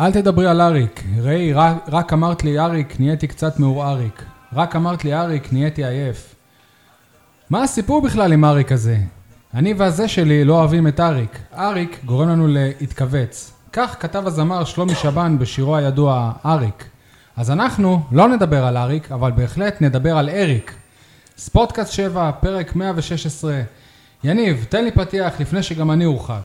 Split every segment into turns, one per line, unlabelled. אל תדברי על אריק, ראי, רק אמרת לי אריק, נהייתי קצת מעורעריק. רק אמרת לי אריק, נהייתי עייף. מה הסיפור בכלל עם אריק הזה? אני והזה שלי לא אוהבים את אריק. אריק גורם לנו להתכווץ. כך כתב הזמר שלומי שבן בשירו הידוע אריק. אז אנחנו לא נדבר על אריק, אבל בהחלט נדבר על אריק. ספורטקאסט 7, פרק 116. יניב, תן לי פתיח לפני שגם אני אורחק.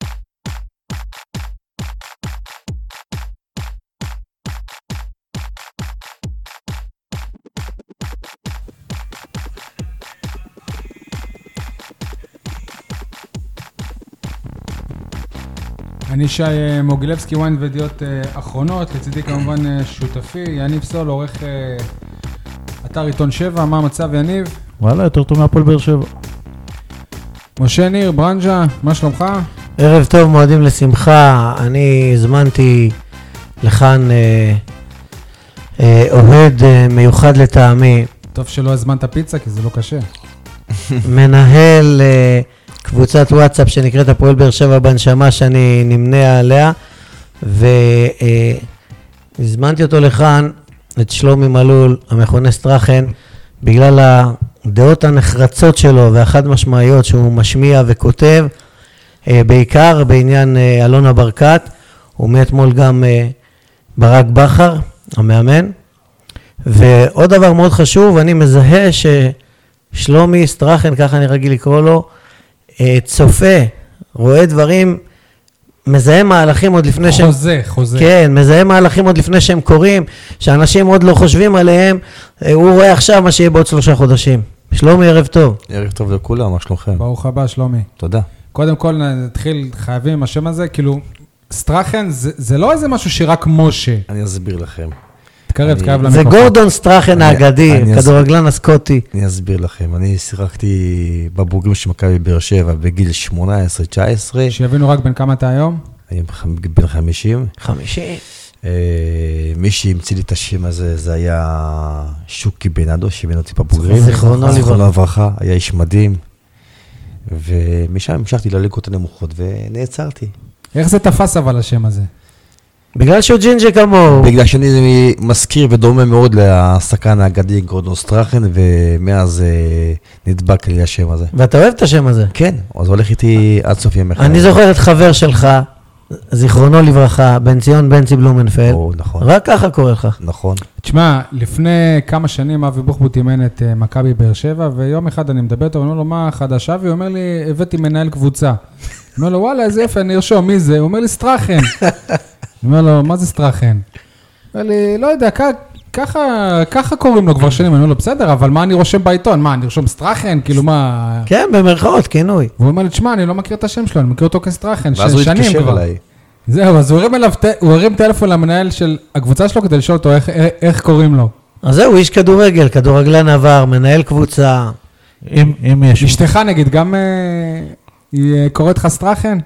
אני שי אה, מוגילבסקי, ויין וידיעות אה, אחרונות, לצידי כמובן אה, שותפי, יניב סול, עורך אה, אתר עיתון 7, מה המצב יניב?
וואלה, יותר טוב מהפועל באר שבע.
משה ניר, ברנז'ה, מה שלומך?
ערב טוב, מועדים לשמחה. אני הזמנתי לכאן אה, אה, אוהד אה, מיוחד לטעמי,
טוב שלא הזמנת פיצה, כי זה לא קשה.
מנהל אה, קבוצת וואטסאפ שנקראת הפועל באר שבע בנשמה, שאני נמנה עליה, אה, והזמנתי אותו לכאן, את שלומי מלול, המכונה סטרחן, בגלל הדעות הנחרצות שלו והחד משמעיות שהוא משמיע וכותב, אה, בעיקר בעניין אה, אלונה ברקת, ומאתמול גם אה, ברק בכר, המאמן. ועוד דבר מאוד חשוב, אני מזהה ששלומי סטרחן, ככה אני רגיל לקרוא לו, אה, צופה, רואה דברים, מזהה מהלכים עוד
נכון,
לפני שהם...
חוזה, חוזה.
כן, מזהה מהלכים עוד לפני שהם קורים, שאנשים עוד לא חושבים עליהם, אה, הוא רואה עכשיו מה שיהיה בעוד שלושה חודשים. שלומי, ערב טוב.
ערב טוב לכולם, מה שלומכם?
ברוך הבא, שלומי.
תודה.
קודם כל נתחיל, חייבים עם השם הזה, כאילו, סטרחן זה, זה לא איזה משהו שרק משה.
אני אסביר לכם.
תקרב,
אני-
תקרב
זה
למיקרופון.
גורדון סטרחן
אני-
האגדי,
אני אס-
כדורגלן הסקוטי.
אני אסביר לכם. אני שיחקתי בבוגרים של מכבי באר שבע בגיל 18-19,
שיבינו רק בן כמה אתה היום.
אני בח- בן 50.
חמישי.
אה, מי שהמציא לי את השם הזה, זה היה שוקי בנאדו, שאימן אותי בבוגרים.
זיכרונו לברכה.
זיכרונו לברכה, היה איש מדהים. ומשם המשכתי לליגות הנמוכות ונעצרתי.
איך זה תפס אבל השם הזה?
בגלל שהוא ג'ינג'י כמוהו.
בגלל שאני מזכיר ודומה מאוד לשחקן האגדי גורדון סטרחן, ומאז אה, נדבק לי השם הזה.
ואתה אוהב את השם הזה.
כן, אז הולך איתי עד סוף ימי חיי.
אני זוכר את חבר שלך, זיכרונו לברכה, בן ציון בנצי בלומנפלד.
או, נכון,
רק ככה קורא לך.
נכון.
תשמע, לפני כמה שנים אבי בוחבוט אימן את אה, מכבי באר שבע, ויום אחד אני מדבר איתו, אני אומר לו, מה חדש? אבי אומר לי, הבאתי מנהל קבוצה. אני אומר לו, וואלה, איזה יפה, אני ארשום, מי זה? הוא אומר לי, סטרחן. אני אומר לו, מה זה סטרחן? הוא אומר לי, לא יודע, כ- ככה, ככה קוראים לו כבר שנים. אני אומר לו, בסדר, אבל מה אני רושם בעיתון? מה, אני ארשום סטרחן? כאילו, מה...
כן, במרכאות, כינוי.
והוא אומר לי, תשמע, אני לא מכיר את השם שלו, אני מכיר אותו כסטרחן, ש-
ואז הוא
שנים
התקשר
כבר.
אליי.
זהו, אז הוא הרים אליו ט- הוא הרים טלפון למנהל של הקבוצה שלו כדי לשאול אותו איך- איך- איך קוראים לו.
אז זהו, איש כדורגל, כדורגלן עבר, מנהל קבוצה.
אם, אם יש...
אשתך נגיד, גם אה, היא אה, קוראת לך סטרחן?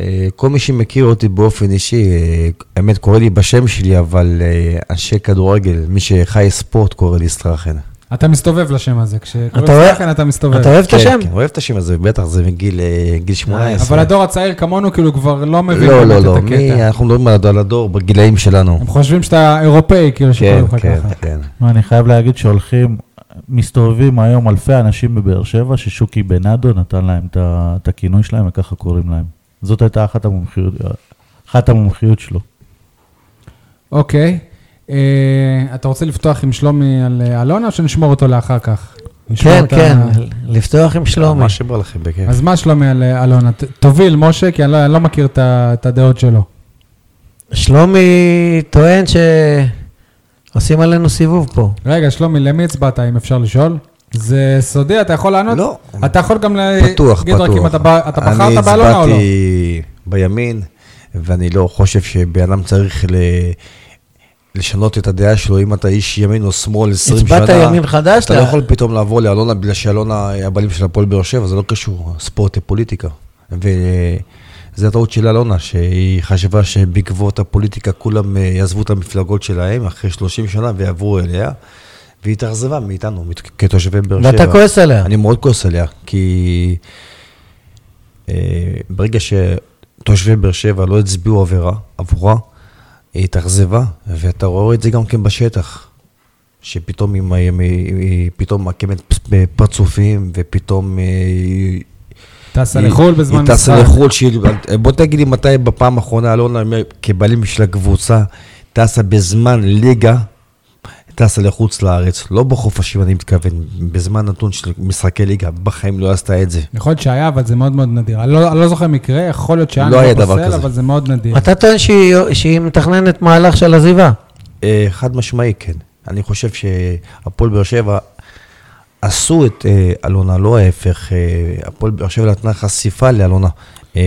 אה, כל מי שמכיר אותי באופן אישי, אה, האמת קורא לי בשם שלי, אבל אה, אנשי כדורגל, מי שחי ספורט קורא לי סטרחן.
אתה מסתובב לשם הזה, כשקוראים
אתה אוהב-
סטרחן אתה מסתובב.
אתה אוהב את
כן,
השם?
כן, אוהב את השם הזה, בטח, זה מגיל אה, גיל 18.
אבל הדור הצעיר כמונו כאילו כבר לא מבין
לא, לא,
באמת
לא,
את
מי-
הקטע.
אנחנו מדברים על על הדור בגילאים שלנו.
הם חושבים שאתה אירופאי, כאילו
כן,
שקוראים לך
כן,
ככה.
כן.
מה, אני חייב להגיד שהולכים, מסתובבים היום אלפי אנשים בבאר שבע ששוקי בנאדו נתן להם את ה- את הכינוי שלהם וככה קוראים להם. זאת הייתה אחת המומחיות, אחת המומחיות שלו.
אוקיי. אה, אתה רוצה לפתוח עם שלומי על אה, אלונה, או שנשמור אותו לאחר כך? נשמור
כן,
את ה-
כן, לפתוח עם שלומי.
מה שבא לכם, בכיף.
אז מה שלומי על אה, אלונה? ת- תוביל, משה, כי אני לא- אני לא מכיר את ה- את הדעות שלו.
שלומי טוען שעושים עלינו סיבוב פה.
רגע, שלומי, למי הצבעת, אם אפשר לשאול? זה סודי, אתה יכול לענות?
לא.
אתה יכול גם להגיד
פתוח, פתוח.
רק אם אתה בא- אתה בחרת
אני
באלונה או לא?
הצבעתי בימין, ואני לא חושב שבן אדם צריך ל... לשנות את הדעה שלו, אם אתה איש ימין או שמאל 20 שנה.
הצבעת ימין חדש?
אתה
אתה-
לא יכול פתאום לעבור לאלונה בגלל שאלונה היא הבעלים של הפועל באר שבע, זה לא קשור, ספורט לפוליטיקה. וזו הטעות של אלונה, שהיא חשבה שבעקבות הפוליטיקה כולם אה, יעזבו את המפלגות שלהם אחרי 30 שנה ויעברו אליה, והיא התאכזבה מאיתנו, מת- כתושבי באר שבע.
ואתה כועס עליה.
אני מאוד כועס עליה, כי אה, ברגע שתושבי באר שבע לא הצביעו עבירה, עבורה, אה, היא התאכזבה, ואתה רואה את זה גם כן בשטח, שפתאום היא, היא, היא, היא פתאום מקמת פ- פרצופים, ופתאום אה, היא...
טסה
היא-
לחו"ל בזמן
היא טסה
משחק.
לחו"ל, שהיא... בוא תגיד לי מתי בפעם האחרונה אלונה, כבעלים של הקבוצה, טסה בזמן ליגה, טסה לחוץ לארץ, לא בחופשים, אני מתכוון, בזמן נתון של משחקי ליגה, בחיים לא עשתה את זה.
יכול להיות שהיה, אבל זה מאוד מאוד נדיר. אני לא, אני לא זוכר מקרה, יכול להיות שהיה,
לא
אני
היה דבר
פוסל,
כזה.
אבל זה מאוד נדיר.
אתה טוען שהיא- שהיא מתכננת מהלך של עזיבה.
אה, חד משמעי, כן. אני חושב שהפועל באר שבע עשו את אה, אלונה, לא ההפך. אה, הפועל באר שבע נתנה חשיפה לאלונה. אה,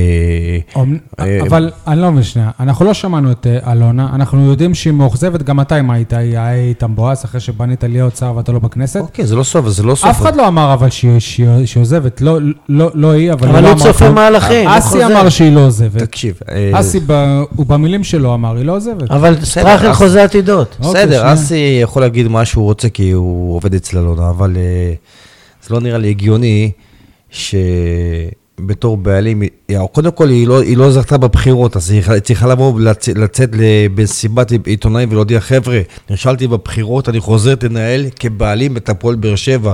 אמנ-
אה,
אבל אני לא מבין שנייה, אנחנו לא שמענו את אה, אלונה, אנחנו יודעים שהיא מאוכזבת, גם אתה אם היית, היה איתם בועז, אחרי שבנית לי אוצר ואתה לא בכנסת.
אוקיי, זה לא סוף, זה לא סוף.
אף אחד לא אמר אבל שהיא- שהיא שהיא עוזבת, לא- לא לא היא, אבל
אבל
לא
הוא
אמר
צופה
כלום.
מהלכים, הוא
אסי
חוזר.
אמר שהיא לא עוזבת.
תקשיב, אה,
אסי, ב- הוא במילים שלו אמר, היא לא עוזבת.
אבל סטראכן
אז-
חוזה עתידות.
אוקיי,
בסדר,
שנייה.
אסי יכול להגיד מה שהוא רוצה כי הוא עובד אצל אלונה, אבל אה, זה לא נראה לי הגיוני שבתור בעלים, אה, קודם כל היא לא, היא לא זכתה בבחירות, אז היא צריכה לבוא ולצ- לצאת ל- במסיבת עיתונאים ולהודיע, חבר'ה, נכשלתי בבחירות, אני חוזרת לנהל כבעלים את הפועל באר שבע.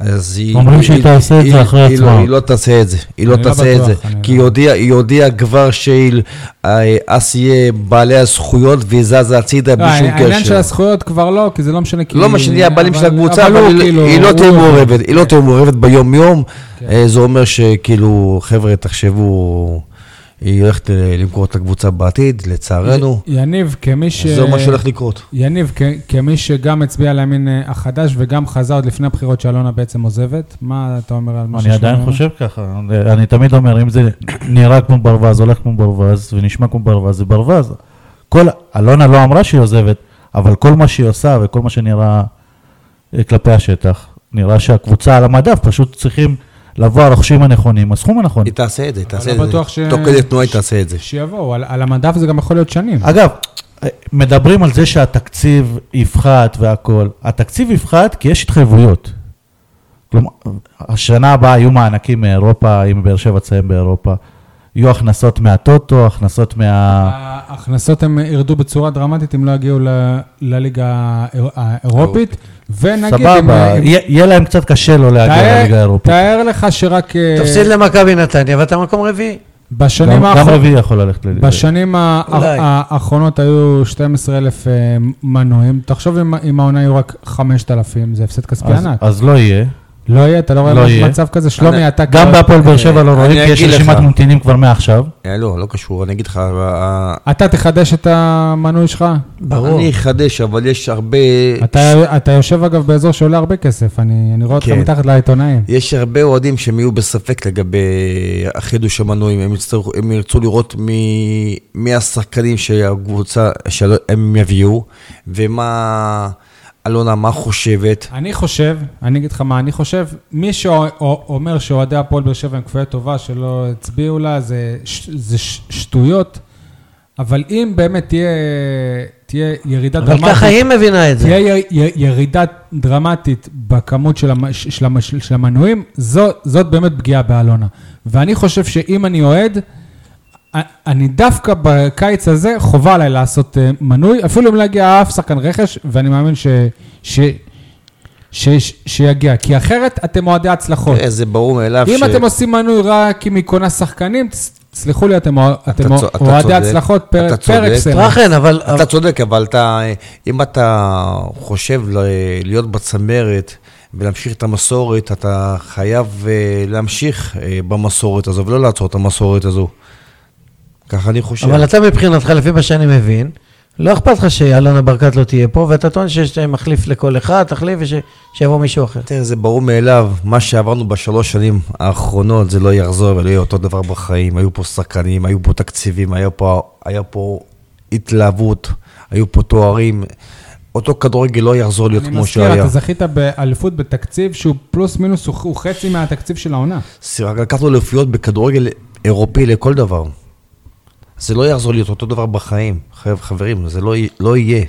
אז היא...
אומרים שהיא
היא-
תעשה את זה
היא-
אחרי
היא לא-
עצמה.
היא לא תעשה את זה, היא לא
אני לא
תעשה את זה,
בטוח, אני
כי
לא-
היא הודיעה- היא הודיעה כבר שהיא- אה, אס יהיה בעלי הזכויות והיא זזה הצידה
לא,
בלי שום קשר.
העניין של הזכויות כבר לא, כי זה לא משנה, כי...
לא משנה, היא הבעלים של הקבוצה, אבל
הוא
היא-
כאילו-
היא לא
הוא- כן.
תהיה מעורבת, היא לא תהיה מעורבת ביום-יום. אה, זה אומר שכאילו, חבר'ה, תחשבו, היא הולכת אה, למכור את הקבוצה בעתיד, לצערנו.
יניב, כמי ש...
זהו מה שהולך לקרות.
יניב, כ- כמי שגם הצביע לימין אה, החדש וגם חזה עוד לפני הבחירות שאלונה בעצם עוזבת, מה אתה אומר על מה
אני עדיין
ממנה?
חושב ככה, אני- אני תמיד אומר, אם זה נראה כמו ברווז, הולך כמו ברווז ונשמע כמו ברווז, זה ברווז. כל, אלונה לא אמרה שהיא עוזבת, אבל כל מה שהיא עושה וכל מה שנראה אה, כלפי השטח, נראה שהקבוצה על המדף, פשוט צריכים לבוא הרוכשים הנכונים, הסכום הנכון.
היא תעשה את זה, היא תעשה
לא
את זה.
בטוח ש-
תוך כדי תנועה היא תעשה את זה.
שיבואו, על, על המדף זה גם יכול להיות שנים.
אה.
אגב, מדברים על זה שהתקציב יפחת והכול. התקציב יפחת כי יש התחייבויות. כלומר, השנה הבאה יהיו מענקים מאירופה, אם באר שבע תסיים באירופה. יהיו הכנסות מהטוטו, הכנסות מה...
ההכנסות הם ירדו בצורה דרמטית אם לא יגיעו ל- לליגה האיר- האירופית, ונגיד... אם-
סבבה,
אם-
יהיה יהיה להם קצת קשה לא להגיע
תאר-
לליגה האירופית.
תאר לך שרק אה,
תפסיד למכבי נתניה ואתה מקום רביעי.
גם-
בשנים
גם
האחרונות...
רביעי יכול ללכת לליגה.
בשנים ה-
אולי.
ה- האחרונות היו 12,000 אה, מנויים. תחשוב אם- אם העונה היו רק 5,000, זה הפסד כספי
אז-
ענק.
אז לא יהיה.
לא יהיה, אתה לא
לא
רואה
יהיה.
מצב כזה. שלומי, אתה
גם
כבר-
בהפועל באר שבע לא
אני
רואים, כי יש
אגיד לך.
רשימת ממתינים כבר מעכשיו.
אה, לא, לא קשור, אני אגיד לך, ה-
אתה תחדש את המנוי שלך?
ברור.
אני אחדש, אבל יש הרבה...
אתה- אתה יושב אגב באזור שעולה הרבה כסף, אני אני רואה אותך
כן.
מתחת לעיתונאים.
יש הרבה אוהדים שהם יהיו בספק לגבי החידוש המנויים, הם, יצטרכו, הם ירצו לראות מי, מי השחקנים שהקבוצה, שהם יביאו, ומה אלונה, מה חושבת.
אני חושב, אני אגיד לך מה אני חושב, מי שאומר שאוהדי הפועל באר שבע הם כפויי טובה שלא הצביעו לה, זה, ש- זה ש- שטויות, אבל אם באמת תהיה, תהיה ירידה דרמטית...
אבל ככה היא מבינה את זה.
תהיה י- י- ירידה דרמטית בכמות של, המ, של, המ, של המנויים, זו, זאת באמת פגיעה באלונה. ואני חושב שאם אני אוהד, א- אני דווקא בקיץ הזה, חובה עליי לעשות אה, מנוי, אפילו אם לא יגיע אף שחקן רכש, ואני מאמין ש, ש, ש, ש, שיגיע. כי אחרת אתם אוהדי הצלחות.
תראה, אה, זה ברור מאליו
נכון. אם אתם עושים מנוי רק אם היא קונה שחקנים, תס- תסלחו לי, אתם אוה- אתם
צו- אתה
אוהדי
צודק,
הצלחות פר
אתה
פר
צודק.
אקסלנס.
סטראכן, אבל...
אתה צודק, אבל אתה, אם אתה חושב ל- להיות בצמרת ולהמשיך את המסורת, אתה חייב אה, להמשיך אה, במסורת הזו, ולא לעצור את המסורת הזו. ככה אני חושב.
אבל אתה מבחינתך, לפי מה שאני מבין, לא אכפת לך שאלונה ברקת לא תהיה פה, ואתה טוען שיש מחליף לכל אחד, תחליף ושיבוא מישהו אחר.
תראה, זה ברור מאליו, מה שעברנו בשלוש שנים האחרונות, זה לא יחזור ולא יהיה אותו דבר בחיים. היו פה שחקנים, היו פה תקציבים, היה פה, היה פה התלהבות, היו פה תוארים. אותו כדורגל לא יחזור להיות
אני
כמו
מזכיר,
שהיה.
אתה זכית באליפות בתקציב שהוא פלוס מינוס, הוא- הוא חצי מהתקציב של העונה.
סירק, לקחנו אליפויות בכדורגל אירופי לכל דבר. זה לא יחזור להיות אותו דבר בחיים, חייב- חברים, זה לא, י- לא יהיה.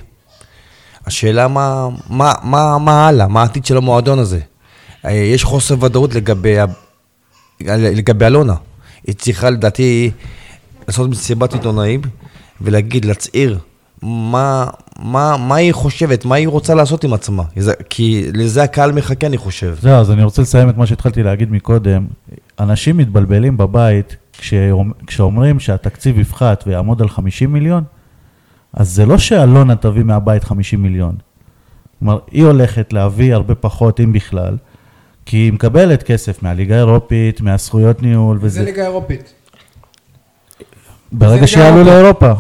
השאלה מה, מה, מה, מה הלאה, מה העתיד של המועדון הזה. אה, יש חוסר ודאות לגבי, ה- לגבי אלונה. היא צריכה לדעתי לעשות מסיבת עיתונאים ולהגיד, להצהיר מה, מה, מה היא חושבת, מה היא רוצה לעשות עם עצמה. זה- כי לזה הקהל מחכה, אני חושב.
זהו, אז אני רוצה לסיים את מה שהתחלתי להגיד מקודם. אנשים מתבלבלים בבית כשאומ- כשאומרים שהתקציב יפחת ויעמוד על 50 מיליון, אז זה לא שאלונה תביא מהבית 50 מיליון. כלומר, היא הולכת להביא הרבה פחות, אם בכלל, כי היא מקבלת כסף מהליגה האירופית, מהזכויות ניהול
זה
וזה.
ליגה אירופית. זה
ברגע
ליגה
שיעלו
אירופית.
לאירופה.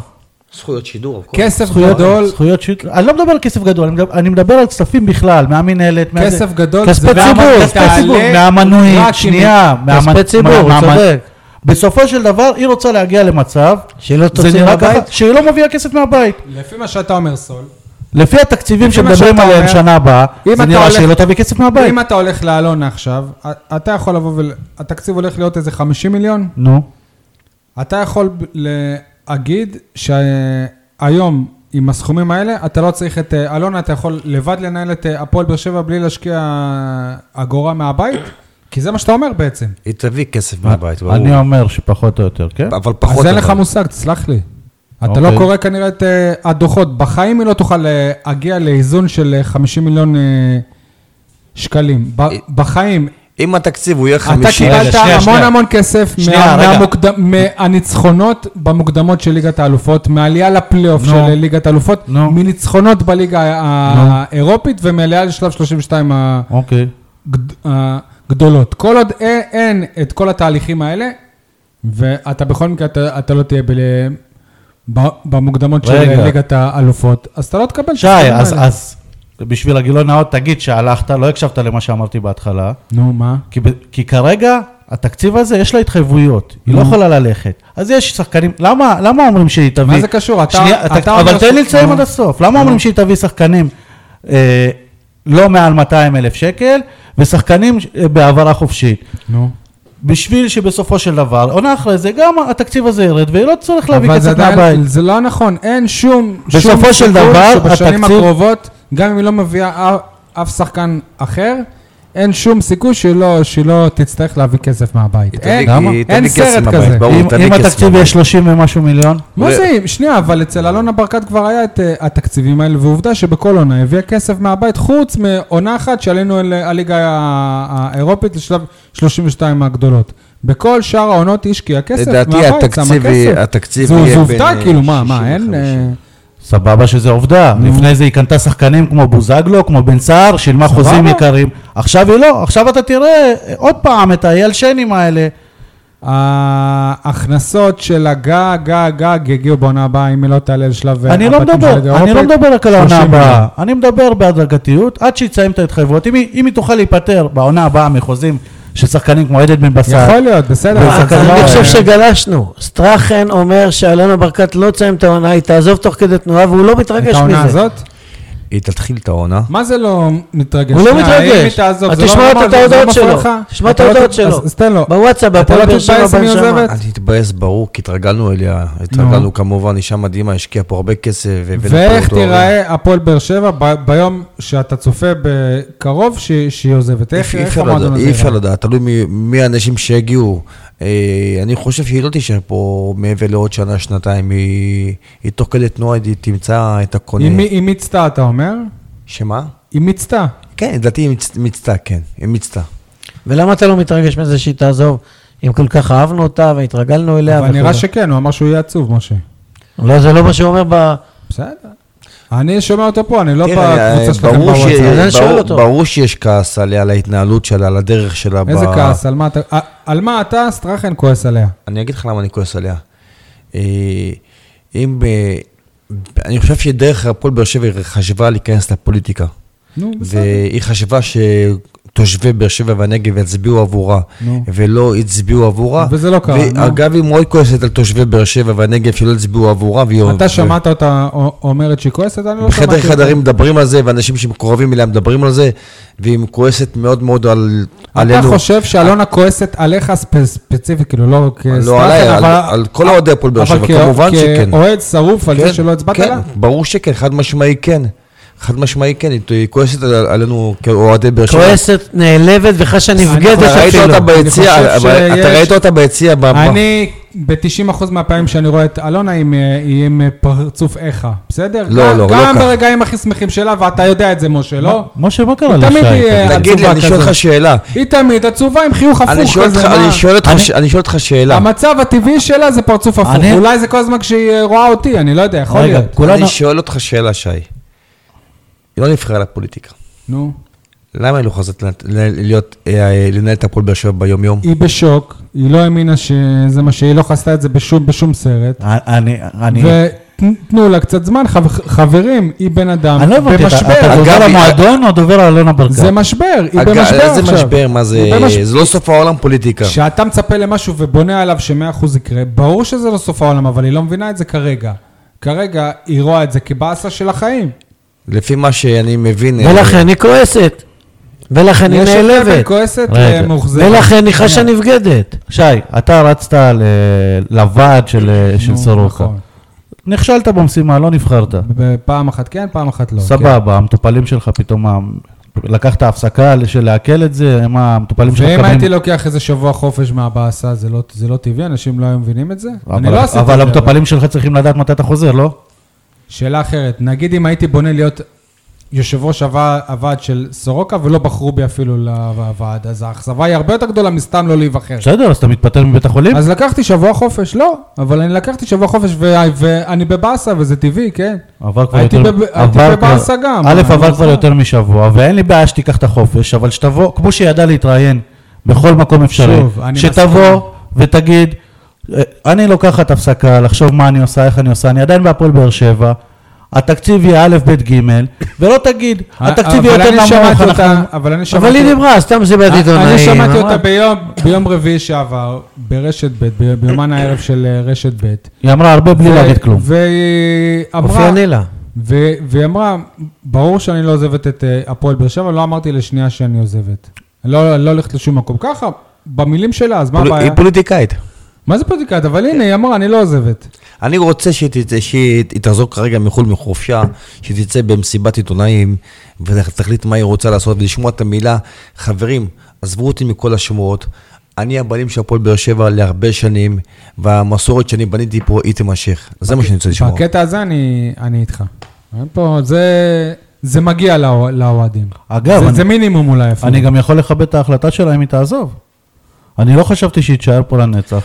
זכויות שידור, הכל.
כסף
זכויות
גדול,
זכויות שיט... אני לא מדבר על כסף גדול, אני מדבר, אני מדבר על כספים בכלל, מהמינהלת, מהזה.
כסף גדול,
כספי
זה-
ציבור,
והמנוי
כספי
תעלה
ציבור,
רק
מהמנויים,
אם-
שנייה, מהמנ-
כספי ציבור, הוא
מהמנ-
צודק.
בסופו של דבר, היא רוצה להגיע למצב,
שלא
זה
תוציא
נראה
מהבית?
ככה, שהיא לא מביאה כסף מהבית.
לפי מה שאתה אומר, סול,
לא
לפי התקציבים
לפי מה
שמדברים
שאתה
עליהם
אומר,
שנה הבאה,
אם
זה
אתה
נראה
הולך-
שהיא לא תביא כסף מהבית.
אם אתה הולך לאלונה עכשיו, אתה יכול לבוא והתקציב הולך להיות איזה 50 מיליון?
נו,
אתה יכול ב- להגיד שהיום, עם הסכומים האלה, אתה לא צריך את אה, אלונה, אתה יכול לבד לנהל את אה, הפועל באר שבע בלי להשקיע אה, אגורה מהבית? כי זה מה שאתה אומר בעצם.
היא תביא כסף מהבית, ברור.
אני אומר שפחות או יותר, כן?
אבל פחות...
אז אין לך
אבל.
מושג, תסלח לי. אתה לא
אוקיי.
קורא כנראה את אה, הדוחות. בחיים היא לא תוכל להגיע לאיזון של אה, 50 מיליון אה, שקלים. ב-
היא-
בחיים.
אם התקציב הוא יהיה
אתה
אה, חמישים...
קיבלת
שנייה,
המון
שנייה.
המון כסף מה-
שנייה, רגע.
מהמוקד- מהניצחונות במוקדמות של ליגת האלופות, מהעלייה לפלייאוף
נו.
של אה, ליגת האלופות,
נו.
מניצחונות בליגה ה- האירופית ומעלייה לשלב אה, 32 ה-
אוקיי.
גד- הגדולות. כל עוד אין, אין את כל התהליכים האלה, ואתה בכל מקרה, אתה, אתה לא תהיה בל... ב- במוקדמות של
רגע.
ליגת האלופות, אז אתה לא תקבל את
שי,
הסכומים
אז-
האלה.
אז בשביל הגילון נאות, תגיד שהלכת, לא הקשבת למה שאמרתי בהתחלה.
נו, מה?
כי, ב- כי כרגע התקציב הזה יש לה התחייבויות, היא לא
נו.
יכולה ללכת. אז יש שחקנים, למה, למה אומרים שהיא תביא...
מה זה קשור? אתה-
שנייה,
אתה
אתה,
אומר
אבל תן לי
ש-
לסיים
נו.
עד הסוף. למה אומרים שהיא תביא שחקנים אה, לא מעל 200 אלף שקל ושחקנים ש- אה, בהעברה חופשית?
נו.
בשביל שבסופו של דבר, עונה אחרי זה, גם התקציב הזה ירד והיא לא צריך להביא
אבל זה
כסף מהבית.
עדיין, זה לא נכון, אין שום, שום
בסופו של
סיכוי
דבר,
שבשנים
התקציב-
הקרובות, גם אם היא לא מביאה אף, אף שחקן אחר, אין שום סיכוי שהיא לא- שהיא לא תצטרך להביא כסף מהבית.
היא
אין,
תביא-
למה?
היא
אין
תביא כסף
סרט
מהבית,
כזה.
ברור,
אם,
תביא
אם
כסף
התקציב
מהבית.
יהיה 30 ומשהו מיליון,
מה
ו-
זה, אם- שנייה, אבל אצל אלונה ברקת כבר היה את אה, התקציבים האלה, ועובדה שבכל עונה היא הביאה כסף מהבית, חוץ מעונה אחת שעלינו אל הליגה ה- האירופית לשלב 32 הגדולות. בכל שאר העונות היא השקיעה כאילו כסף
לדעתי
מהבית, שמה
התקציב יהיה-
כסף.
התקציב
זו-
יהיה
זו
בין,
עובדה,
אה,
כאילו, מה,
60
מה, אין...
ל- 50.
אה,
סבבה שזה עובדה. לפני זה היא קנתה שחקנים כמו בוזגלו, כמו בן סער, שילמה
סבבה.
חוזים יקרים. עכשיו היא לא, עכשיו אתה תראה אה, עוד פעם את האייל שנים האלה.
ההכנסות של הגג, הגג, הגג יגיעו בעונה הבאה, אם היא לא תעלה לשלב... אה,
אני לא
הבתים של
מדבר,
הליגה
אני לא
האירופית,
מדבר רק על העונה
30
הבאה.
מיליון.
אני מדבר בהדרגתיות, עד שהיא תסיים את ההתחייבויות. אם היא- אם היא תוכל להיפטר בעונה הבאה מחוזים של שחקנים כמו עדן בן בסט.
יכול להיות, בסדר.
בסדר,
אבל זה
אז
לא-
אה,
אני חושב שגלשנו. סטרחן אומר שאלונה ברקת לא תסיים את העונה, היא תעזוב תוך כדי תנועה והוא לא
את
מתרגש
העונה
מזה.
הזאת?
היא תתחיל את העונה.
אה, מה זה לא מתרגש?
הוא לא
שנייה, אם היא
מתרגש.
תעזוב,
אז
זה לא
תשמע
נורמל,
את
זה לא
ההודעות
מפריע
שלו.
לך?
תשמע את
אתה לא
ההודעות
ת-
שלו.
אז אז תן לו.
בוואטסאפ,
אתה
בהפועל
לא
באר שבע
תתבאס אם היא
בנשמה.
עוזבת?
אני התבאס, ברור, כי התרגלנו אליה.
נו.
התרגלנו כמובן, אישה מדהימה, השקיעה פה הרבה כסף. והבאנו פה
ואיך
אותו-
תיראה הפועל באר שבע ב- ביום שאתה צופה בקרוב ש- שהיא עוזבת? איך
אי
איך
אפשר
המועדון
לדעת,
הזה
אי אפשר
ייראה?
לדעת, תלוי מי- מי האנשים שהגיעו. אה, אני חושב שהיא לא תישאר פה מעבר לעוד שנה, שנתיים. היא היא תוך כדי תנועה, היא תמצא את
היא
הקונה.
מי- היא מיצתה, אתה אומר?
שמה?
היא מיצתה.
כן, לדעתי היא מצ- מיצתה, כן, היא מיצתה.
ולמה אתה לא מתרגש מזה שהיא תעזוב, אם כל כך אהבנו אותה והתרגלנו אליה
אבל נראה
וכו'?
שכן, הוא אמר שהוא יהיה עצוב, משה.
לא, זה לא מה שהוא אומר ב...
בסדר. אני שומע אותו פה, אני לא
תראה,
בקבוצה שלכם
כן, אה, ברור ש-
בוואטסאפ.
אז אני שואל
ברור-
אותו.
ברור שיש כעס עליה, על ההתנהלות שלה, על הדרך שלה.
איזה
ב-
כעס, על מה אתה- א- על מה אתה, סטרחן, כועס עליה?
אני אגיד לך למה אני כועס עליה. אה, אם... ב- ב- אני חושב שדרך הפועל באר שבע היא חשבה להיכנס לפוליטיקה.
נו, בסדר.
והיא חשבה שתושבי באר שבע והנגב יצביעו עבורה,
נו.
ולא הצביעו עבורה.
וזה לא קרה, נו.
ואגב, היא מאוד כועסת על תושבי באר שבע והנגב שלא הצביעו עבורה. והיא-
אתה
ו-
שמעת אותה א- אומרת שהיא כועסת? אני לא שמעתי
בחדר
אותה.
חדרים מדברים על זה, ואנשים שמקורבים אליה מדברים על זה, והיא כועסת מאוד מאוד על,
אתה
עלינו.
חושב שאלונה כועסת עליך ספ- ספציפית, כאילו, לא כסטרחן,
לא עליי, על, על כל אוהדי הפועל באר שבע, כמובן שכן.
כאוהד שרוף על
כן,
זה שלא הצבעת
כן,
לה?
ברור שכן, חד משמעי כן. חד משמעי כן, היא- היא כועסת על- עלינו כאוהדי באר שבע.
כועסת, נעלבת וחשה
אני
נבגדת
אתה ראית
אפילו.
אותה
אני
ביציע,
חושב
אבל- אתה
שיש-
ראית אותה ביציע, ב- ב-
אני ב-90% מהפעמים שאני רואה את אלונה היא עם, היא עם אה, פרצוף איכה, בסדר?
לא,
גם,
לא, לא
גם
ככה.
ברגעים הכי שמחים שלה, ואתה יודע את זה, משה, לא?
משה, מה קרה
היא תמיד
לשי?
יהיה-
תגיד לי,
עצובה
אני שואל
כזאת.
אותך שאלה.
היא תמיד עצובה עם חיוך
אני
הפוך
שואל אותך-
כזה, מה?
אני שואל אותך ש- אני שואל אותך שאלה.
המצב הטבעי שלה זה פרצוף הפוך.
אני-
אולי זה כל הזמן כשהיא אה, רואה אותי, אני לא יודע, יכול
רגע,
להיות.
כולנו...
אני שואל אותך שאלה, שי. היא לא נבחרה לפוליטיקה.
נו.
למה היא לא חוזרת לנת- ל- להיות, אה, אה, לנהל את הפועל באר שבע ביום-יום?
היא בשוק, היא לא האמינה שזה מה שהיא לא חסתה את זה בשום, בשום סרט.
אני... אני...
ותנו לה קצת זמן, חב- חברים, היא בן אדם
אני לא הבנתי, אתה- אתה
במשבר.
אגב,
דובר
היא-
המועדון או דובר על אלונה ברקת?
זה משבר, היא
אגב,
במשבר עכשיו.
איזה משבר, מה זה?
היא במשבר.
זה לא סוף העולם פוליטיקה.
כשאתה מצפה למשהו ובונה עליו ש-100% יקרה, ברור שזה לא סוף העולם, אבל היא לא מבינה את זה כרגע. כרגע היא רואה את זה כבאסה של החיים.
לפי מה שאני מבין... אה,
ולכן היא כועסת. ולכן היא
יש הבדל בין
נעלבת.
כועסת
רגע.
למאוכזבת.
ולכן היא
כן.
חשה נבגדת.
שי, אתה רצת ל- לוועד של אה, של
נו,
סורוקה.
נכון.
נכשלת במשימה, לא נבחרת.
פעם אחת כן, פעם אחת לא.
סבבה, המטופלים שלך פתאום... ה- לקחת הפסקה של לעכל את זה, הם המטופלים שלך
ואם הייתי לא- לוקח איזה שבוע חופש מהבאסה, זה לא- זה לא טבעי, אנשים לא היו מבינים את זה? אני
אבל-
לא עשיתי את זה. כן.
אבל
אבל-
המטופלים שלך צריכים לדעת מתי אתה חוזר, לא?
שאלה אחרת, נגיד אם הייתי בונה להיות יושב ראש הווע- הוועד של סורוקה ולא בחרו בי אפילו לוועד, אז האכזבה היא הרבה יותר גדולה מסתם לא להיבחר.
בסדר, אז אתה מתפטר מבית החולים?
אז לקחתי שבוע חופש, לא, אבל אני לקחתי שבוע חופש ו- ואני בבאסה וזה טבעי, כן?
עבר כבר
הייתי
יותר...
בב- הייתי
עבר כבר-
בבאסה גם.
א',
אני
עבר
לא
כבר
זוכר.
יותר משבוע, ואין לי בעיה שתיקח את החופש, אבל שתבוא, כמו שידע להתראיין בכל מקום אפשרי,
שוב, אני
שתבוא
מסכים.
ותגיד, "אה, אני לוקחת הפסקה, לחשוב מה אני עושה, איך אני עושה, אני עדיין בהפועל באר שבע, התקציב יהיה א', ב', ג', ולא תגיד, התקציב יהיה
אה, אבל
יותר
אני
נמוך,
שמעתי
אנחנו...
אותה, אבל אני שמעתי...
אבל היא דיברה, סתם מסיבת עיתונאים.
אני שמעתי
אמרה,
אותה ביום- ביום רביעי שעבר, ברשת ב', ב- ביומן הערב של אה, רשת ב'.
היא אמרה הרבה בלי
ו-
להגיד לא כלום.
והיא אמרה...
אופייני לה.
ו- והיא אמרה, ברור שאני לא עוזבת את אה, הפועל באר שבע, לא אמרתי לשנייה שאני עוזבת. לא לא הולכת לשום מקום. ככה, במילים שלה, אז מה
פול-
הבעיה?
היא פוליטיקאית.
מה זה פוליטיקאית? אבל הנה, היא אמרה, אני לא עוזבת.
אני רוצה שהיא תצא- שהיא היא תחזור כרגע מחו"ל מחופשה, שהיא תצא במסיבת עיתונאים, ותחליט מה היא רוצה לעשות, ולשמוע את המילה, חברים, עזבו אותי מכל השמועות, אני הבעלים של הפועל באר שבע להרבה שנים, והמסורת שאני בניתי פה היא תימשך. זה
אוקיי.
מה שאני רוצה לשמוע.
בקטע הזה אני, אני איתך. אין פה, זה, זה מגיע לאו- לאוהדים.
אגב,
זה,
אני-
זה מינימום אולי אפילו.
אני גם יכול לכבד את ההחלטה שלה אם היא תעזוב. אני לא חשבתי שהיא תישאר פה לנצח,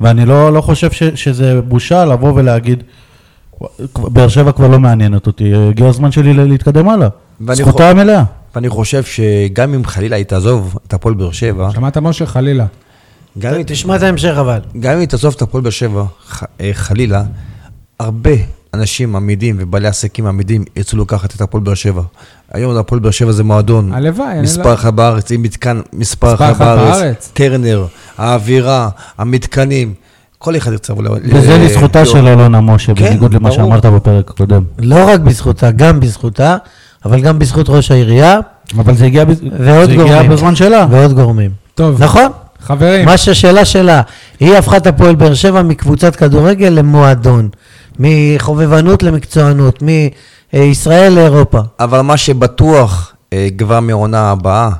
ואני לא, לא חושב ש, שזה בושה לבוא ולהגיד, באר שבע כבר לא מעניינת אותי, הגיע הזמן שלי ל- להתקדם הלאה.
ואני אה, יכול-
זכותה המלאה.
ואני חושב שגם אם חלילה היא תעזוב את הפועל באר שבע,
שמעת משה חלילה.
גם אם היא
תשמע את ההמשך אבל.
גם אם היא תעזוב את הפועל באר שבע, ח- אה, חלילה, הרבה אנשים עמידים ובעלי עסקים עמידים ירצו לקחת את הפועל באר שבע. היום הפועל באר שבע זה מועדון.
הלוואי, אני
מספר
לא-
אחת בארץ, עם מתקן מספר
מספר
אחת
אחת
בארץ.
בארץ.
טרנר, האווירה, המתקנים, כל אחד ירצה לבוא... ל-
וזה
ל-
לזכותה
להיות.
של אלונה משה,
כן,
בניגוד למה
ברור.
שאמרת בפרק הקודם.
לא רק בזכותה, גם בזכותה, אבל גם בזכות ראש העירייה
אבל זה הגיע, בז...
ועוד
זה הגיע
גורמים.
בזמן שלה.
ועוד גורמים.
טוב,
נכון?
חברים,
מה שהשאלה שלה, היא הפכה את הפועל באר שבע מקבוצת כדורגל למועדון, מחובבנות למקצוענות, מישראל לאירופה.
אבל מה שבטוח, אה, כבר מהעונה הבאה,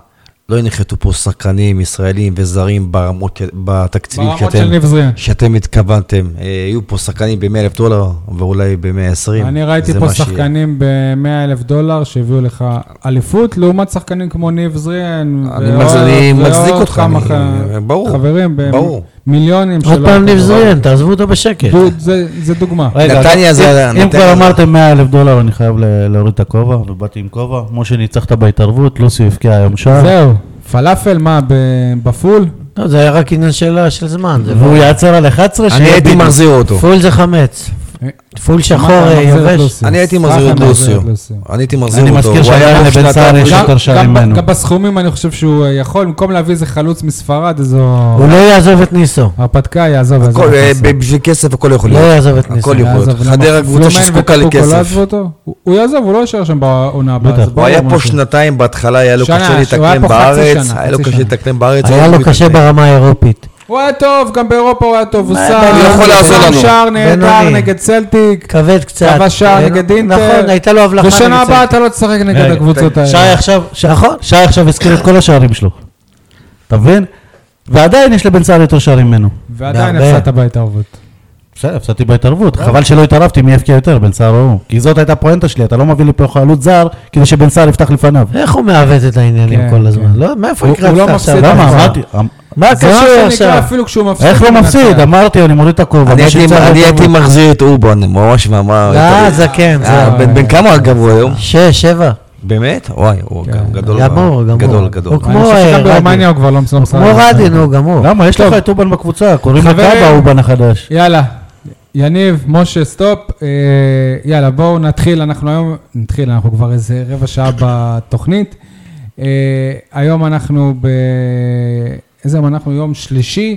לא ינחתו פה שחקנים ישראלים וזרים ברמות, בתקציבים
ברמות
שאתם,
של נבזרין.
שאתם התכוונתם. אה, יהיו פה שחקנים ב-100 אלף דולר ואולי ב-120.
אני ראיתי פה שחקנים ב-100 אלף דולר שהביאו לך אליפות, לעומת שחקנים כמו ניב זריאן.
אני
ועוד-
מצ- אני
ועוד
מצדיק אותך,
כמה
אני-
ח-
ברור,
חברים,
ברור.
במיליונים
עוד פעם
אתה-
נבזרין, תעזבו אותו בשקט.
דוד, זה- זה דוגמה.
רגע,
נתניה
אם-
זה-
אם
נתניה
כבר
זה-
אמרתם 100 אלף דולר, אני חייב ל- להוריד את הכובע, ובאתי עם כובע. משה ניצחת בהתערבות, לוסי הבקיע היום שער.
זהו, פלאפל, מה, ב- בפול?
לא, זה היה רק עניין של של זמן. זה
והוא
לא-
יעצר על 11
אני
שיהיה
הייתי
בידוד.
מחזיר אותו.
פול זה חמץ.
אה,
פול שחור
מה,
אה,
מחזיר את
יבש.
לוסיו.
אני הייתי
סליחה,
מחזיר את
מחזיר
לוסיו.
את לוסיו.
אני הייתי
אני
מחזיר אותו.
מזכיר
הוא
שהיה
היה פה
לבן
שנתיים
סער יש
ראשון.
גם-
יותר שערים
גם ב-
ממנו.
גם בסכומים אני חושב שהוא אה, יכול, במקום להביא איזה חלוץ מספרד, איזו
הוא לא יעזוב את ניסו.
הרפתקה, יעזוב. יעזוב,
הכל, אה,
יעזוב.
ב- בשביל כסף הכל יכול
לא
להיות.
יעזוב את ניסו.
הכל יכול
יעזוב,
להיות.
למה?
חדרה קבוצה
פלומן
שזקוקה
וטוקו לא
לכסף.
עזבו אותו? הוא- הוא יעזוב, הוא לא יישאר שם בעונה הבאה.
בטח.
זה
הוא
ברור
היה פה
משהו.
שנתיים בהתחלה, היה לו
לא, שנה,
קשה
שהוא היה פה
להתאקלם
חצי
בארץ,
שנה,
היה לו
חצי
קשה
שנה.
להתאקלם בארץ.
לא
היה לו קשה ברמה האירופית.
הוא היה טוב, גם באירופה הוא היה טוב, הוא שם,
הוא יכול לעזור
שם
לנו.
שער נהדר
בינוני.
נגד סלטיק,
כבד קצת.
כבש שער
אה,
נגד אינטר.
נכון, הייתה לו הבלחה. אה,
בשנה
נגד
הבאה
סלטיק.
אתה לא תשחק נגד
רגע,
הקבוצות האלה.
נכון?
שי עכשיו, שי- שי עכשיו הזכיר את כל השערים שלו. אתה מבין? ועדיין יש לבן סער יותר שערים ממנו.
ועדיין
בהרבה.
הפסדת בהתערבות.
בסדר, הפסדתי בהתערבות, חבל שלא התערבתי מי יבקיע יותר, בן סער או הוא. כי זאת הייתה הפואנטה שלי, אתה לא מביא לי פה חלוץ זר כדי שבן סער יפתח לפניו.
איך הוא מעוות את העניינים
כן,
כל הזמן?
כן.
לא, מאיפה
הוא-
הקראת
הוא לא
עכשיו?
מפסיד
למה?
בסדר.
אמרתי, אמ-
מה
זה מה
קשור
שנקרא
עכשיו?
אפילו כשהוא מפסיד.
איך לא
הוא
מפסיד?
מנצח.
אמרתי, אני מוריד את הכובע.
אני
מה
הייתי-
שצריך
אני
יותר
הייתי
מ-
מחזיר את אובן, ממש
לא,
ואמר...
אה, זקן,
אה,
זהו.
בן- בן כמה אגב הוא היום?
שש, שבע.
באמת? וואי, הוא
כן.
גם גדול.
גמור,
מאוד.
גמור.
גדול, גדול.
הוא
אני
כמו,
חושב
אה,
שגם
רדיו.
ברומניה הוא כבר לא מסוגל.
כמו רדין, הוא גמור.
למה? יש לך את אובן בקבוצה, קוראים לך
חברים.
אבא אובן החדש.
יאללה, יניב, משה, סטופ. אה, יאללה, בואו נתחיל, אנחנו היום, נתחיל, אנחנו כבר איזה רבע שעה בתוכנית. אה, היום אנחנו ב... איזה יום אנחנו? יום שלישי.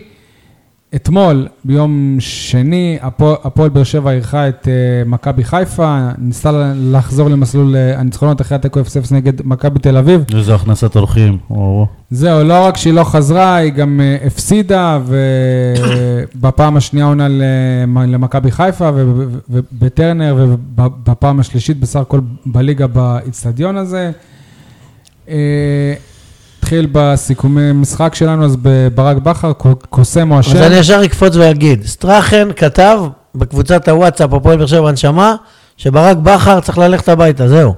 אתמול, ביום שני, הפועל- הפועל באר שבע אירחה את אה, מכבי חיפה, ניסתה לחזור למסלול אה, הניצחונות אחרי התיקו 0-0 נגד מכבי תל אביב.
איזה הכנסת אורחים. או.
זהו, לא רק שהיא לא חזרה, היא גם אה, הפסידה, ובפעם השנייה עונה למ- למכבי חיפה וב- ובטרנר, ובפעם השלישית בסך הכל בליגה באיצטדיון הזה. אה, התחיל בסיכומי משחק שלנו, אז בברק בכר, ק- קוסם או
אז
אשר.
אני ישר אקפוץ ואגיד, סטרחן כתב בקבוצת הוואטסאפ, הפועל באר שבע הנשמה, שברק בכר צריך ללכת הביתה, זהו.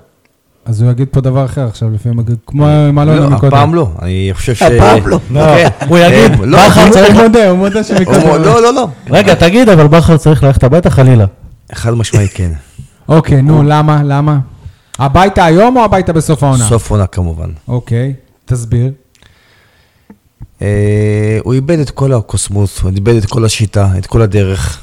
אז הוא יגיד פה דבר אחר עכשיו, לפי... המג- כמו עם אלונה
לא,
מקודם.
הפעם לא, אני חושב ש...
הפעם לא.
כן.
הוא יגיד,
אה, לא,
בכר
הוא-
צריך...
הוא מודה, הוא מודה שמקודם.
הוא- לא, לא, לא.
רגע, תגיד, אבל בכר צריך ללכת הביתה חלילה.
חד משמעי כן.
אוקיי, נו, למה? למה? הביתה היום או הביתה בסוף העונה?
סוף עונה כמובן.
אוקיי, תסביר.
אה, הוא איבד את כל הקוסמוס, הוא איבד את כל השיטה, את כל הדרך.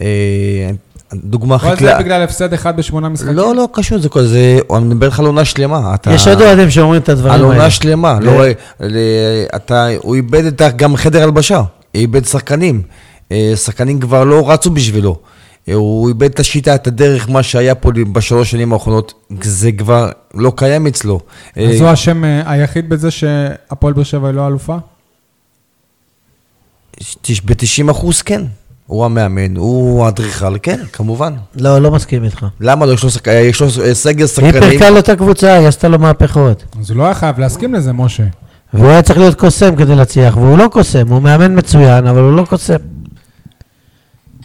אה, דוגמה הכי
כל זה
קלה...
בגלל הפסד אחד בשמונה משחקים?
לא, לא קשור, זה כל זה... אני מדבר איתך על עונה שלמה. אתה-
יש עוד אוהדים שאומרים את הדברים
על
האלה.
עונה שלמה.
ל-
לא, אה, ל- אתה, הוא איבד את ה- גם חדר הלבשה, איבד שחקנים. אה, שחקנים כבר לא רצו בשבילו. אה, הוא איבד את השיטה, את הדרך, מה שהיה פה בשלוש שנים האחרונות, זה כבר לא קיים אצלו. אה,
אז הוא האשם אה, היחיד בזה שהפועל באר שבע היא לא אלופה?
תש- ב-90 אחוז כן. הוא המאמן, הוא האדריכל, כן, כמובן.
לא, לא מסכים איתך.
למה לא? יש לו, שק... יש לו אה, סגל
היא
שחקנים.
פירקה לו את הקבוצה, היא עשתה לו מהפכות.
אז הוא לא היה חייב להסכים לזה, משה.
והוא היה צריך להיות קוסם כדי להצליח, והוא לא קוסם, הוא מאמן מצוין, אבל הוא לא קוסם.
כן,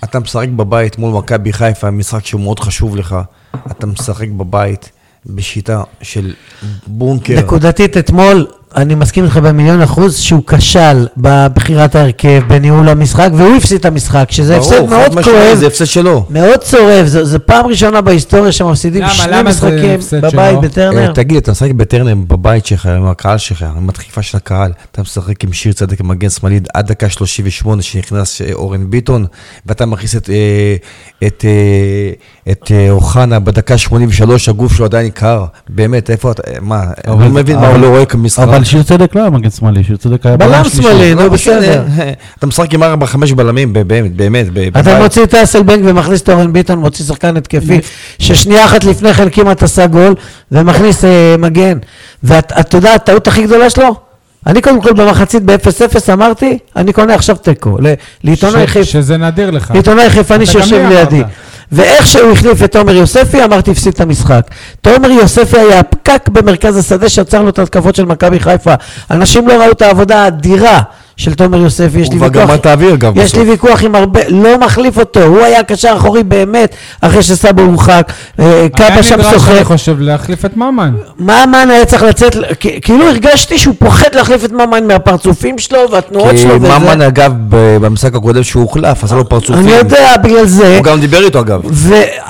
אתה משחק בבית מול מכבי חיפה, משחק שהוא מאוד חשוב לך. אתה משחק בבית בשיטה של בונקר.
נקודתית אתמול, אני מסכים איתך במיליון אחוז, שהוא כשל בבחירת ההרכב, בניהול המשחק, והוא הפסיד את המשחק, שזה
ברור,
הפסד
חד
מאוד
משמעי,
כואב,
זה הפסד שלו.
מאוד צורב, זו זו פעם ראשונה בהיסטוריה שמפסידים
למה?
שני
למה זה
משחקים
הפסד
בבית
שלו?
בטרנר.
אה, תגיד, אתה משחק בטרנר בבית שלך, עם הקהל שלך, עם הדחיפה של הקהל. אתה משחק עם שיר צדק מגן שמאלי עד דקה 38 שנכנס אה, אורן ביטון, ואתה מכניס את, אה, את, אה, את אה, אוחנה בדקה 83, הגוף שלו עדיין קר. באמת, איפה אתה, אה, מה, אני לא מבין מה הוא לא רואה כמשחק.
אבל שיר צדק לא היה מגן שמאלי, שיר צדק היה
בלם
שלישי.
שמאלי,
לא
נו בסדר.
משנה. אתה משחק עם 4-5 בלמים, ב- באמת, באמת, ב-
אתה
בבית.
מוציא את אסלבנק ומכניס את אורן ביטון, מוציא שחקן התקפי, ששנייה אחת לפני כן כמעט עשה גול, ומכניס אה, מגן. ואתה יודע, הטעות הכי גדולה שלו? אני קודם כל במחצית ב-0-0 אמרתי, אני קונה עכשיו תיקו. ל- לעיתונאי
ש-
חיפה.
שזה נדיר לך.
עיתונאי חיפני
אתה גם לי
שיושב
אמרת.
לידי. ואיך שהוא החליף את תומר יוספי, אמרתי, הפסיד את המשחק. תומר יוספי היה הפקק במרכז השדה שעצר לו את ההתקפות של מכבי חיפה. אנשים לא ראו את העבודה האדירה של תומר יוספי, יש לי
הוא כבר גמר
ויכוח.
את האוויר גם
יש לי
בסוף.
ויכוח עם הרבה, לא מחליף אותו, הוא היה הקשר האחורי באמת, אחרי שסבא הורחק, אה, קאבה שם
היה נדרש,
סוחק.
אני חושב, להחליף את ממן.
ממן היה צריך לצאת, כ- כאילו הרגשתי שהוא פוחד להחליף את ממן מהפרצופים שלו והתנועות
כי
שלו. וזה.
ממן, אגב, ב- במשחק הקודם שהוא הוחלף, עשה לו פרצופים.
אני יודע, בגלל זה.
הוא גם דיבר איתו, אגב.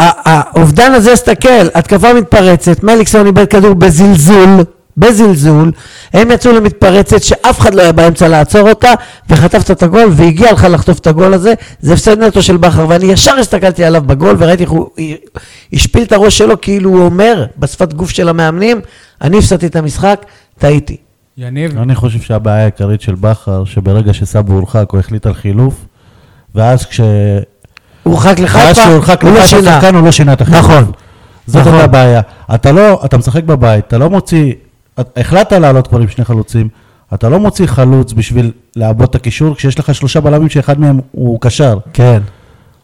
והאובדן הזה, הסתכל, התקפה מתפרצת, מליקסון איבד כדור בזלזול, בזלזול, הם יצאו למתפרצת שאף אחד לא היה באמצע לעצור אותה, וחטפת את הגול, והגיע לך לחטוף את הגול הזה, זה הפסד נטו של בכר, ואני ישר הסתכלתי עליו בגול, וראיתי איך הוא השפיל את הראש שלו, כאילו הוא אומר, בשפת גוף של המאמנים, אני הפסדתי את המשחק, טעיתי.
יניב,
אני חושב שהבעיה העיקרית של בכר, שברגע שסבא הורחק, הוא החליט על חילוף, ואז כש...
הוא הורחק
ואז
לחיפה,
שהוא הורחק
הוא לא
לחיפה
שינה.
שחקן, הוא לא שינה את החילוף.
נכון.
זאת
נכון.
הייתה הבעיה. אתה לא, אתה משחק בבית, אתה לא מוציא, את- החלטת לעלות כבר עם שני חלוצים, אתה לא מוציא חלוץ בשביל לעבוד את הקישור, כשיש לך שלושה בלמים שאחד מהם הוא קשר.
כן.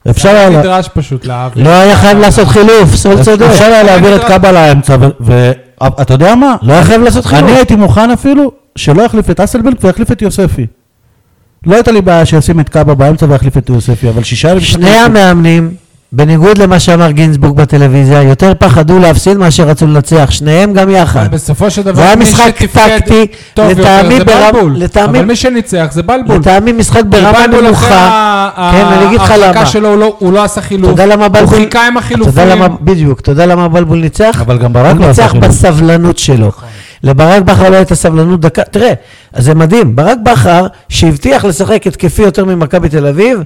אפשר היה... לה-
לא נדרש פשוט
כן.
להעביר.
לא היה חייב לעשות חילוף, סול צודק.
אפשר היה להעביר את קאבה לאמצע, ואתה יודע מה?
לא היה חייב לעשות חילוף.
אני הייתי מוכן אפילו שלא יחליף את אסלבנק ויחליף את יוספי. לא הייתה לי בעיה שישים את קאבה באמצע ויחליף את יוספי, אבל שישה... ימים
שני המאמנים, בניגוד למה שאמר גינזבורג בטלוויזיה, יותר פחדו להפסיד מאשר רצו לנצח, שניהם גם יחד.
אבל בסופו של דבר,
זה היה
מי
משחק
שתפקד
טקטי,
טוב יותר
לטעמי
זה
ברמ-
בלבול.
לטעמי-
אבל מי שניצח זה בלבול.
לטעמי משחק
כי
ברמה
בלבול אחרי
נמוכה.
ה-
כן, אני אגיד לך למה.
ההרחקה שלו הוא לא- הוא לא עשה חילוף.
אתה יודע למה בלבול...
הוא חיכה עם החילופים.
אתה יודע למה, בדיוק, אתה יודע למה בלבול ניצח?
אבל גם ברק
הוא
לא עשה
ניצח
חילוף.
בסבלנות שלו. לברק בכר לא הייתה סבלנות דקה, תראה, אז זה מדהים, ברק בכר שהבטיח לשחק התקפי יותר ממכבי תל אביב,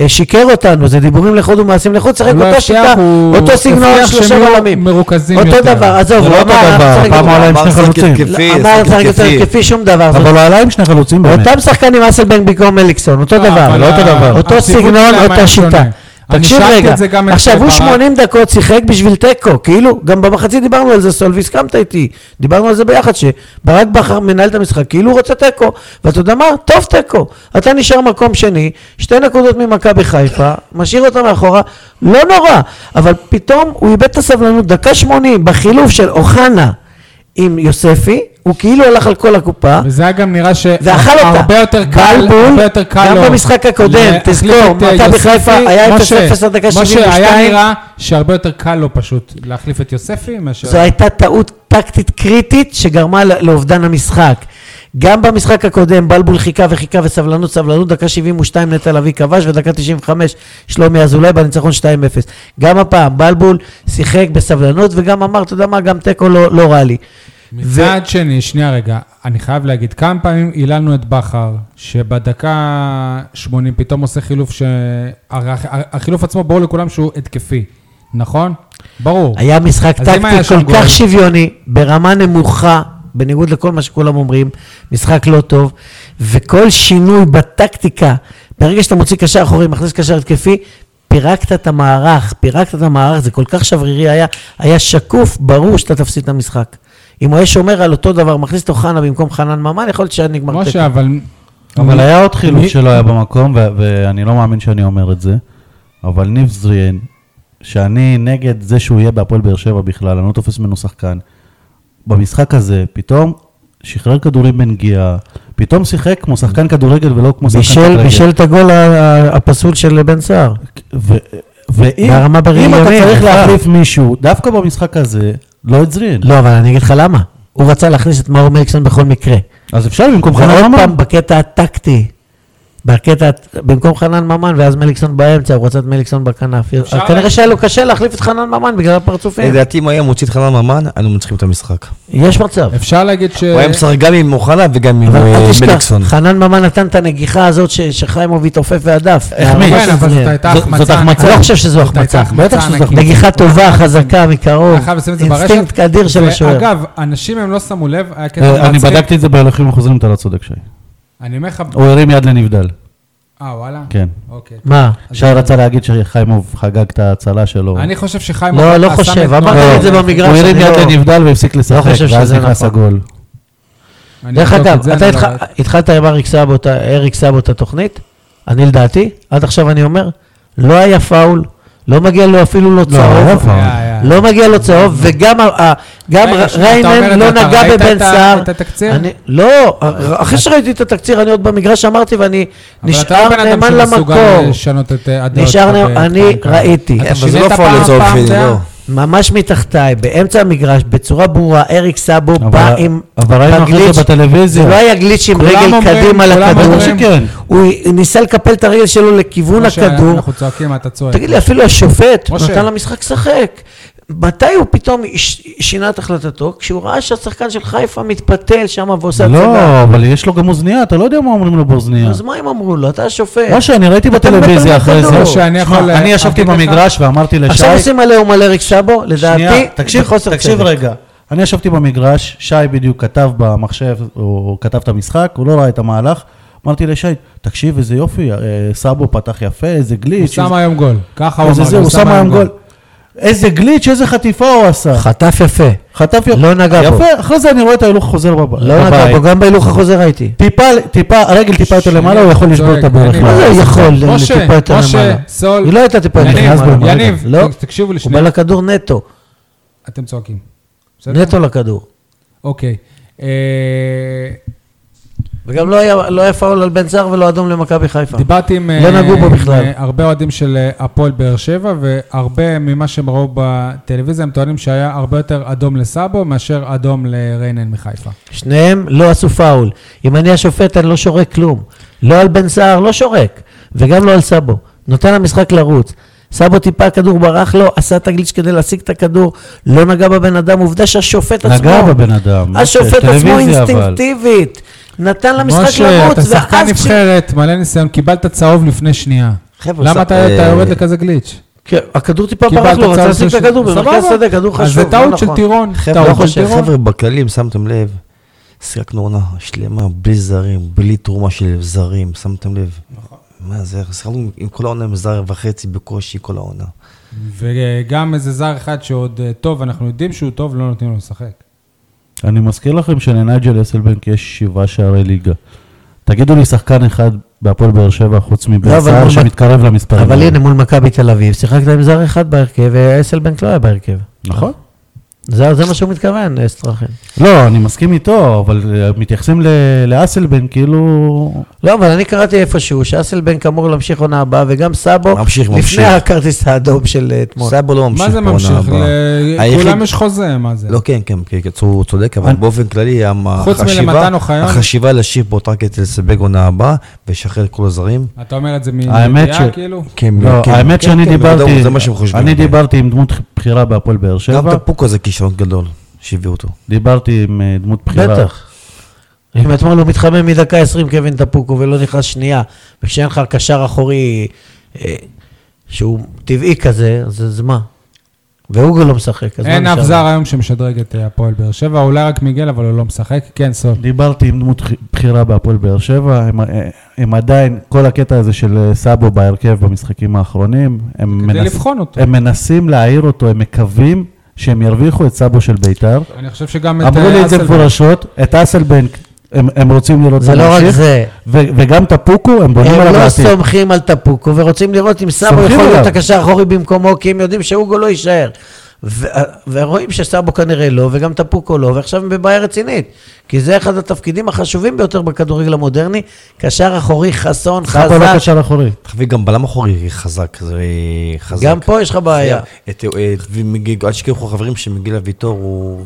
אה, שיקר אותנו, זה דיבורים לחוד ומעשים לחוד, שחק
הוא לא
אותה
הבטיח,
שיטה,
הוא
אותו סגנון,
הבטיח
שלושה
שהם יהיו
בלמים.
מרוכזים
אותו
יותר.
דבר, עזוב,
זה
הוא
לא אותו
אמר,
דבר,
"אנחנו
פעם
נשחק
הוא עלה עם שני
אמר שחק
חלוצים.
התקפי,
לא, אמר
שחק
צריך יותר
התקפי.
התקפי, שום דבר. זאת
אבל לא הוא עלה עם שני חלוצים באמת.
אותם שחקנים אסלבנק במקום אליקסון, אותו
לא,
דבר,
אבל
לא אותו
ה-
דבר. אותו
הציוות
סגנון,
שלהם
אותה
היה
שיטה.
שונה. אני
תקשיב
שאלתי
רגע,
את זה גם את
עכשיו הוא
ברק.
80 דקות שיחק בשביל תיקו, כאילו, גם במחצית דיברנו על זה, סול, והסכמת איתי, דיברנו על זה ביחד, שברק בכר מנהל את המשחק, כאילו הוא רוצה תיקו, ואתה יודע מה? טוב תיקו. אתה נשאר מקום שני, שתי נקודות ממכבי חיפה, משאיר אותה מאחורה, לא נורא, אבל פתאום הוא איבד את הסבלנות, דקה 80, בחילוף של אוחנה עם יוספי, הוא כאילו הלך על כל הקופה.
וזה היה גם נראה
ואכל אותה.
שהרבה יותר קל,
בלבול,
הרבה יותר קל
גם
לו.
במשחק הקודם,
להחליף
תזכור,
את, אה,
מכבי
יוספי.
חיפה היה
משה,
0-0 עד דקה
משה,
72.
היה נראה שהרבה יותר קל לו פשוט להחליף את יוספי מאשר...
זו הייתה טעות טקטית קריטית שגרמה לא- לאובדן המשחק. גם במשחק הקודם בלבול חיכה וחיכה וסבלנות סבלנות, דקה 72 נטע לביא כבש ודקה 95 שלומי אזולאי בניצחון 2-0. גם הפעם בלבול שיחק בסבלנות וגם אמר, אתה יודע מה, גם תיקו לא, לא רע לי.
מצד שני, שנייה רגע, אני חייב להגיד, כמה פעמים היללנו את בכר, שבדקה 80 פתאום עושה חילוף ש... הרי הח- החילוף עצמו ברור לכולם שהוא התקפי, נכון? ברור.
היה משחק
אז אם היה
טקטי
שם
כל
גול-
כך שוויוני, ברמה נמוכה, בניגוד לכל מה שכולם אומרים, משחק לא טוב, וכל שינוי בטקטיקה, ברגע שאתה מוציא קשר אחורי, מכניס קשר התקפי, פירקת את המערך, פירקת את המערך, זה כל כך שברירי היה, היה שקוף, ברור שאתה תפסיד את המשחק. אם הוא היה שומר על אותו דבר, מכניס את אוחנה במקום חנן ממן, יכול להיות שהיה נגמר
משה, אבל...
אבל היה עוד חילוף
מי-
שלא היה במקום, ו- ואני לא מאמין שאני אומר את זה, אבל ניב זריאן, שאני נגד זה שהוא יהיה בהפועל באר שבע בכלל, אני לא תופס ממנו שחקן, במשחק הזה פתאום שחרר כדורים בנגיעה, פתאום שיחק כמו שחקן כדורגל ולא כמו שחקן
בישל
כדורגל.
בישל את הגול ה- הפסול של בן סער.
ו- ואם
ברמה
אם אתה
בריאיונית,
צריך
בכלל.
להחליף מישהו, דווקא במשחק הזה, אה. לא את זריאן.
לא, אבל אני אגיד לך למה. הוא רצה להכניס את מאור מליקסון בכל מקרה.
אז אפשר במקום
ועוד
חנן ממן.
פעם בקטע הטקטי. בקטע, במקום חנן ממן, ואז מליקסון באמצע, הוא רצה את מליקסון בכנף. אז כנראה שהיה לו קשה להחליף את חנן ממן בגלל הפרצופים.
לדעתי אם הוא היה מוציא את חנן ממן, היינו מנצחים את המשחק.
אה.
יש מצב.
אפשר להגיד ש...
הוא היה משחק גם עם אוחנה וגם עם
אבל
אה,
אל תשכח,
מליקסון.
חנן ממן נתן את הנגיחה הזאת ש- שחיימוביץ' עופף והדף.
החמיץ.
מהרמה
כן,
של
אבל
זריאן.
זאת הייתה
זאת-
החמצה.
זאת החמצה.
אני לא חושב שזו
זאת הייתה
החמצה.
החמצה
בטח שזו
ענקית.
נגיחה טובה, חזקה, מקרוב.
אתה חייב לשים את זה ברשת.
אינסטינקט אדיר של השוער.
ואגב, אנשים הם לא שמו לב, היה קטע
אה, אני
מצחיק.
בדקתי את זה בהלכים החוזרים, אתה לא צודק שי.
אני אומר לך...
הוא הרים יד לנבדל,
אה, וואלה?
כן.
אוקיי.
מה?
שי רצה להגיד שחיימוב חגג את ההצלה שלו.
אני חושב שחיים...
לא, לא
עשה
חושב,
מטורף.
אמרת לי את זה במגרש,
הוא הרים
אני לא-
יד לנבדל והפסיק לשחק,
חושב
ואז
שזה
נכנס
נכון.
הגול.
אני
דרך
אבדוק את
אגב,
זה,
אתה
אני לא-
התח- התחלת עם אריק סאבו, את ה- אריק סאבו את התוכנית, אני לדעתי, עד עכשיו אני אומר, לא היה פאול, לא מגיע לו אפילו לא
היה
צהוב,
פאול.
היה, היה.
לא מגיע לו צהוב, וגם ה- ה- גם
רגע,
ר-
שנייה, אתה אומר
ריינן
את זה,
לא
אתה
נגע
ראית
בבן
את ה-
סער.
את התקציר?
אני- לא, ר- אחרי שראיתי את התקציר, אני עוד במגרש אמרתי, ואני
אבל אתה לא
נשאר
בן
נאמן
אדם שמסוגל
למקור.
לשנות את אה, הדעות.
נשאר
שלך
נאמן,
ב-
אני
כאן.
ראיתי.
אתה
כן, אבל זה
שינית
לא פועל
פעם,
לצורך
פעם
העניין,
דעה?
לא.
ממש מתחתיי, באמצע המגרש, בצורה ברורה, אריק סאבו בא
אבל-
עם
אבל ראינו אחרי
בגליץ'.
זה בטלוויזיה.
זה לא היה גליץ' עם
כולם
רגל
אומרים-
קדימה
כולם
לכדור.
ברור שכן.
אה, הוא ניסה לקפל את הרגל שלו לכיוון
משה,
הכדור.
אנחנו צועקים, אתה צועק.
תגיד לי, אפילו השופט
משה.
נתן למשחק לשחק. מתי הוא פתאום ש- שינה את החלטתו? כשהוא ראה שהשחקן של חיפה מתפתל שם ועושה הצגה.
לא, אבל יש לו גם אוזנייה, אתה לא יודע מה אומרים לו באוזנייה.
אז מה הם אמרו לו? אתה השופט.
משה, אני ראיתי
אתם מבלבלים
בטלוויזיה אחרי
כדור.
זה.
משה, אני
שמע,
יכול, אה,
אני ישבתי
להגיד לך-
במגרש ואמרתי לשי...
עכשיו עושים עליהום על אריק סאבו, לדעתי,
שנייה, תקשיב,
בחוסר
תקשיב
צדק.
רגע. אני ישבתי במגרש, שי בדיוק כתב במחשב, הוא כתב את המשחק, הוא לא ראה את המהלך. אמרתי לשי, תקשיב, איזה יופי, אה, סאבו פתח יפה, איזה
הוא
גליץ'.
שם
איזה-
היום גול. ככה הוא
איזה
אמר.
זה, הוא שם היום גול. איזה גליץ', איזה חטיפה הוא עשה.
חטף יפה.
חטף יפה.
לא נגע בו.
יפה, אחרי זה אני רואה את ההילוך חוזר בב- בבית.
לא נגע בו, גם בהילוך החוזר ראיתי.
טיפה, טיפה, הרגל טיפה יותר למעלה, הוא יכול לשבור את הברך.
אני-
מה זה יכול
משה,
לטיפה יותר
משה,
למעלה?
סול.
היא לא הייתה טיפה יותר
יניב,
למעלה.
יניב,
לא.
תקשיבו לי
הוא
שנייה.
בא לכדור נטו.
אתם צועקים. בסדר?
נטו לכדור.
אוקיי. אה,
וגם לא היה- לא היה פאול על בן זר ולא אדום למכבי
נכון.
חיפה.
דיברתי עם
לא
אה,
נגעו בו בכלל.
אה, הרבה אוהדים של אה, הפועל באר שבע, והרבה ממה שהם ראו בטלוויזיה, הם טוענים שהיה הרבה יותר אדום לסאבו מאשר אדום לריינן מחיפה.
שניהם לא עשו פאול. אם אני השופט, אני לא שורק כלום. לא על בן סער, לא שורק. וגם לא על סאבו. נותן למשחק לרוץ. סאבו טיפה, הכדור ברח לו, עשה את הגליץ' כדי להשיג את הכדור, לא נגע בבן אדם, עובדה שהשופט עצמו...
נגע בבן אדם,
השופט
אוקיי,
עצמו
טלוויזיה, אבל.
אינסטינקטיבית, נתן למשחק
משה,
לרוץ,
אתה שחקן
ואז... כש-
נבחרת, מלא ניסיון, קיבלת צהוב לפני שנייה.
חבר'ה,
למה
ס-
אתה אתה
אה,
יורד לכזה גליץ'?
כן, הכדור טיפה
קיבלת
ברח לו, רצה
צהוב
להשיג את
לפני
הכדור,
שנייה.
במרכז
סבבה.
שדה, כדור
אז
חשוב,
זה
לא
טעות של
נכון.
טירון.
חבר'ה,
טעות
לא
של
חושב,
טירון.
חבר'ה, בכללים, שמתם לב, שיחקנו עונה שלמה, בלי זרים, בלי תרומה של זרים, שמתם לב.
נכון.
מה זה, שיחקנו עם כל העונה עם זר וחצי בקושי, כל העונה.
וגם איזה זר אחד שעוד אה, טוב, אנחנו יודעים שהוא טוב, לא נותנים לו לשחק.
אני מזכיר לכם שלנייג'ל אסלבנק יש שבעה שערי ליגה. תגידו לי שחקן אחד בהפועל באר שבע חוץ
לא,
מבן
אבל
סער
מול-
שמתקרב למספרים.
אבל
האלה.
הנה, מול מכבי תל אביב, שיחקת עם זר אחד בהרכב, ואסלבנק לא היה בהרכב.
נכון.
זה זה מה שהוא מתכוון, אסטרחן.
לא, אני מסכים איתו, אבל אה, מתייחסים ל- לאסלבנק כאילו...
לא, אבל אני קראתי איפשהו שאסלבנק אמור להמשיך עונה הבאה, וגם סאבו,
ממשיך, ממשיך.
לפני הכרטיס האדום של אה, אתמול.
סבו לא ממשיך
מה זה
בעונה
ממשיך?
הבאה.
ל-
היחיד-
כולם יש חוזה, מה זה?
לא, כן, כן, כן, כן, הוא צודק, אבל
אני-
באופן כללי, המ-
חוץ
החשיבה-
מלמתן אוחיון?
החשיבה להשאיר פה רק את אלסבג עונה הבאה, ולשחרר את כל הזרים.
אתה אומר את זה
האמת ש-
מידיעה, כאילו?
כן,
לא,
כן,
האמת
כן,
שאני
כן, בוודאות,
דיברתי...
זה מה שהם חושבים.
אני
כן.
דיברתי עם דמות בחירה בהפועל באר
גם
שבע,
טפוקו זה כישרון גדול, שהביאו אותו.
דיברתי עם אה, דמות בחירה.
בטח. אם אתמול הוא מתחמם מדקה 20 קווין טפוקו ולא נכנס שנייה, וכשאין לך קשר אחורי אה, שהוא טבעי כזה, אז אז מה? והוגו לא משחק, אז מה
אין אף
נשאר?
זר היום שמשדרג את אה, הפועל באר שבע, אולי רק מיגל, אבל הוא לא משחק. כן, סול.
דיברתי עם דמות בחירה בהפועל באר שבע, הם, אה, הם עדיין, כל הקטע הזה של אה, סאבו בהרכב במשחקים האחרונים, הם,
כדי לבחון אותו.
הם מנסים להעיר אותו, הם מקווים שהם ירוויחו את סאבו של ביתר.
אני חושב שגם את אה,
אמרו לי את זה
אסלבנק.
מפורשות, את אסלבנק הם, הם רוצים לראות
זה
אותו
לא רק
ממשיך,
זה.
ו- וגם טפוקו, הם בונים
הם
עליו
לא
לעתיד.
סומכים על טפוקו ורוצים לראות אם סאבו
סומכים
יכול
עליו.
להיות הקשר האחורי במקומו, כי הם יודעים שהוגו לא יישאר. ו- ורואים שסאבו כנראה לא, וגם טפוקו לא, ועכשיו הם בבעיה רצינית. כי זה אחד התפקידים החשובים ביותר בכדורגל המודרני, קשר אחורי חסון, חזק.
סאבו לא קשר אחורי.
תחביא גם בלם אחורי חזק, זה חזק.
גם פה יש לך בעיה.
כן,
את- את- ומגיל- אל תשכחו חברים שמגיל אביטור הוא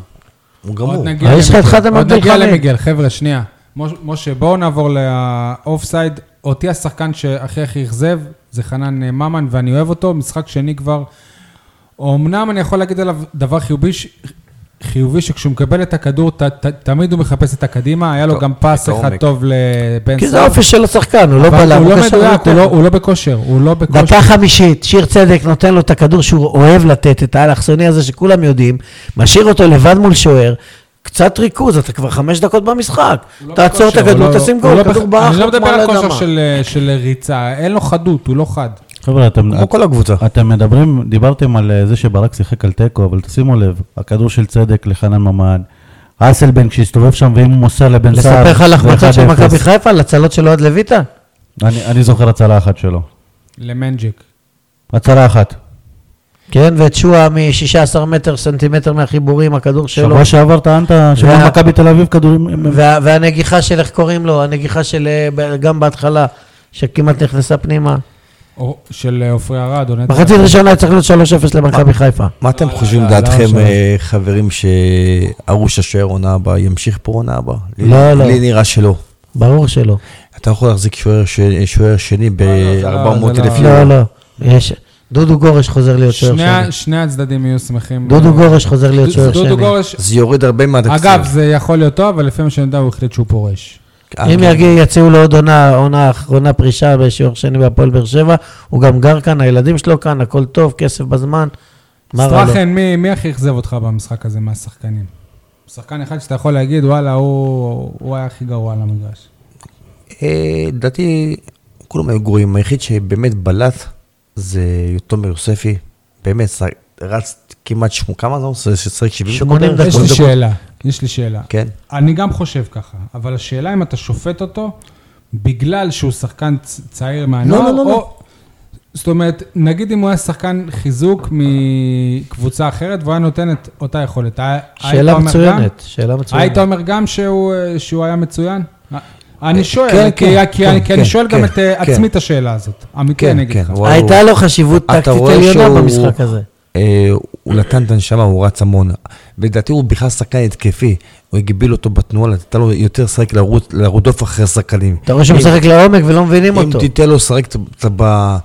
הוא גמור.
עוד נגיע
אבל יש לך את
למיגל.
חתם
עוד
עבדול
נגיע
חמיד.
למיגל, חבר'ה, שנייה. מוש- משה, בואו נעבור לאוף סייד. אותי השחקן שהכי הכי אכזב זה חנן אה, ממן, ואני אוהב אותו. משחק שני כבר. אמנם אני יכול להגיד עליו דבר חיובי, ש- חיובי שכשהוא מקבל את הכדור, ת- ת- תמיד הוא מחפש את הקדימה. היה לו
טוב,
גם פס
את
אחד
העומק.
טוב לבן
כי זה
סער.
האופי של השחקן, הוא לא כן.
אבל
בלם,
הוא לא
קשר
מדויק, הוא
יותר.
לא- הוא לא בכושר, הוא לא בכושר.
דקה חמישית, שיר צדק נותן לו את הכדור שהוא אוהב לתת, את האלכסוני הזה שכולם יודעים, משאיר אותו לבד מול שוער, קצת ריכוז, אתה כבר חמש דקות במשחק. תעצור את
בכושר, הוא
הכדור,
לא-
תשים
הוא לא
גול,
בכ-
כדור ברח
אני לא
לו כמו
מדבר
לא
על
יודע
כושר
מה.
של, אה, של ריצה, אין לו חדות, הוא לא חד.
חבר'ה, אתם,
כמו כל הקבוצה.
אתם מדברים, דיברתם על אה, זה שברק שיחק על תיקו, אבל תשימו לב, הכדור של צדק לחנן ממן, אסלבנק שהסתובב שם ואם הוא מוסר לבן סער,
לספר לך על
זה
החמצות של
1-0.
מכבי חיפה, על הצלות של אוהד לויטה?
אני, אני זוכר הצלה אחת שלו.
למנג'יק.
הצלה אחת.
כן, ואת שועה מ-16 מטר, סנטימטר מהחיבורים, הכדור שלו.
שבוע שעבר טענת
וה-
שבו מכבי תל אביב כדורים... הם- הם-
וה- והנגיחה של, איך קוראים לו? הנגיחה של, אה, ב- גם בהתחלה, שכמעט נכנסה פנימה.
או- של אה, עופרי ארד, או נטע.
מחצית ראשונה היה צריך להיות 3-0 למכבי חיפה.
מה אתם חושבים
לא,
דעתכם,
לא,
אה, חברים, שארוש השוער עונה הבאה ימשיך פה עונה הבאה? לי-
לא, לא.
לי נראה שלא.
ברור שלא.
אתה לא יכול להחזיק שוער ש- שוער שני
לא,
ב-400
זה
אלף
לא-
לא,
יורו.
לא. יש. דודו גורש חוזר להיות שוער
שני ה-
שני.
שני הצדדים יהיו שמחים.
דודו
אה,
גורש חוזר להיות
דוד-
שוער
דודו
שני.
גורש,
זה יורד הרבה מהתקציב.
אגב, זה יכול להיות טוב, אבל לפי מה שאני יודע, הוא החליט שהוא פורש.
אה,
אם
כן.
יגיע, יציעו לו עוד עונה, עונה אחרונה פרישה בשיעור שני בהפועל באר שבע, הוא גם גר כאן, הילדים שלו כאן, הכל טוב, כסף בזמן. מה רע לו?
סטרחן, מי- מי הכי אכזב אותך במשחק הזה מהשחקנים? שחקן אחד שאתה יכול להגיד, וואלה, הוא הוא היה הכי גרוע על המגרש.
אה, לדעתי, כולם היו גרועים. היחיד שבאמת בלט זה תומר יוספי. באמת, ש- רץ כמעט שמונה, כמה זמן? זה שצריך 70 דקות?
80
בערך?
יש לי שאלה, יש לי שאלה.
כן.
אני גם חושב ככה, אבל השאלה אם אתה שופט אותו בגלל שהוא שחקן צ- צעיר מהנוער,
לא, לא, לא.
או... זאת אומרת, נגיד אם הוא היה שחקן חיזוק מקבוצה אחרת והוא היה נותן את אותה יכולת. היה- היית
שאלה
אומר גם-
מצוינת, שאלה
היית
מצוינת.
אומר גם שהוא, אה, שהוא היה מצוין? אני
כן,
שואל, כי-
כן,
כי-
כן,
כי אני
כן,
שואל גם
כן,
את אה,
כן.
עצמי את השאלה הזאת. אמיתי,
כן,
אני אגיד
כן,
לך.
הוא-
הייתה לו חשיבות
אתה
טקטית
רואה
עליונה
שהוא-
במשחק הזה.
אה, הוא נתן את הנשמה, הוא רץ המון. ולדעתי הוא בכלל שחקן התקפי. הוא הגביל אותו בתנועה, נתן לו יותר שחק לרוץ- לרודוף אחרי שחקנים.
אתה רואה שהוא משחק לעומק ולא מבינים
אם
אותו.
תיתן לו לשחק את- את ב-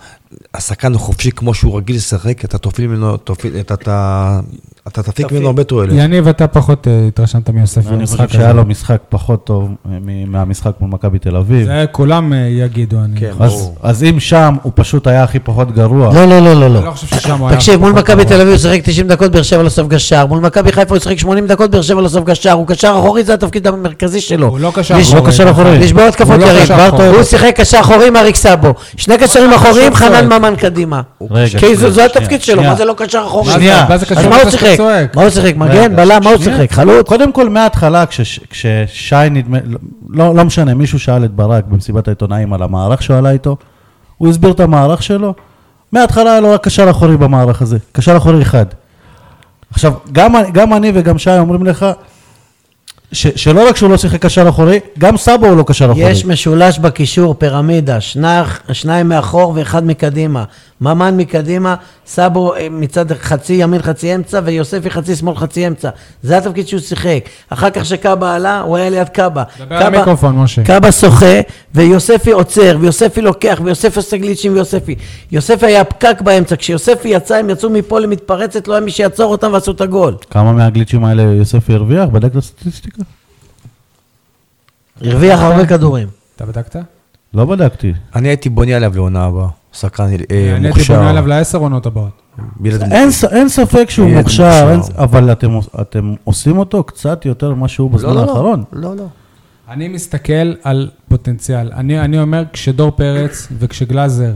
השחקן החופשי כמו שהוא רגיל לשחק, אתה תופיל ממנו, תופיל- אתה- אתה אתה תפיק ממנו הרבה תועלת.
יניב, אתה פחות אה, התרשמת מיוסף במשחק הזה.
אני חושב שהיה לו משחק פחות טוב אה, מ- מהמשחק מול מכבי תל אביב.
זה כולם אה, יגידו, אני...
כן.
אז-
ברור.
אז אם שם הוא פשוט היה הכי פחות גרוע.
לא, לא, לא, לא,
אני לא
לא.
חושב ששם הוא היה...
תקשיב, מול
פחות
מכבי
גרוע.
תל אביב הוא שיחק 90 דקות, באר שבע לא סוף גשר. מול מכבי חיפה הוא שיחק 80 דקות, באר שבע לא סוף גשר. הוא קשר אחורי, זה התפקיד המרכזי שלו.
הוא לא קשר
לש-
אחורי.
לא קשר אחורי.
לשבור התקפות
הוא לא
יריב.
קשר אחורי. לא
הוא שיחק קשר אחורי עם אריק סאבו. שני קשרים אחוריים, חנן ממן קדימה.
רגע,
כי זה-
שנייה,
זה התפקיד
שנייה.
שלו, מה זה לא קשר אחורי?
שנייה.
מה זה
אז
קשור
מה הוא
לזה
שיחק?
שאתה צועק?
מה הוא שיחק? מגן?
רגע,
בלם? מה הוא
שנייה.
שיחק? חלוץ?
קודם כל, מההתחלה, כשש- כששי נדמה, לא, לא משנה, מישהו שאל את ברק במסיבת העיתונאים על המערך שהוא עלה איתו, הוא הסביר את המערך שלו, מההתחלה היה לו רק קשר אחורי במערך הזה, קשר אחורי אחד. עכשיו, גם, גם אני וגם שי אומרים לך, ש, שלא רק שהוא לא שיחק קשר אחורי, גם סבו הוא לא קשר
נכון.
אחורי.
יש משולש בקישור, פירמידה, שני- שניים מאחור ואחד מקדימה. ממן מקדימה, סאבו אה, מצד חצי ימין חצי אמצע, ויוספי חצי שמאל חצי אמצע. זה התפקיד שהוא שיחק. אחר כך שקאבה עלה, הוא היה ליד קאבה.
דבר על
קאבה-
המיקרופון, משה.
קאבה שוחה, ויוספי עוצר, ויוספי לוקח, ויוספי עושה גליצ'ים ויוספי. יוספי היה פקק באמצע, כשיוספי יצא, הם יצאו מפה למתפרצת, לא היה מי שיעצור אותם ועשו את הגול.
כמה מהגליצ'ים האלה יוספי הרוויח? בדק את הסטטיסטיקה?
הרוויח הרבה כדורים.
אתה בדקת?
לא בדקתי.
אני הייתי בונה עליו לעונה הבאה. שחקן אה, מוכשר.
אני הייתי בונה עליו לעשר עונות הבאות.
בלעד-
אין, ס- אין ספק שהוא
ילד
מוכשר,
מוכשר.
אין, ס- אבל אתם, עוש- אתם עושים אותו קצת יותר ממה שהוא בזמן
לא, לא, לא.
האחרון.
לא, לא.
אני מסתכל על פוטנציאל. אני, אני אומר, כשדור פרץ וכשגלאזר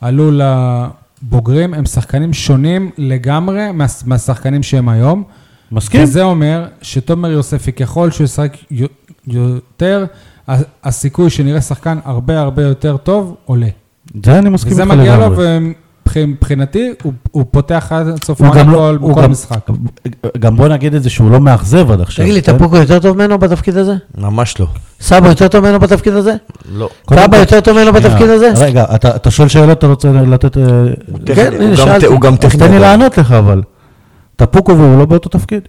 עלו לבוגרים, הם שחקנים שונים לגמרי מה, מהשחקנים שהם היום.
מסכים?
וזה אומר שתומר יוספי, ככל שהוא ישחק יו- יותר, ה- הסיכוי שנראה שחקן הרבה הרבה יותר טוב עולה.
זה אני מסכים
וזה
איתך
מגיע לו,
לגמרי.
ומבחינתי, הוא, הוא פותח עד סוף
הוא
העונה
גם לא-
כל,
הוא
כל
גם-
משחק.
גם בוא נגיד את זה שהוא לא מאכזב עד עכשיו.
תגיד לי,
כן?
טפוקו יותר טוב ממנו בתפקיד הזה?
ממש לא.
סבו יותר טוב ממנו בתפקיד הזה?
לא.
קודם
טאבה
כל-
יותר טוב ממנו
שנייה,
בתפקיד הזה?
רגע, אתה אתה שואל שאלות, אתה רוצה לתת... אה,
טכני,
כן,
הוא
הנה,
גם
שאלתי.
ט- הוא גם
אז
טכני.
תן לי
אבל-
לענות לך, אבל. טפוקו והוא לא באותו תפקיד?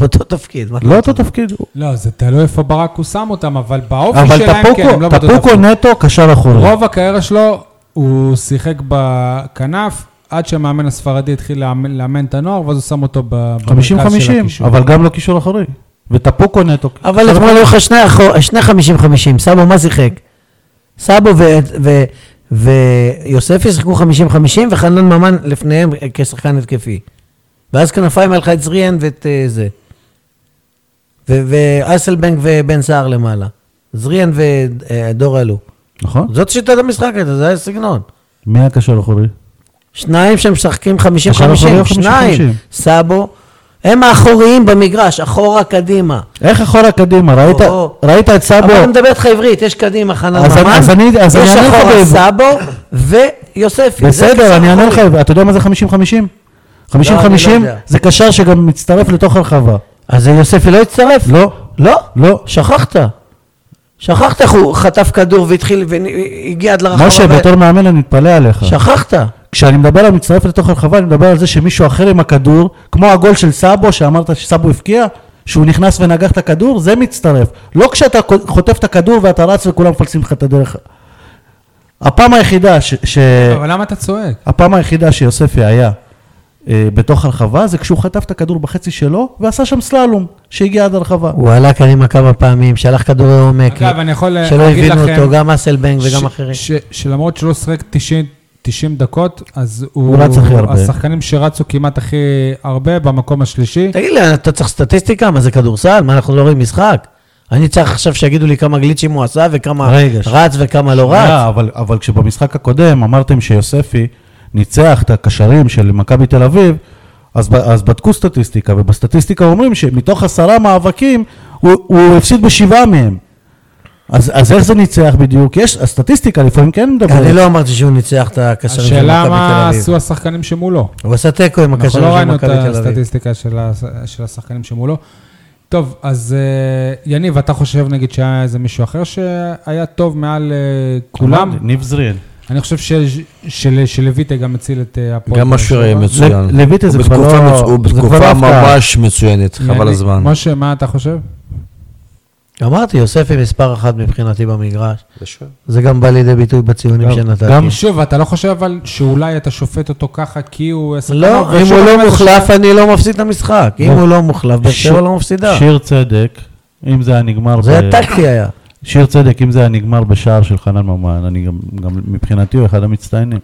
אותו תפקיד.
אוקיי,
מה אתה
לא
רוצה?
אותו תפקיד. הוא-
לא, זה תלוי איפה ברק הוא שם אותם, אבל באופי שלהם
אבל
כן, הם לא
טפוקו,
באותו
טפוקו
תפקיד.
נטו קשר אחורי.
רוב הקריירה שלו, הוא שיחק בכנף, עד שהמאמן הספרדי התחיל לאמן, לאמן את הנוער, ואז הוא שם אותו ב- במרכז של
50-50,
הקישור. אה.
אבל גם לא קישור אחורי. וטפוקו נטו.
אבל אתמול היו לך לא, שני אחו- שני חמישים חמישים, סבו מה שיחק? סבו ו- ו- ויוספי שיחקו חמישים חמישים, וחנן ממן לפניהם אה, כשחקן התקפי. ואז כנפיים היה לך את זריאן ואת אה, זה. ו- ואייסלבנק ובן סער למעלה. זריאן ודור אלו.
נכון?
זאת שיטת המשחק הייתה, זה היה סגנון.
מי הקשר אחורי?
שניים שמשחקים 50-50,
עכשיו יכול להיות 50-50.
שניים, סאבו, הם האחוריים במגרש, אחורה קדימה.
איך אחורה קדימה? ראית-
או, או.
ראית את סאבו?
אבל אני מדבר איתך עברית, יש קדימה, חנן
אז אני-
ממן,
אז אני- אז אני
יש
אענה לך
אחורה
בעברית.
סאבו ויוספי. זה
בסדר,
הקשר
אני אענה לך,
האחורי.
אתה יודע מה זה 50-50? 50-50
לא, אני לא יודע.
זה קשר שגם מצטרף לתוך הרחבה.
אז יוספי לא הצטרף?
לא,
לא?
לא.
שכחת. שכחת איך הוא חטף כדור והתחיל והגיע עד לרחבה.
משה,
ו-
בתור מאמן אני מתפלא עליך.
שכחת.
כשאני מדבר על מצטרף לתוך הרחבה, אני מדבר על זה שמישהו אחר עם הכדור, כמו הגול של סאבו, שאמרת שסאבו הבקיע, שהוא נכנס ונגח את הכדור, זה מצטרף. לא כשאתה חוטף את הכדור ואתה רץ וכולם מפלסים לך את הדרך. הפעם היחידה ש... ש...
אה,
אבל למה אתה צועק?
הפעם היחידה שיוספי היה אה, בתוך הרחבה זה כשהוא חטף את הכדור בחצי שלו ועשה שם סללום שהגיע עד הרחבה.
הוא עלה קדימה כמה פעמים, שלח כדורי עומק.
אגב, אני יכול אה,
שלא
להגיד
הבינו
לכם
אותו, גם אסלבנג
ש-
וגם אחרים.
ש- שלמרות שלא שיחק 90 90 דקות, אז הוא...
לא
הוא רץ הכי הרבה.
השחקנים שרצו כמעט הכי הרבה במקום השלישי.
תגיד לי, אתה צריך סטטיסטיקה? מה זה כדורסל? מה, אנחנו לא רואים משחק? אני צריך עכשיו שיגידו לי כמה גליצ'ים הוא עשה וכמה
רגע, ש-
רץ וכמה לא רץ?
אה, אבל, אבל כשבמשחק הקודם אמרתם שיוספי ניצח את הקשרים של מכבי תל אביב, אז, ב- אז בדקו סטטיסטיקה, ובסטטיסטיקה אומרים שמתוך עשרה מאבקים הוא, הוא הפסיד בשבעה מהם. אז, אז איך זה ניצח בדיוק? יש, הסטטיסטיקה לפעמים כן מדברת.
אני לא אמרתי שהוא ניצח את הקשרים של
אה, השאלה
מכבי
מה
תל
עשו
אביב.
השחקנים שמולו.
הוא עשה תיקו עם
אנחנו
הקשרים
לא
של
ראינו את
מכבי תל אביב.
הסטטיסטיקה של הש- של השחקנים שמולו. טוב, אז אה, יניב, אתה חושב נגיד שהיה איזה מישהו אחר שהיה טוב מעל אה, כולם?
אמרתי, ניב זריאן.
אני חושב ש- של- שלויטה גם הציל את אה, הפועל.
גם
באר
אשר היה
שבע.
מצוין.
ל- לויטה
הוא
זה כבר
בתקופה
לא-
מצ- הוא
זה כבר לא
בתקופה
הפתעה.
ממש מצוינת, חבל
יניב,
הזמן.
משה, מה אתה חושב?
אמרתי, יוספי מספר אחת מבחינתי במגרש. זה גם בא לידי ביטוי בציונים
גם-
שנתתי.
גם
שוב, אתה לא חושב אבל שאולי אתה שופט אותו ככה כי הוא... שחקן
לא,
טוב,
אם
ושוב,
הוא
אתה
לא מוחלף,
חושב-
אני לא מפסיד את המשחק. אם
לא.
הוא לא מוחלף, באר
ש-
שבע לא מפסידה.
שיר צדק, אם זה היה נגמר...
זה
ב-
היה טקטי היה.
שיר צדק, אם זה היה נגמר בשער של חנן ממן, אני גם, גם מבחינתי הוא אחד המצטיינים.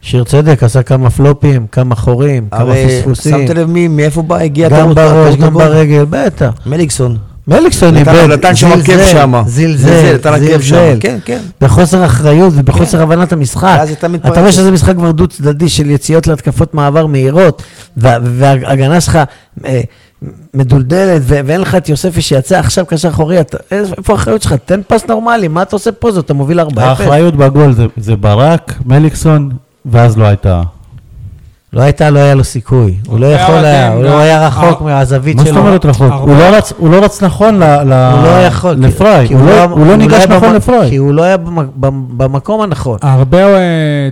שיר צדק עשה כמה פלופים, כמה חורים, כמה
הרי
פספוסים.
שמת לב מי- מאיפה בא, הגיע
גם
הטעות,
בראש,
הטעות
גם
בגול?
ברגל, בטח.
מליקסון.
מליקסון
נתן-
איבד,
נתן שם עקב שם.
זלזל,
נתן עקב שם.
זלזל.
כן, כן.
בחוסר אחריות ובחוסר הבנת המשחק.
ואז אתה מתפרץ.
אתה רואה שזה משחק כבר דו-צדדי של יציאות להתקפות מעבר מהירות, וה- וההגנה שלך אה, מדולדלת, ו- ואין לך את יוספי שיצא עכשיו קשר אחורי, אתה- איפה האחריות שלך? תן פס נורמלי, מה אתה עושה פה זאת? אתה מוביל 4-0.
האחריות בגול זה, זה ברק, מליקסון, ואז לא הייתה.
לא הייתה, לא היה לו סיכוי. הוא לא
היה
יכול היה,
מדהים,
הוא
גם-
לא היה רחוק
אה,
מהזווית
מה זאת
שלו.
אומרת רחוק?
ארבע.
הוא לא רץ- הוא לא רץ נכון ל- ל-
הוא לא יכול. כי-
לפריי,
כי
הוא לא-
היה-
הוא לא
היה
ניגש נכון
במ-
לפריי.
כי הוא לא היה במ- במ- במקום הנכון.
הרבה אה,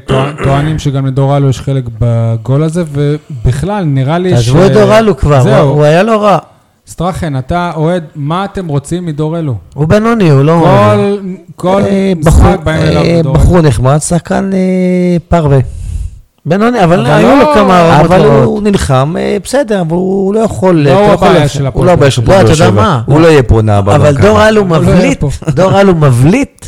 טוע- טוענים שגם לדורלו יש חלק בגול הזה, ובכלל, נראה לי
תעזבו את דורלו כבר, הוא-
זהו,
הוא היה לא רע.
סטרחן, אתה אוהד, מה אתם רוצים מדורלו?
הוא בינוני, הוא לא...
כל- כל
אה,
משחק
בחור-
באים אליו
אה,
לדורלו.
בחור נחמד, שחקן אה, פרווה.
בינוני, אבל
אבל
היו
לא-
לו כמה רמות
אה, אבל
רעות.
הוא נלחם, אה, בסדר, אבל הוא לא יכול...
לא
אתה
הוא
יכול
הבעיה
להפ-
של
הוא
הפועל
לא הבעיה
באר
של
שבע.
הפועל
לא,
באר
אתה יודע
שבע.
מה?
הוא לא יהיה פה נעה הבאה.
אבל
גם
דור
ככה.
אלו
לא היה
מבליט,
פה.
דור אלו מבליט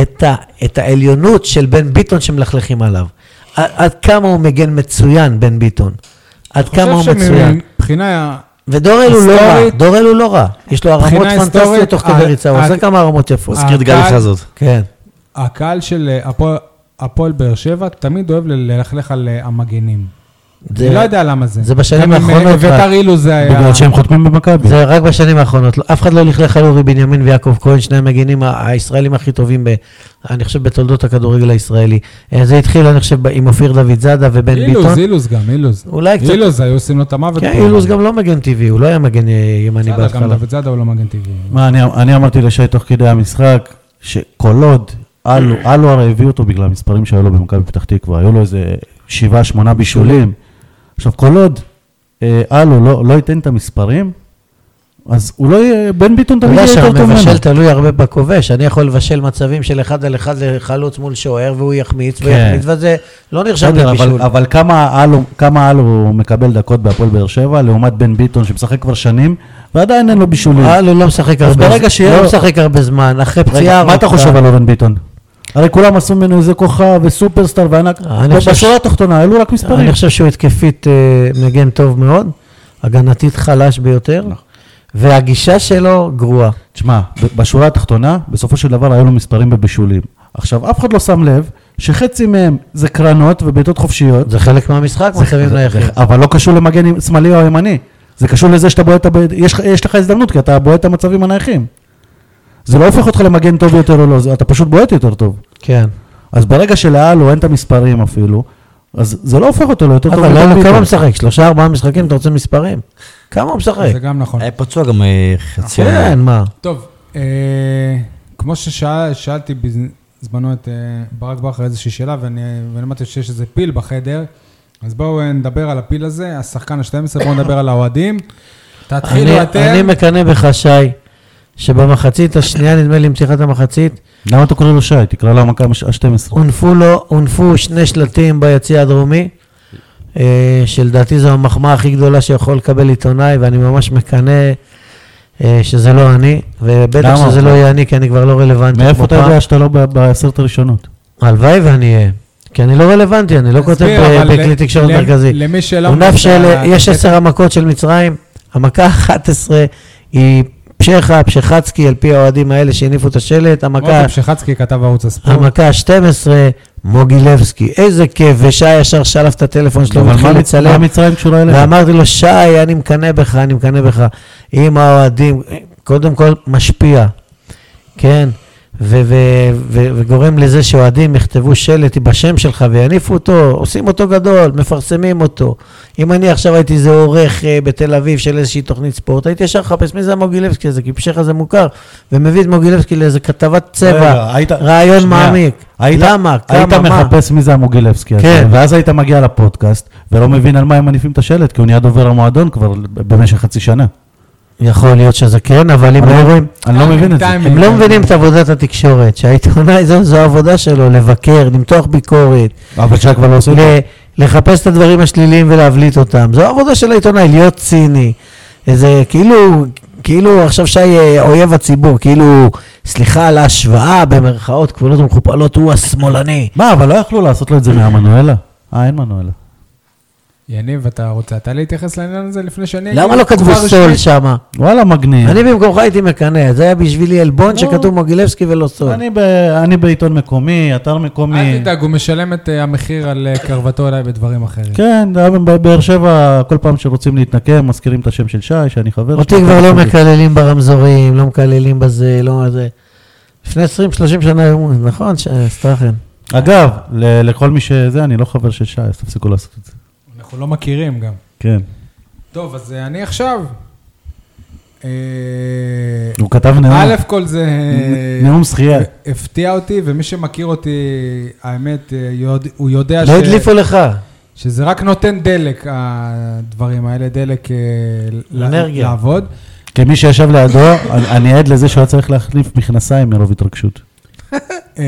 את ה- את העליונות של בן ביטון שמלכלכים עליו. ע- עד כמה הוא מגן מצוין, בן ביטון. עד כמה הוא מצוין.
מבחינה...
ודור אלו לא רע,
היסטורית-
דור אלו לא רע. יש לו הרמות
מבחינה
פנטסטיות
היסטורית,
תוך
ה-
כדי ריצה, הוא
ה-
עושה כמה הרמות יפות.
אה.
מזכיר את גלי
הקהל-
חזות.
כן.
הקהל של אה, הפועל- הפועל באר שבע תמיד אוהב ללכלך על אה, המגנים.
זה-
אני לא יודע למה זה.
זה בשנים
גם עם, אה,
האחרונות
ביתר
רק.
אילו זה היה...
בגלל שהם חותמים במכבי.
זה רק בשנים האחרונות, לא- אף אחד לא לכלך על אורי בנימין ויעקב כהן, שני המגינים ה- הישראלים הכי טובים, ב, אני חושב, בתולדות הכדורגל הישראלי. אה, זה התחיל, אני חושב, ב- עם אופיר דוד זאדה ובן
אילוז,
ביטון.
אילוז גם, אילוז.
אולי קצת-
אילוז, היו עושים לו את המוות.
כן,
פה.
אילוז גם לא מגן טבעי, הוא לא היה מגן אה, ימני
בסדר, גם
בהתחלה.
דוד זאדה הוא לא מגן טבעי.
מה, אני, אני אמרתי לשי תוך כדי המשחק, שכל עוד, אלו, אלו הרי הביאו אותו בגלל המספרים שהיו לו במכבי פתח תקווה, היו לו איזה שבעה, שמונה בישולים. עכשיו, כל עוד אה, אלו לא, לא ייתן את המספרים, אז הוא לא יהיה, בן ביטון
אתה
תמיד
יודע
יהיה יותר טוב ממנו.
שהמבשל תלוי הרבה בכובש, אני יכול לבשל מצבים של אחד על אחד לחלוץ מול שוער, והוא יחמיץ,
כן.
ויחמיץ, וזה לא נרשם
בסדר,
לבישול.
אבל, אבל כמה אלו, כמה אלו הוא מקבל דקות בהפועל באר שבע, לעומת בן ביטון שמשחק כבר שנים, ועדיין אין לו בישולים.
אבל הוא לא משחק הרבה,
אה, ברגע שיהיה
לא
לו-
משחק הרבה זמן, אחרי
רגע,
פציעה
מה
ארוכה.
אתה חושב על אורן ביטון? הרי כולם עשו ממנו איזה כוכב וסופרסטאר וענק,
אה, אני חושב
בשורה
ש- אה,
התחתונה, אלו רק מספרים.
אני חושב שהוא התקפית אה, מגן טוב מאוד, הגנתית חלש ביותר,
נכון.
והגישה שלו גרועה.
תשמע, ב- בשורה התחתונה, בסופו של דבר היו לו מספרים בבישולים. עכשיו, אף אחד לא שם לב שחצי מהם זה קרנות ובעיטות חופשיות,
זה חלק מהמשחק, מצבים נייחים.
אבל לא קשור למגן ימ- שמאלי או ימני. זה קשור לזה שאתה בועט, את הבעט- יש, לך- יש לך הזדמנות, כי אתה בועט את המצבים הנייחים. זה לא הופך אותך למגן טוב יותר או לא, זה- אתה פשוט בועט יותר טוב.
כן.
אז ברגע שלאלו אין את המספרים אפילו, אז זה לא הופך אותו ליותר טוב.
אבל
מבן
לא,
ביטון.
כמה הוא משחק? שלושה, ארבעה משחקים, אתה רוצה מספרים? כמה הוא משחק?
זה גם נכון.
היה פצוע גם אה, חצי...
כן, מה?
טוב, אה, כמו ששאלתי בזמנו את אה, ברק בכר איזושהי שאלה, ואני ואני אמרתי שיש איזה פיל בחדר, אז בואו אה, נדבר על הפיל הזה, השחקן ה-12, בואו נדבר על האוהדים. תתחילו
אני- אני
אתם.
מקנא בך, שי, שבמחצית השנייה, נדמה לי עם פתיחת המחצית,
למה אתה קורא לו שי? תקרא לו המכה ה-12.
הונפו לו, הונפו שני שלטים ביציע הדרומי, אה, שלדעתי זו המחמאה הכי גדולה שיכול לקבל עיתונאי, ואני ממש מקנא אה, שזה לא אני, ובטח
למה?
שזה לא יהיה אני, כי אני כבר לא רלוונטי.
מאיפה
כמו
אתה
פעם.
יודע שאתה לא ב- בעשרת הראשונות?
הלוואי ואני אהיה. כי אני לא רלוונטי, אני לא כותב
תסביר,
ב-
אבל
בכלי
ל-
תקשורת
ל-
מרכזי.
למי שלא...
עונף
מבין את
של,
ה-
יש
את
עשר המכות של מצרים, המכה ה-11 היא פשחה, פשחצקי, על פי האוהדים האלה שהניפו את השלט, המכה
רותם שחצקי כתב ערוץ הספורט.
המכה ה-12, מוגילבסקי. איזה כיף, ושי ישר שלף את הטלפון שלו
אבל
והתחיל
מה- מה
לצלם,
מצרים קשורה אליך?
ואמרתי לו, שי, אני מקנא בך, אני מקנא בך. עם האוהדים, קודם כל משפיע, כן? ו- ו- ו- וגורם לזה שאוהדים יכתבו שלט בשם שלך ויניפו אותו, עושים אותו גדול, מפרסמים אותו. אם אני עכשיו הייתי איזה עורך אה, בתל אביב של איזושהי תוכנית ספורט, הייתי ישר מחפש מי זה המוגילבסקי הזה, כי בשך הזה מוכר, ומביא את מוגילבסקי לאיזה כתבת צבע,
רגע, היית-
רעיון
שנייה.
מעמיק.
היית-
למה?
היית
כמה? מה?
מחפש מי זה המוגילבסקי הזה,
כן.
ואז היית מגיע לפודקאסט, ולא מבין על מה הם מניפים את השלט, כי הוא נהיה דובר המועדון כבר במשך חצי שנה.
יכול להיות שזה כן, אבל אם
אני
לא
לא-
רואים...
אני לא מבין את זה.
טיימינג.
הם לא מבינים את עבודת התקשורת, שהעיתונאי זו, זו העבודה שלו, לבקר, למתוח ביקורת,
אבל שהיה כבר לא עושה את זה.
ל- לחפש את הדברים השליליים ולהבליט אותם. זו העבודה של העיתונאי, להיות ציני. איזה, כאילו, כאילו עכשיו שי אה, אויב הציבור, כאילו, סליחה על ההשוואה, במרכאות כפולות ומכופלות, הוא השמאלני.
מה, אבל לא יכלו לעשות לו את זה מהמנואלה? אה, אין מנואלה.
יניב, אתה רוצה אתה להתייחס לעניין הזה לפני שאני...
למה
אגיד
לא כתבו
תגובה
סול
רשמית?
שמה?
וואלה, מגניב.
אני במקומך הייתי מקנא, זה היה בשבילי עלבון
לא.
שכתוב מוגילבסקי ולא סול.
אני ב- אני בעיתון מקומי, אתר מקומי.
אל תדאג, הוא משלם את אה, המחיר על אה, קרבתו אליי בדברים אחרים.
כן, גם בבאר שבע, כל פעם שרוצים להתנקם, מזכירים את השם של שי, שאני חבר
אותי
שלו.
כבר לא מקללים ברמזורים, לא מקללים בזה, לא זה. לפני 20-30 שנה היו, נכון, ש- סטרחן?
אגב, ל- לכל מי שזה, אני לא חבר של שי, אז תפסיקו לעשות את זה.
אנחנו לא מכירים גם.
כן.
טוב, אז אה, אני עכשיו... אה,
הוא כתב נאום.
א' כל זה אה,
נאום שחייה.
הפתיע אותי, ומי שמכיר אותי, האמת, אה, יודע- הוא יודע
לא
ש-
הדליפו לך.
שזה רק נותן דלק, הדברים האלה, דלק אה, ל-
אנרגיה.
לעבוד.
כמי שישב לידו, אני- אני עד לזה שהוא היה צריך להחליף מכנסיים מרוב התרגשות.
אה,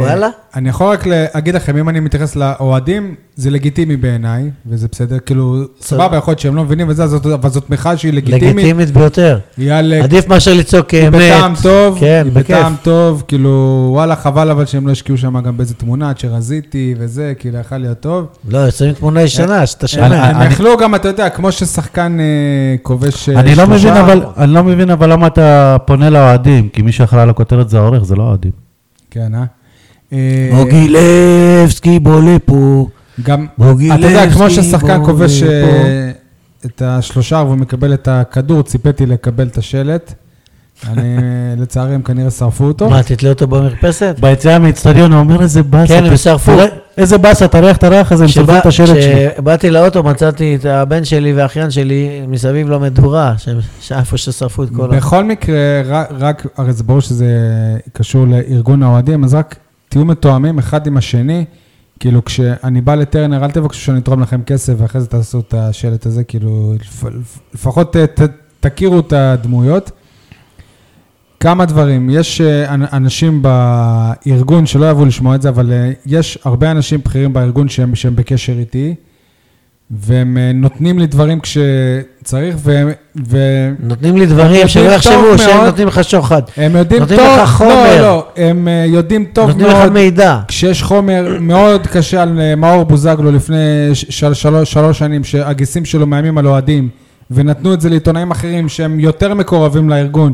וואלה?
אני יכול רק להגיד לכם, אם אני מתייחס לאוהדים, זה לגיטימי בעיניי, וזה בסדר, כאילו, סבבה, יכול להיות שהם לא מבינים וזה, אז זאת- אבל זאת מחאה שהיא לגיטימית.
לגיטימית ביותר.
היא על-
עדיף מאשר לצעוק
היא
אמת.
בטעם טוב,
כן,
היא
בכיף.
בטעם טוב, כאילו, וואלה, חבל אבל שהם לא השקיעו שם גם באיזה תמונה, שרזיתי וזה, כאילו, יכול להיות טוב.
לא, שמים תמונה ישנה, שאתה שומע.
אני-
הם יכלו גם, אתה יודע, כמו ששחקן אה, כובש... אה,
אני לא
שלושה-
מבין, אבל- אני לא מבין, אבל למה אתה פונה לאוהדים? כי מי שאחראי על הכותרת זה העורך, זה לא האוהדים.
כן, אה? אה,
מוגילבסקי בולה פה.
גם,
בוגי
אתה יודע,
לבסקי,
כמו ששחקן
בוגי
כובש
פה.
אה, את השלושה והוא מקבל את הכדור, ציפיתי לקבל את השלט. אני, אה, לצערי, הם כנראה שרפו אותו.
מה, תתלה אותו במרפסת?
ביציאה מהאיצטדיון, הוא אומר איזה באסה.
כן, הם
ת-
שרפו.
תראה, איזה באסה, תריח את הריח הזה, הם שרפו את השלט שלי.
כשבאתי לאוטו מצאתי את הבן שלי והאחיין שלי מסביב לא למדורה, ש- שאיפה ששרפו את כל ה...
בכל מקרה, ר- רק, הרי זה ברור שזה קשור לארגון האוהדים, אז רק תהיו מתואמים אחד עם השני. כאילו, כשאני בא לטרנר, אל תבקשו שאני אתרום לכם כסף, ואחרי זה תעשו את השלט הזה, כאילו, לפ- לפחות אה, ת- תכירו את הדמויות. כמה דברים, יש אה, אנ- אנשים בארגון שלא יאהבו לשמוע את זה, אבל אה, יש הרבה אנשים בכירים בארגון שהם, שהם בקשר איתי, והם אה, נותנים לי דברים כשצריך, והם, והם
נותנים לי דברים
יודעים
שלא
טוב
יחשבו שהם
מאוד.
נותנים לך שוחד.
הם יודעים
נותנים
טוב,
לך חומר.
לא, לא, הם אה, יודעים טוב
נותנים לך
מאוד,
מידע.
כשיש חומר מאוד קשה על אה, מאור בוזגלו לפני ש- של- שלוש שלוש שנים, שהגיסים שלו מאיימים על אוהדים, ונתנו את זה לעיתונאים אחרים שהם יותר מקורבים לארגון,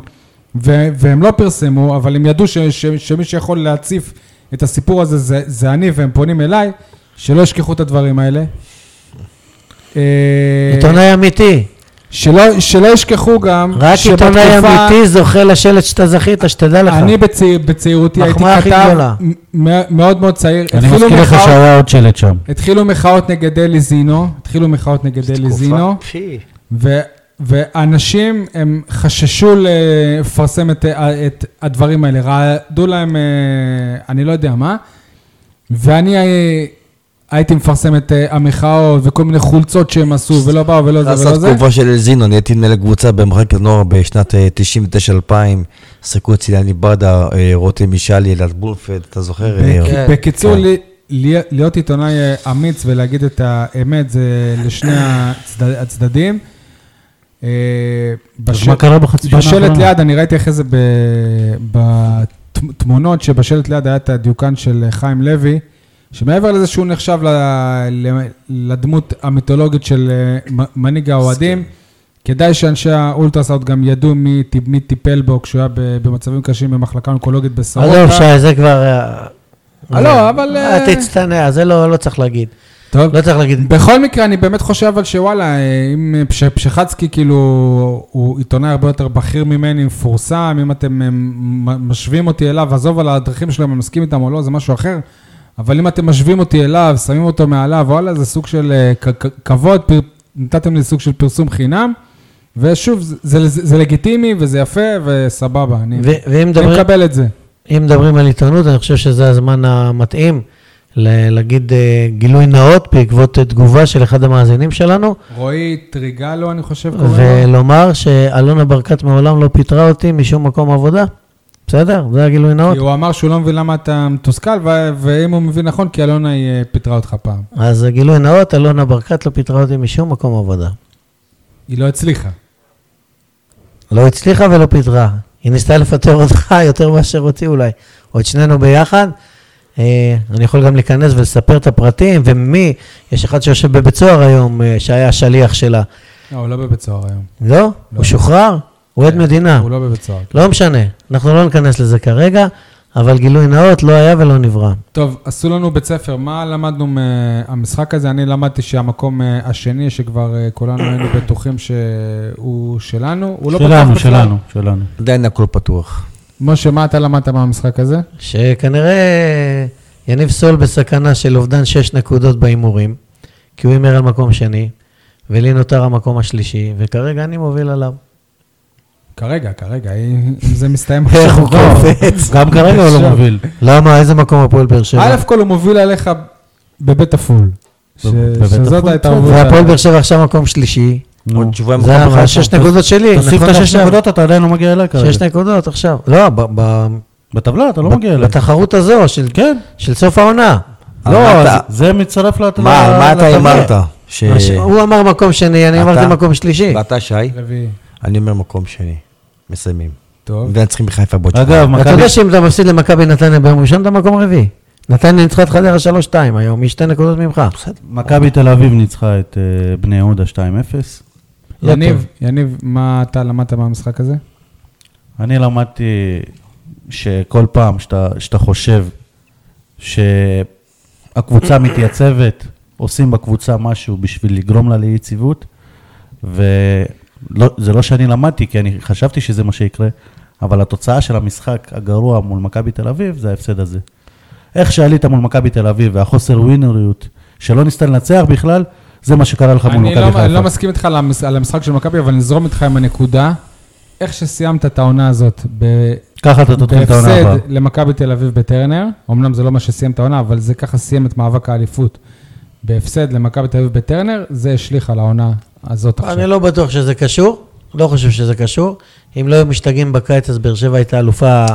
ו- והם לא פרסמו, אבל הם ידעו ש- ש- שמי שיכול להציף את הסיפור הזה זה- זה אני, והם פונים אליי, שלא ישכחו את הדברים האלה. אה,
עיתונאי אמיתי.
שלא שלא ישכחו גם,
רק עיתונאי
שבתקופה-
אמיתי זוכה לשלט שאתה זכית, שתדע לך.
אני בצעיר, בצעירותי הייתי
מחמאה הכי
כתב
גדולה.
מ- מאוד מאוד צעיר.
אני
התחילו
מזכיר לך
מחאות-
שהיה עוד שלט שם.
התחילו מחאות נגד אלי זינו, התחילו מחאות נגד אלי זינו, ו- ואנשים הם חששו לפרסם את, ה- את הדברים האלה, רעדו להם, אה, אני לא יודע מה, ואני אה, הייתי מפרסם את אה, המחאות וכל מיני חולצות שהם עשו, ולא באו ולא לא זה ולא
עשה
זה.
תקופה של אלזינו, אני הייתי מנהל הקבוצה במחלקת נוער בשנת אה, 99-2000, שיחקו אצלי יאני ברדה, אה, רותם ישאלי, אלעד בולפלד, אתה זוכר? אה,
בק-
כן.
בקיצור,
כן.
לי- לי- להיות עיתונאי אה, אמיץ ולהגיד את האמת זה לשני הצד- הצדדים. אה,
אז
בש-
מה קרה בחצי שנה
בשלט
האחרונה?
ליד, אני ראיתי אחרי זה ב- בתמונות, שבשלט ליד היה את הדיוקן של חיים לוי, שמעבר לזה שהוא נחשב ל- ל- לדמות המיתולוגית של אה, מ- מנהיג האוהדים, כדאי שאנשי האולטרסאוט גם ידעו מי טיפ- מי טיפל בו כשהוא היה ב- במצבים קשים במחלקה אונקולוגית בסורוקה.
עזוב, שי, זה כבר... אה,
אה, לא, אבל,
אה,
אה,
תצטנע, זה לא לא צריך להגיד.
טוב.
לא צריך להגיד,
בכל מקרה, אני באמת חושב אבל שוואלה, אה, אם אה, פש- פשחצקי כאילו הוא עיתונאי הרבה יותר בכיר ממני, מפורסם, אם אתם אה, מ- משווים אותי אליו, עזוב על הדרכים שלו, אם אני מסכים איתם או לא, זה משהו אחר, אבל אם אתם משווים אותי אליו, שמים אותו מעליו, וואלה, זה סוג של אה, כ- כ- כבוד, פר- נתתם לי סוג של פרסום חינם, ושוב, זה- זה זה- זה לגיטימי וזה יפה וסבבה, אני
ו- ואם
אני
מדברים,
מקבל את זה.
אם מדברים על עיתונות, אני חושב שזה הזמן המתאים ל- להגיד אה, גילוי נאות בעקבות אה, תגובה של אחד המאזינים שלנו,
רועי טריגלו, אני חושב, קוראים לו.
ולומר שאלונה ברקת מעולם לא פיטרה אותי משום מקום עבודה. בסדר? זה הגילוי נאות.
כי הוא אמר שהוא לא מבין למה אתה מתוסכל, ו- ואם הוא מבין נכון, כי אלונה היא אה, פיטרה אותך פעם.
אז אה, גילוי נאות, אלונה ברקת לא פיטרה אותי משום מקום עבודה.
היא לא הצליחה.
לא הצליחה ולא פיטרה. היא ניסתה לפטר אותך יותר מאשר אותי אולי, או את שנינו ביחד. אה, אני יכול גם להיכנס ולספר את הפרטים, ומי, יש אחד שיושב בבית סוהר היום, אה, שהיה השליח שלה.
לא, הוא לא בבית סוהר היום.
לא? הוא שוחרר? הוא עד מדינה.
הוא לא בבית סוהר.
לא משנה, אנחנו לא ניכנס לזה כרגע, אבל גילוי נאות לא היה ולא נברא.
טוב, עשו לנו בית ספר, מה למדנו מהמשחק הזה? אני למדתי שהמקום אה, השני, שכבר אה, כולנו היינו בטוחים שהוא שלנו, הוא לא פתוח
שלנו,
בכלל.
שלנו, שלנו.
עדיין הכל פתוח.
משה, מה אתה למדת מהמשחק הזה?
שכנראה אה, יניב סול בסכנה של אובדן שש נקודות בהימורים, כי הוא הימר על מקום שני, ולי נותר המקום השלישי, וכרגע אני מוביל עליו.
כרגע, כרגע, אם אם זה מסתיים לא.
איך הוא קופץ? אה,
גם כרגע הוא
עכשיו.
לא מוביל.
למה? איזה מקום הפועל באר שבע?
א' כל הוא מוביל עליך בבית עפול. ש-
בבית
שזאת
עפול,
הייתה
בסדר.
ערבות
והפועל
עליו.
באר שבע עכשיו מקום שלישי.
נו.
עוד שבועיים
זה
מקום אחד.
השש נקודות שלי.
תוסיף
נכון
את השש
לעכשיו.
נקודות, אתה עדיין לא מגיע אליי כרגע.
שש נקודות עכשיו. לא, ב- ב-
בטבלה אתה לא מגיע אליי.
בתחרות הזו של-
כן.
של סוף העונה.
לא,
אמרת-
אז זה מצטרף לטבלה.
מה מה אתה
לטבלה.
אמרת? ש-
הש- הוא אמר מקום שני, אני
אה. אתה?
אמרתי מקום שלישי.
ואתה, שי?
רביעי.
אני אומר מקום שני. מסיימים.
טוב.
ונצחים בחיפה בעוד
אגב,
אתה
מכבי...
יודע שאם אתה מפסיד למכבי נתניה ביום ראשון, אתה מקום רביעי. נתניה ניצחה את חדרה 3-2 היום, היא שתי נקודות ממך.
מכבי תל אביב ניצחה את אה, בני יהודה 2-0.
לא
יניב, יניב, מה אתה למדת מהמשחק הזה?
אני למדתי שכל פעם שאתה, שאתה חושב שהקבוצה מתייצבת, עושים בקבוצה משהו בשביל לגרום לה ליציבות, וזה לא שאני למדתי, כי אני חשבתי שזה מה שיקרה, אבל התוצאה של המשחק הגרוע מול מכבי תל אביב זה ההפסד הזה. איך שעלית מול מכבי תל אביב והחוסר ווינריות, שלא ניסתה לנצח בכלל, זה מה שקרה לך מול
אני
מכבי
לא- אני לא
חיפה.
מסכים איתך על המש- על המשחק של מכבי, אבל נזרום איתך עם הנקודה. איך שסיימת את העונה הזאת, ב-
ככה אתה תתחיל את העונה הבאה.
בהפסד למכבי תל אביב בטרנר, אמנם זה לא מה שסיים את העונה, אבל זה ככה סיים את מאבק האליפות. בהפסד למכבי תל אביב בטרנר, זה השליך על העונה הזאת עכשיו.
אני לא בטוח שזה קשור, לא חושב שזה קשור. אם לא היו משתגעים בקיץ, אז באר שבע הייתה אלופה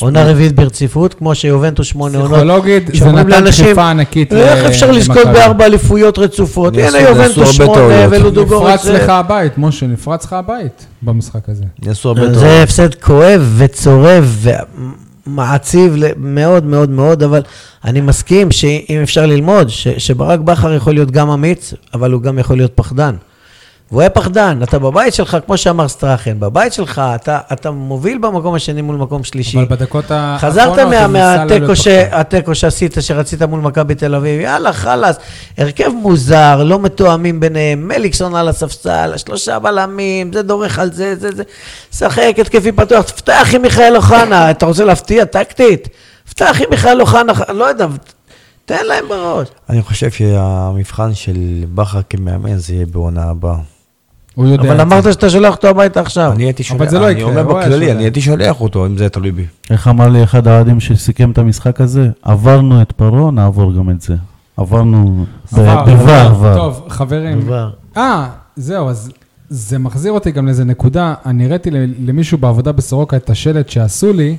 עונה רביעית ברציפות, כמו שיובנטוס שמונה
לא
עונות.
פסיכולוגית, זה
שאומרים
נתן
לאנשים,
דחיפה ענקית
איך
ל-
אפשר לזכות
למכבי.
בארבע אליפויות רצופות?
נעשו-
הנה
נעשו הרבה
יובנטוס שמונה
טעויות.
ולודוגורץ.
נפרץ
זה-
לך הבית, משה, נפרץ לך הבית במשחק הזה.
יעשו הרבה טוב.
זה הפסד כואב וצורב ומעציב ל- מאוד מאוד מאוד, אבל אני מסכים שאם אפשר ללמוד, ש- שברק בכר יכול להיות גם אמיץ, אבל הוא גם יכול להיות פחדן. והוא היה פחדן, אתה בבית שלך, כמו שאמר סטראכן, בבית שלך אתה, אתה מוביל במקום השני מול מקום שלישי.
אבל בדקות האחרונות...
חזרת מה-
הוא ניסה לא
מהתיקו
להיות
ש-
פחדן.
התיקו שעשית, שרצית מול מכבי תל אביב, יאללה, חלאס. הרכב מוזר, לא מתואמים ביניהם, מליקסון על הספסל, שלושה בלמים, זה דורך על זה, זה, זה. שחק, התקפי פתוח, תפתח עם מיכאל אוחנה, אתה רוצה להפתיע טקטית? תפתח עם מיכאל אוחנה, לא יודע, תן להם בראש.
אני חושב שהמבחן של בכר כמאמן זה יהיה בעונה הבאה.
הוא יודע. את
אבל
זה.
אמרת שאתה שולח אותו הביתה עכשיו.
אני הייתי שולח,
זה לא
אני
יקרה,
אומר
הוא היה
בכללי,
שולח.
אני הייתי שולח אותו אם זה היה תלוי בי.
איך אמר לי אחד האוהדים שסיכם את המשחק הזה? עברנו את פרעה, נעבור גם את זה. עברנו ב-
עבר,
בבר,
עבר.
בר.
טוב, חברים.
כבר.
אה, זהו, אז זה מחזיר אותי גם לאיזה נקודה. אני הראתי ל- למישהו בעבודה בסורוקה את השלט שעשו לי,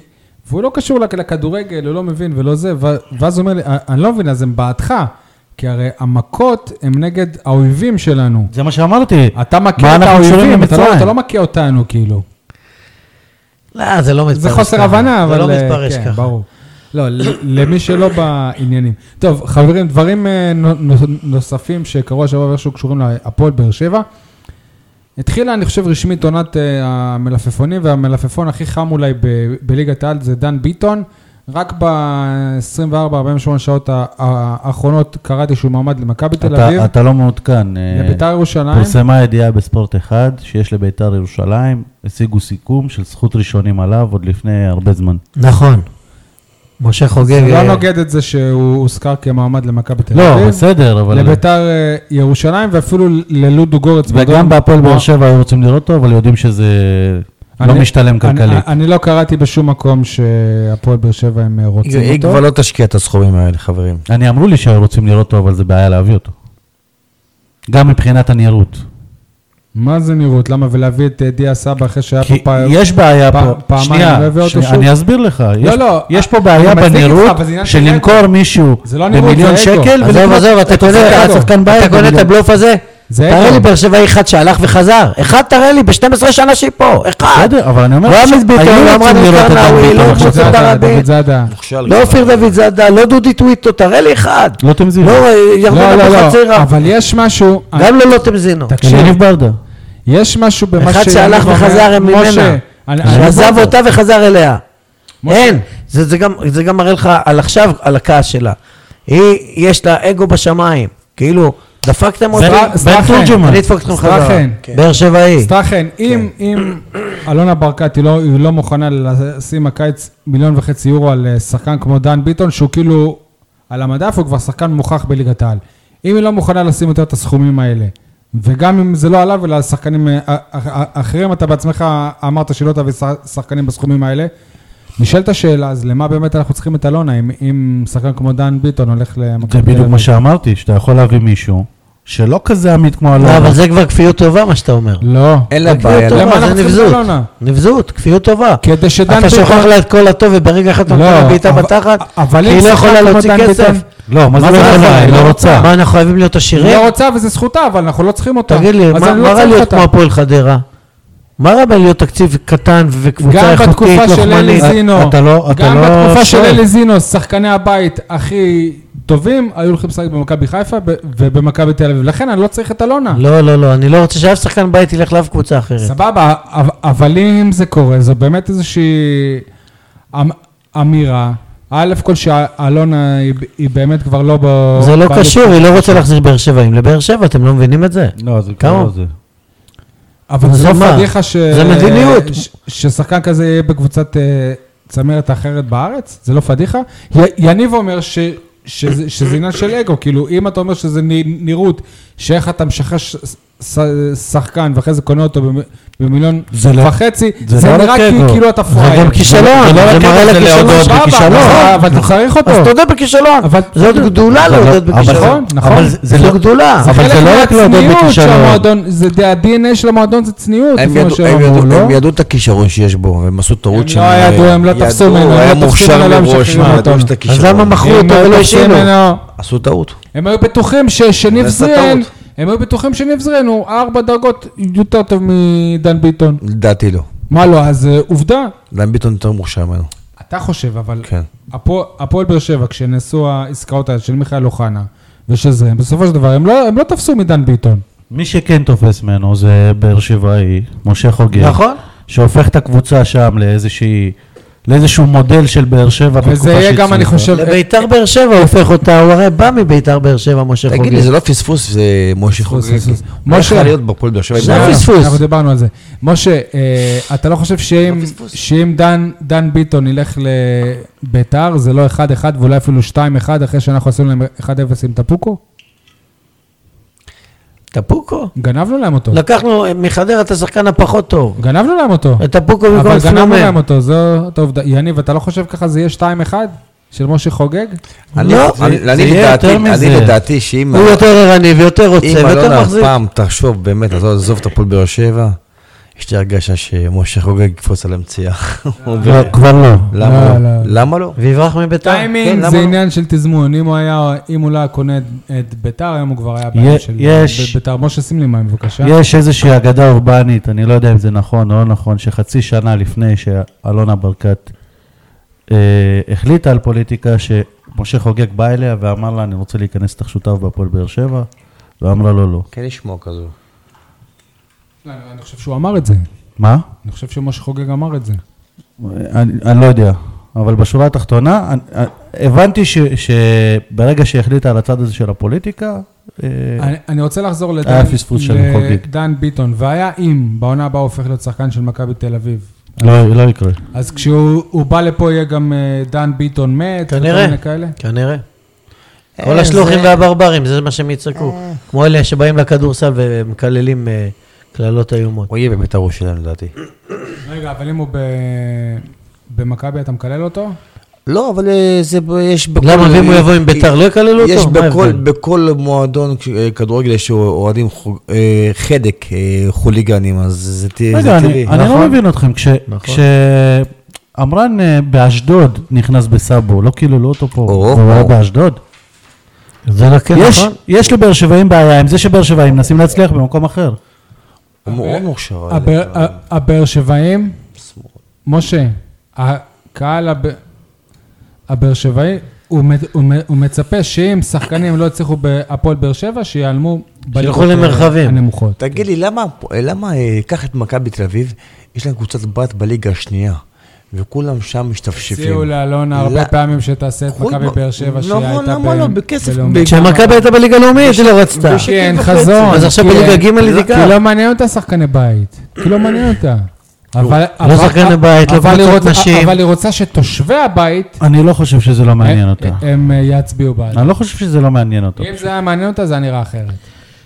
והוא לא קשור לכ- לכדורגל, הוא לא מבין ולא זה, ו- ואז הוא אומר לי, "אה, אני לא מבין, אז הם בעדך, כי הרי המכות הם נגד האויבים שלנו.
זה מה שאמרתי.
אתה
מה
מכה את
אנחנו קשורים
האויבים, אתה לא-
למצרים?
אתה לא מכה אותנו, כאילו.
לא, זה לא מתפרש
זה
ככה.
חוסר הבנה, אבל...
זה לא
אה,
מתפרש
כן,
ככה.
ברור. לא, ל- למי שלא בעניינים. טוב, חברים, דברים אה, נו- נו- נוספים שקרו השבוע ואיכשהו קשורים להפועל באר שבע. התחילה, אני חושב, רשמית עונת אה, המלפפונים, והמלפפון הכי חם אולי ב- בליגת העל זה דן ביטון. רק ב-24-48 שעות ה- האחרונות קראתי שהוא מועמד למכבי תל
אתה-
אביב,
אתה לא מעודכן. אה,
לביתר ירושלים.
פורסמה ידיעה בספורט אחד, שיש לביתר ירושלים, השיגו סיכום של זכות ראשונים עליו עוד לפני הרבה זמן.
נכון. משה חוגג...
זה
אה,
לא נוגד את זה שהוא הוזכר כמועמד למכבי תל אביב.
לא, בסדר, אבל...
לביתר אה, ירושלים ואפילו ללודו גורץ.
וגם
בדרום.
בהפועל באר
לא.
שבע היו רוצים לראות אותו, אבל יודעים שזה לא
אני-
משתלם כלכלית.
אני, אני לא קראתי בשום מקום שהפועל באר שבע הם אה, רוצים
היא
אותו.
כבר לא תשקיע את הסכומים האלה, חברים.
אני אמרו לי שהיו רוצים לראות אותו, אבל זה בעיה להביא אותו. גם מבחינת הנראות.
מה זה נראות? למה? ולהביא את אה, דיה סבא אחרי שהיה פה
כי
פעם...
יש בעיה
פעם-
פה,
פעמיים
שנייה,
לא הביא אותו
שנייה,
שוב?
אני אסביר לך, יש-
לא,
יש פה
אני
בעיה
מצדיק איתך,
בנראות
אבל זה עניין של
של למכור מישהו
זה לא נראות,
במיליון
זה אגו.
שקל
עזוב, עזוב, אתה
אתה יודע,
קונה
אתה שחקן
אתה
בית
קונה את
במיליון.
הבלוף הזה?
זה
תראה
אגו.
לי באר שבעי אחד שהלך וחזר. אחד תראה לי, ב-12 שנה שהיא פה, אחד.
בסדר, אבל אני אומר,
לא עמית ביטון,
היו
לא
רוצים
אמרנו
לראות אותם
קרנאווי,
פתאום,
לא
עכשיו
דוד
קבוצה.
זה-
זאדה,
דוד
דוד זאדה.
מוכשר.
לא
גם.
אופיר דוד זאדה, לא דודי טוויטו, תראה לי אחד.
לוטם זיו,
לא,
לא,
ירדן
לא, לא,
אבוחצירא.
אבל יש משהו...
גם לא לוטם זינו.
תקשיב,
יניב ברדה.
יש משהו במה
אחד
שיניב
שהלך
אומר,
וחזר הם
משה,
ממנה.
אני- אני-
שעזב אותה וחזר אליה.
משה.
אין. זה, זה, גם, זה גם מראה לך על עכשיו, על הכעס שלה. היא, יש לה אגו בשמיים. כאילו, דפקתם אותי,
סטרא- סטרחן.
אני אדפוק אתכם חזרה.
סטרחן.
באר שבעי.
סטרחן, אם, אם אלונה ברקת היא לא, היא לא מוכנה לשים הקיץ מיליון וחצי יורו על אה, שחקן כמו דן ביטון, שהוא כאילו על המדף, הוא כבר שחקן מוכח בליגת העל. אם היא לא מוכנה לשים יותר את הסכומים האלה, וגם אם זה לא עליו אלא על שחקנים אה, אה, אה, אחרים, אתה בעצמך אמרת שלא תביא שח- שחקנים בסכומים האלה. נשאלת השאלה, אז למה באמת אנחנו צריכים את אלונה, אם, אם שחקן כמו דן ביטון הולך למכבי
זה
תל
בדיוק
אביב?
מה שאמרתי, שאתה יכול להביא מישהו שלא כזה עמית כמו
לא,
אלונה.
אבל זה כבר כפיות טובה, מה שאתה אומר.
לא.
אין לה
תקריא
בעיה.
אותו.
לא,
למה
זה
אנחנו צריכים את
נבזות.
אלונה?
נבזות, כפיות טובה.
כדי שדן
אתה שוכח לה את כל הטוב וברגע אחד אתה
לא,
נותן לה בעיטה
אבל-
בתחת,
אבל
כי
אם
היא לא
שחקן
יכולה
כמו
להוציא
דן
כסף.
ביטון-
לא, מה זה לא יכולה? היא לא רוצה.
מה, אנחנו חייבים להיות
היא
עשירים?
לא רוצה וזו זכותה, אבל אנחנו לא צריכים אותה.
תגיד לי,
אז
מה
אני לא
מה רע
צריך
להיות
אותה.
כמו הפועל חדרה? מה רע בלהיות תקציב קטן וקבוצה
גם
איכותית,
בתקופה של אלי
לוחמנית?
זינו,
אתה לא- אתה
גם
לא
בתקופה של
שואל.
אלי זינו, שחקני הבית הכי טובים, היו הולכים לשחק במכבי חיפה ב- ובמכבי תל אביב. לכן אני לא צריך את אלונה.
לא, לא, לא, אני לא רוצה שאף שחקן בית ילך לאף קבוצה אחרת.
סבבה, אב- אבל אם זה קורה, זו באמת איזושהי אמ- אמירה. א' כל שאלונה היא- היא באמת כבר לא ב...
זה לא
ב-
קשור, היא לא רוצה להחזיר באר שבעים לבאר שבע, אתם לא מבינים את זה?
לא, זה
כמה?
כבר לא זה.
אבל
אז
זו
מה?
פדיחה ש...
זה מדיניות.
ש- ששחקן כזה יהיה בקבוצת אה, צמרת אחרת בארץ? זה לא פדיחה? י- יניב אומר ש... שזה, שזה עניין של אגו, כאילו, אם אתה אומר שזה נ- נראות, שאיך אתה משחרר ש- ש- שחקן ואחרי זה קונה אותו במ- במיליון
זה לא-
וחצי,
זה
זה,
לא רק
נראה כאילו,
אגו.
כאילו אתה
זה
פראייר.
גם כישלון,
זה לא
זה
רק
מראה
כישלון, זה
לכישלון.
כאילו סבבה,
בכישלון.
נכון, אבל אתה צריך אותו.
אז תודה בכישלון,
אבל-
זאת
לא-
גדולה
אבל-
להודות
אבל-
בכישלון.
נכון, נכון.
אבל זה- זה
זו
לא-
גדולה.
אבל
חלק
זה לא רק להודות
מהצניעות של
בכישלון.
המועדון, זה ה-DNA של המועדון זה צניעות,
הם
לפי מה
ידעו-
שהם
הם
אמרו,
ידעו-
לא?
הם ידעו את הכישרון שיש בו, והם עשו
הם
טעות שהם...
לא ידעו, הם לא תפסו ממנו, הם
הוא
לא
היה
תופסים ממנו,
מוכשר
לא
מראש,
משחררים
מה,
אותו.
ידעו יש את
אז
הכישרון.
למה מכרו
הם
אותו
לא
ולא
תופסים
השאירו?
ממנו.
עשו טעות.
הם היו בטוחים ש- שניב
עשה
זרין,
טעות.
הם היו בטוחים שניב זרין הוא ארבע דרגות יותר טוב מדן ביטון.
לדעתי לא.
מה לא, אז אה, עובדה.
דן ביטון יותר מוכשר ממנו.
אתה חושב, אבל
כן.
הפוע- הפועל באר שבע, כשנעשו העסקאות האלה של מיכאל אוחנה ושל זרין, בסופו של דבר הם לא- הם לא תפסו מדן ביטון.
מי שכן תופס ממנו זה באר שבעי, משה חוגג.
נכון.
שהופך את הקבוצה שם לאיזושהי, לאיזשהו מודל של באר שבע. בתקופה
וזה יהיה
שהיא
גם, אני
הצליחה.
חושב,
לביתר באר שבע הוא הופך אותה, הוא הרי בא מביתר באר שבע, משה חוגג.
תגיד לי, זה לא פספוס, זה משה חוגג.
פספוס.
מה
משה.
יכול להיות בפועל באר שבע?
זה
עם-
לא,
פספוס.
אנחנו דיברנו על זה. משה, אה, אתה לא חושב שאם- שאם דן- דן ביטון ילך לביתר, זה לא 1-1 ואולי אפילו 2-1 אחרי שאנחנו עשינו להם 1-0 עם טפוקו?
טפוקו?
גנבנו להם אותו.
לקחנו אה, מחדרה את השחקן הפחות טוב.
גנבנו להם אותו.
את טפוקו במקום
אבל
את
גנבנו
פלומן.
להם אותו, זאת העובדה. יניב, אתה לא חושב ככה זה יהיה 2-1 של משה חוגג?
אני-
לא,
אני-
זה- זה
אני
יהיה
לדעתי-
יותר
אני
מזה.
לדעתי שאם...
הוא יותר ערני ויותר רוצה
אם
ויותר
אלונה
מחזיק.
פעם תחשוב באמת, עזוב עזוב את הפועל באר שבע, יש לי הרגשה שמשה חוגג יקפוץ על המציאה.
לא, כבר לא.
למה
לא,
לא?
לא.
למה לא?
ויברח מביתר. כן,
טיימינג
למה
זה
לא?
עניין של תזמון. אם הוא היה, אם הוא לא היה קונה את- את ביתר, היום הוא כבר היה
יה-
בעיה של
יש-
ביתר. משה, שים לי מים בבקשה.
יש איזושהי אגדה אורבנית, אני לא יודע אם זה נכון או לא נכון, שחצי שנה לפני שאלונה ברקת אה, החליטה על פוליטיקה, שמשה חוגג בא אליה ואמר לה, אני רוצה להיכנס איתך שותף בהפועל באר שבע, ואמרה לו לא.
כן לשמוע כזו.
לא, אני אני חושב שהוא אמר את זה.
מה?
אני חושב שמשה חוגג אמר את זה.
אני, אני לא יודע. אבל בשורה התחתונה, אני- אה, הבנתי ש- שברגע שהחליטה על הצד הזה של הפוליטיקה, אה,
אני- אני רוצה לחזור לדן,
היה פספוס של חוגג.
לדן ביטון, והיה אם בעונה הבאה הופך להיות שחקן של מכבי תל אביב.
לא לא יקרה.
אז כשהוא הוא בא לפה יהיה גם אה, דן ביטון מת, וכל
כנראה.
מיני כאלה?
כנראה.
אה,
כל השלוחים
זה- אה.
והברברים, זה מה שהם יצעקו. כמו אלה שבאים לכדורסל ומקללים אה, קללות איומות.
הוא יהיה באמת הראש שלנו לדעתי.
רגע, אבל אם הוא ב- במכבי, אתה מקלל אותו?
לא, אבל אה, זה, ב- יש בכל...
למה, ואם הוא יבוא עם ביתר, לא יקללו אותו?
יש
מה
בכל,
ההבדל?
בכל מועדון כש- אה, כדורגל יש אוהדים חוג- אה, חדק אה, חוליגנים, אז זה ת- זה
רגע, אני
טבעי.
אני לא מבין אתכם, כש-
נכון.
כשעמרן אה, באשדוד נכנס בסאבו, לא כאילו, לא אותו פה,
או,
הוא היה
או.
באשדוד.
זה לא כן,
יש-
נכון?
יש לבאר שבעים בעיה עם זה שבאר שבעים מנסים להצליח במקום אחר.
הוא מאוד מוכשר.
הבאר-
אה,
ה- הבאר שבעים, משה, הקהל הב- הבאר שבעי, הוא מ- הוא מ- הוא מצפה שאם שחקנים לא יצליחו בהפועל באר שבע, שיעלמו בליגות, אה,
למרחבים.
הנמוכות.
תגיד לי, למה, למה, אה, קח את מכבי תל אביב, יש להם קבוצת בת בליגה השנייה, וכולם שם משתפשפים.
הציעו לאלונה הרבה
לא-
פעמים שתעשה את
חוץ
מכבי
מה-
באר שבע
נכון,
שהייתה
למה
ב-
לא? בכסף-
בלאומית.
כשמכבי הייתה בליגה הלאומית, היא לא רצתה.
בשקל
כן,
וחצי.
חזון.
כן, אז עכשיו
כי-
בליגה ג' היא
כי
תיקח.
לא מעניין אותה שחקני בית. כי לא מעניין אותה. אבל... אבל-
שחקני בית, לא
אבל היא
קבוצת
רוצה-
נשים.
אבל היא רוצה שתושבי הבית...
אני לא חושב שזה לא מעניין
הם-
אותה.
הם אה, יצביעו בעד.
אני לא חושב שזה לא מעניין אותה.
אם זה היה מעניין אותה, זה היה נראה אחרת.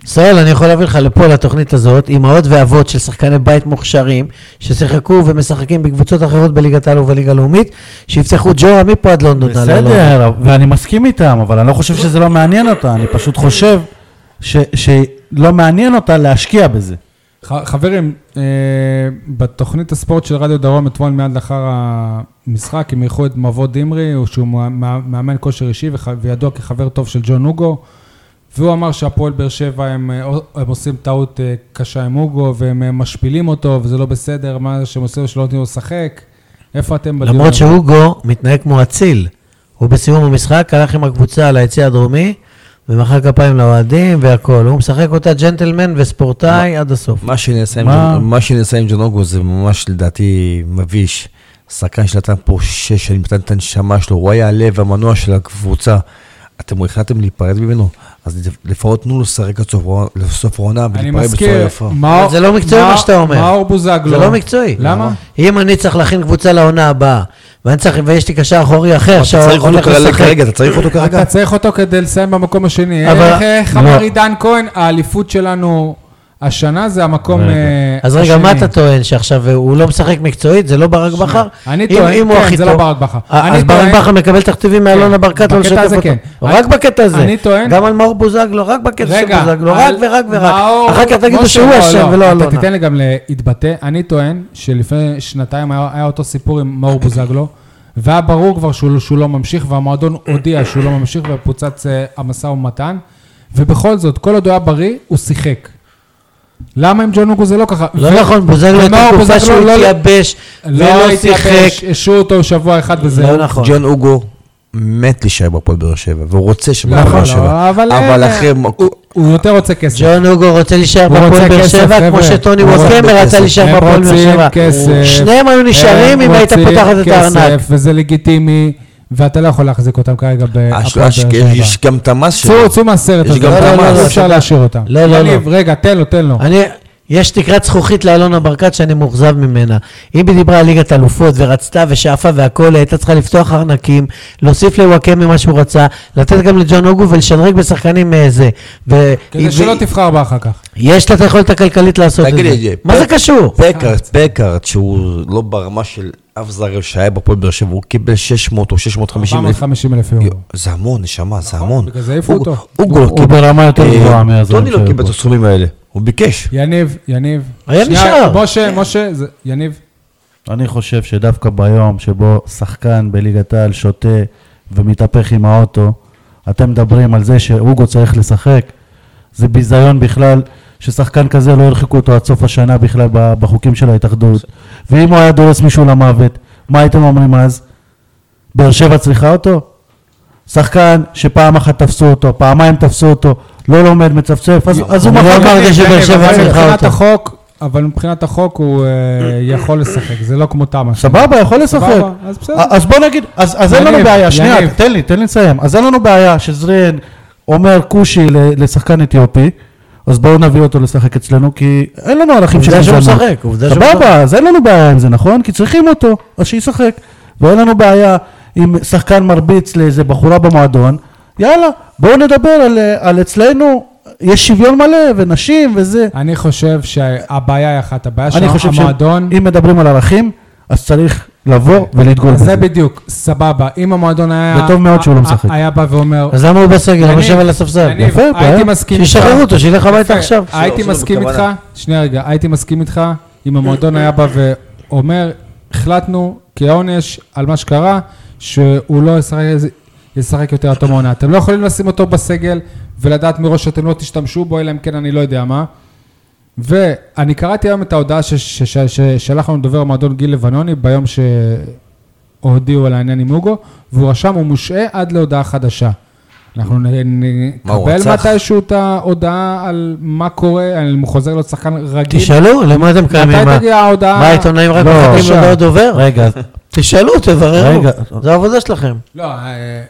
ישראל, אני יכול להביא לך לפה, לתוכנית הזאת, אימהות ואבות של שחקני בית מוכשרים, ששיחקו ומשחקים בקבוצות אחרות בליגת העל ובליגה הלאומית, שיפתחו ג'ורה מפה עד לונדון. על הלאומית.
בסדר, ואני מסכים איתם, אבל אני לא חושב שזה לא מעניין אותה, אני פשוט חושב ש- שלא מעניין אותה להשקיע בזה.
ח- חברים, אה, בתוכנית הספורט של רדיו דרום אתמול מיד לאחר המשחק, הם אירחו את מבוא דמרי, הוא- שהוא מא- מא- מאמן כושר אישי וח- וידוע כחבר טוב של ג'ון הוגו, והוא אמר שהפועל באר שבע הם, אה, הם עושים טעות אה, קשה עם הוגו, והם אה, משפילים אותו, וזה לא בסדר, מה שהם עושים שלא נותנים לו לשחק. איפה אתם בדיון?
למרות שהוגו מתנהג כמו אציל. הוא בסיום המשחק הלך עם הקבוצה ליציע הדרומי, ומחא כפיים לאוהדים והכול. הוא משחק אותה ג'נטלמן וספורטאי עד הסוף.
מה שנעשה עם
מה?
ג'ון- מה שנעשה עם ג'ונוגו זה ממש לדעתי מביש. שחקן שנתן פה שש שנים, נתן את הנשמה שלו, הוא היה הלב המנוע של הקבוצה. אתם החלטתם להיפרד ממנו, אז לפחות תנו לו לשחק עד סוף העונה- לסוף העונה
אני
ולהיפרד בצורה
מזכיר,
יפה.
מאור-
אבל זה לא מקצועי מה
מאור-
שאתה אומר.
מאור בוזגלו.
זה לא מקצועי.
למה?
אם אני צריך להכין קבוצה לעונה הבאה, ואני צריך, ויש לי קשר אחורי אחר,
אתה צריך אותו
שהולך
כרגע,
לשחק,
כרגע, אתה צריך אותו כרגע.
אתה צריך אותו כדי לסיים במקום השני.
אבל-
איך- איך
לא.
אמר עידן כהן, האליפות שלנו השנה זה המקום
רגע.
אה,
אוקיי. אז
השני.
רגע, מה אתה טוען שעכשיו הוא לא משחק מקצועית? זה לא ברק בכר?
אני
אם-
טוען,
אם הוא
כן,
הכי
זה לא
טוב,
ברק בכר.
אה,
אני
אז ברק
טוען-
בכר מקבל תכתיבים מאלונה ברקת
בקטע
לא לשתף
הזה
אותו.
כן.
רק
אני-
בקטע הזה.
אני טוען-
גם על מאור בוזגלו, לא, רק בקטע של
רגע,
בוזגלו,
על-
לא, רק ורק ורק.
מאור-
אחר כך תגידו
משה,
שהוא
לא,
אשם
לא,
ולא
אתה
אלונה.
תיתן לי גם להתבטא. אני טוען שלפני שנתיים היה היה אותו סיפור עם מאור בוזגלו, והיה ברור כבר שהוא שהוא לא ממשיך, והמועדון הודיע שהוא לא ממשיך, ופוצץ אה, המשא ומתן, ובכל זאת, כל עוד הוא היה בריא, הוא שיחק. למה עם ג'ון אוגו זה לא ככה?
לא
ו-
נכון, בוזגלו הייתה
ומאור
תקופה
בוזגלו
שהוא
לא-
התייבש
לא
ולא שיחק.
התייחש, השעו אותו שבוע אחד וזהו.
לא נכון.
ג'ון אוגו מת להישאר בהפועל באר שבע, והוא רוצה שבהפועל
נכון,
באר
לא,
שבע.
אבל-
אבל אחרי...
הוא- הוא יותר רוצה כסף.
ג'ון הוגו רוצה להישאר
הוא
בהפועל
רוצה
באר
כסף,
שבע, כמו
חבר'ה.
שטוני
הוא רוצה
ווסקמר רצה
כסף.
להישאר
הם
בהפועל באר
רוצים
שבע.
כסף.
שניהם היו נשארים
הם
אם היית
רוצים
פותחת את הארנק.
כסף, וזה לגיטימי, ואתה לא יכול להחזיק אותם כרגע
הש-
בהפועל
הש-
אה, באר
יש
שבע.
גם את המס שלו.
צאו, צאו מהסרט
יש
הזה,
גם אה,
לא,
את
לא,
המס.
לא, אי אפשר להשאיר אותם.
לא, לא, לא.
יניב, רגע, תן לו, תן לו.
אני, יש תקרת זכוכית לאלונה ברקת שאני מאוכזב ממנה. אם היא דיברה על ליגת אלופות ורצתה ושאפה והכול, היא הייתה צריכה לפתוח ארנקים, להוסיף לוואקמה מה שהוא רצה, לתת גם לג'ון הוגו ולשדרג בשחקנים אה, זה. ו-
כדי שלא תבחר בה אחר כך.
יש לה את היכולת הכלכלית לעשות את
תגיד
זה.
לי,
מה זה
פ-
קשור?
פקארט, פקארט, שהוא לא ברמה של אף זרם שהיה בהפועל באר שבע, הוא קיבל 600 או 650 אלף.
450 אלף יורו.
יו, זה המון, נשמה, זה המון.
נכון, בגלל זה העיפו
הוא-
אותו.
הוא גול
הוא ברמה יותר
אה,
גבוהה מהזרים
טוני לא
שהיו
קיבל את
פה.
הסכומים האלה, הוא ביקש.
יניב, יניב.
היה
שנייה,
נשאר.
משה, משה, זה- יניב.
אני חושב שדווקא ביום שבו שחקן בליגת העל שותה ומתהפך עם האוטו, אתם מדברים על זה שהוגו צריך לשחק, זה ביזיון בכלל, ששחקן כזה לא הרחיקו אותו עד סוף השנה בכלל ב- בחוקים של ההתאחדות. ואם הוא היה דורס מישהו למוות, מה הייתם אומרים אז? באר שבע צריכה אותו? שחקן שפעם אחת תפסו אותו, פעמיים תפסו אותו, לא לומד, מצפצף, אז, אז הוא
אני לא
מחר...
אמרתי שבאר שבע
יניב, אבל
צריכה
מבחינת
אותו.
החוק, אבל מבחינת החוק הוא אה, יכול לשחק, זה לא כמו תמה.
סבבה, יכול לשחק.
סבבה, אז
אה,
בסדר.
אז בוא נגיד, אז אז אין לנו
יניב,
בעיה,
יניב.
שנייה, תן לי, תן לי לסיים. אז אין לנו בעיה שזרין אומר כושי ל- לשחקן אתיופי, אז בואו נביא אותו לשחק אצלנו, כי אין לנו ערכים של
עובדה שהוא
גזענות.
משחק, עובדה שהוא משחק.
סבבה, אז אין לנו בעיה עם זה, נכון? כי צריכים אותו, אז שישחק. ואין לנו בעיה אם שחקן מרביץ לאיזה בחורה במועדון, יאללה, בואו נדבר על, אה, על אצלנו, יש שוויון מלא, ונשים וזה.
אני חושב שהבעיה היא אחת, הבעיה של
אני חושב
המועדון...
שאם מדברים על ערכים, אז צריך לבוא ולדגול
אז
בזה.
זה בדיוק, סבבה. אם המועדון היה...
וטוב מאוד שהוא לא
ה-
משחק.
היה בא ואומר...
אז למה הוא בסגל? למה
יניב,
יושב על הספסל?
יניב,
יפה,
הייתי
בעיה.
מסכים איתך.
שישחררו אותו, שילך הביתה
יפה.
עכשיו.
הייתי
שלא, שלא,
מסכים איתך,
בכוונה.
שנייה רגע, הייתי מסכים איתך אם המועדון היה בא ואומר, החלטנו כעונש על מה שקרה, שהוא לא ישחק, ישחק יותר עד תום העונה. אתם לא יכולים לשים אותו בסגל ולדעת מראש שאתם לא תשתמשו בו, אלא אם כן אני לא יודע מה. ואני קראתי היום את ההודעה ש- ש- ש- ששלח לנו דובר המועדון גיל לבנוני ביום שהודיעו על העניין עם הוגו, והוא רשם, הוא מושעה עד להודעה חדשה. אנחנו נ- נ-
מה, הוא
נקבל
רצח?
מתישהו את ההודעה על מה קורה, על אם הוא חוזר להיות שחקן רגיל.
תשאלו, למה אתם קיימים?
מתי
מה-
תגיע ההודעה?
מה העיתונאים רק
לא,
מחכים
עכשיו.
למאות דובר?
רגע,
תשאלו, תבררו.
רגע.
זו העבודה שלכם.
לא, אה,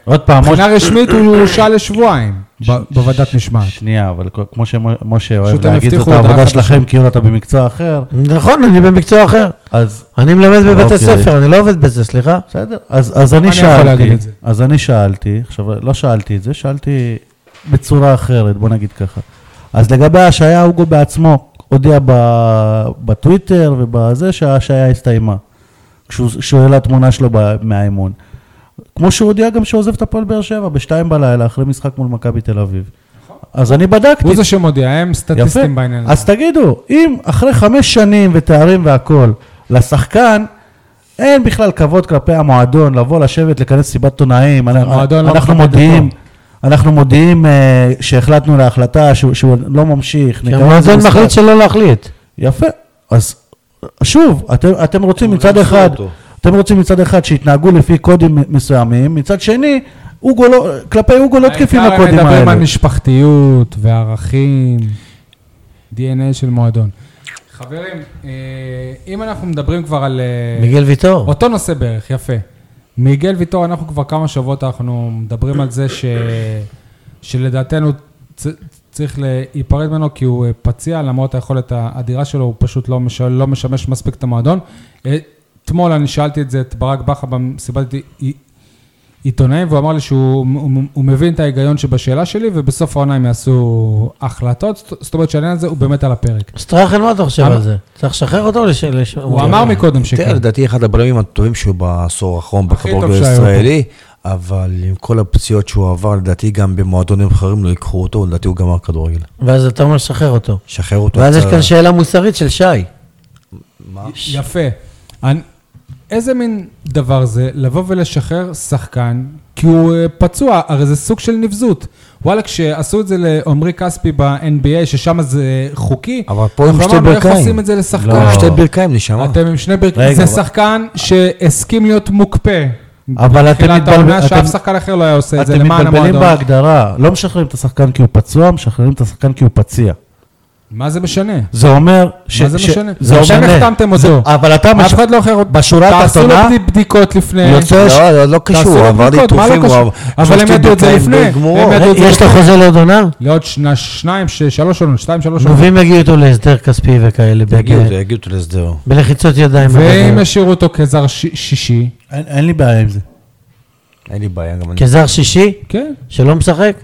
עוד פעם, משה-
מבחינה רשמית הוא הורשע לשבועיים ב- בוועדת משמעת.
שנייה, אבל כ- כמו שמשה
פשוט
אוהב
הם
להגיד, זאת
הבטיחו הודעה
העבודה
חדשה.
שלכם, כאילו אתה במקצוע אחר,
נכון, אני במקצוע אחר.
אז
אני מלמד בבית
אוקיי.
הספר, אני לא עובד בזה, סליחה.
בסדר. אז אז אני
אני יכול להגיד
שאלתי,
את זה.
אז אני שאלתי, עכשיו לא שאלתי את זה, שאלתי בצורה אחרת, בוא נגיד ככה. אז לגבי ההשעיה, הוגו בעצמו הודיע ב- בטוויטר ובזה שההשעיה הסתיימה. כשהוא כשהוא העלה תמונה שלו ב- מהאימון. כמו שהוא הודיע גם שהוא עוזב את הפועל באר שבע בשתיים בלילה, אחרי משחק מול מכבי תל אביב. אז אני בדקתי.
נכון. הוא זה שמודיע, הם סטטיסטים בעניין
אז
הזה.
תגידו, אם אחרי חמש שנים ותארים והכול, לשחקן אין בכלל כבוד כלפי המועדון, לבוא, לשבת, לכנס סיבת עיתונאים, אנ-
המועדון לא
אנחנו
מכבד
מודיעים,
אותו.
אנחנו מודיעים אה, שהחלטנו להחלטה שהוא שהוא לא ממשיך.
כי
נקיים
כן, המועדון
משחק.
מחליט שלא להחליט.
יפה, אז שוב, אתם, אתם רוצים
אבל
מצד
גם
אחד,
אותו.
אתם רוצים מצד אחד שיתנהגו לפי קודים מסוימים, מצד שני, אוגו לא, כלפי אוגו לא תקפים
העיקר הם
לקודים
אה, מדברים
האלה.
על משפחתיות וערכים, DNA של מועדון. חברים, אה, אם אנחנו מדברים כבר על... אה,
מיגל ויטור.
אותו נושא בערך, יפה. מיגל ויטור, אנחנו כבר כמה שבועות אנחנו מדברים על זה ש... שלדעתנו צ... צריך להיפרד ממנו כי הוא אה, פציע, למרות היכולת האדירה שלו, הוא פשוט לא, מש... לא משמש מספיק את המועדון. אה, אתמול אני שאלתי את זה, את ברק בכר במסיבת עי- עיתונאים, והוא אמר לי שהוא הוא, הוא מבין את ההיגיון שבשאלה שלי, ובסוף העונה הם יעשו החלטות, זאת- זאת אומרת שהעניין הזה הוא באמת על הפרק.
סטראחן, מה אתה חושב
אמר-
על זה? צריך לשחרר אותו או לש... לש-
הוא אמר מקודם
תראה,
שכן.
לדעתי אחד הבלמים הטובים שהוא בעשור האחרון
הכי טוב
בכדורגל
שהיה
הישראלי, אבל עם כל הפציעות שהוא עבר, לדעתי גם במועדונים אחרים לא ייקחו אותו, לדעתי הוא גמר כדורגל.
ואז אתה אומר לשחרר אותו.
שחרר אותו.
ואז יש
אתה-
כאן שאלה מוסרית של שי.
מה?
יפה. אני, איזה מין דבר זה לבוא ולשחרר שחקן כי הוא אה, פצוע, הרי זה סוג של נבזות. וואלה, כשעשו את זה לעומרי כספי ב-NBA, ששם זה חוקי,
אבל פה עם
אנחנו
שתי
אמרנו איך עושים
ברכיים.
את זה לשחקן.
לא, עם שתי ברכיים נשמה.
אה, אתם עם שני ברכיים.
רגע,
זה
אבל-
שחקן שהסכים להיות מוקפא.
אבל אתם
בתחילת
מתבלבל-
העונה, שאף
אתם-
שחקן אחר לא היה עושה את זה
אתם
למען
מתבלבלים
המועדון.
בהגדרה, לא משחררים את השחקן כי הוא פצוע, משחררים את השחקן כי הוא פציע.
מה זה משנה?
זה אומר ש...
מה זה
ש-
משנה?
זה
אתם
אומר-
החתמתם אותו.
אבל אתה... מש-
אף אחד לא אחר אותו.
בשורה
תעשו לו
התחתונה-
בדי- בדיקות לפני.
יוצא
לא, לא, לא
תעשו
קשור,
לו
הוא עבר
בדיקות, מה לא
ליטופים, הוא
קשור?
עבר...
אבל
שלוש
הם ידעו את זה
ברכיים
לפני.
בגמורות.
הם ידעו את זה
יש לך חוזה לעוד עונה?
לעוד שנה, שניים, ש- שלוש עונות, שתיים, שלוש עונות.
והם יגיעו אותו להסדר כספי וכאלה. בג-
כן.
יגיעו אותו, יגיעו אותו להסדר.
בלחיצות ידיים.
ואם
ובגלל.
ישאירו אותו כזר ש- שישי,
אין אין לי בעיה עם זה.
אין לי בעיה, גם אני...
כזר שישי?
כן,
שלא משחק?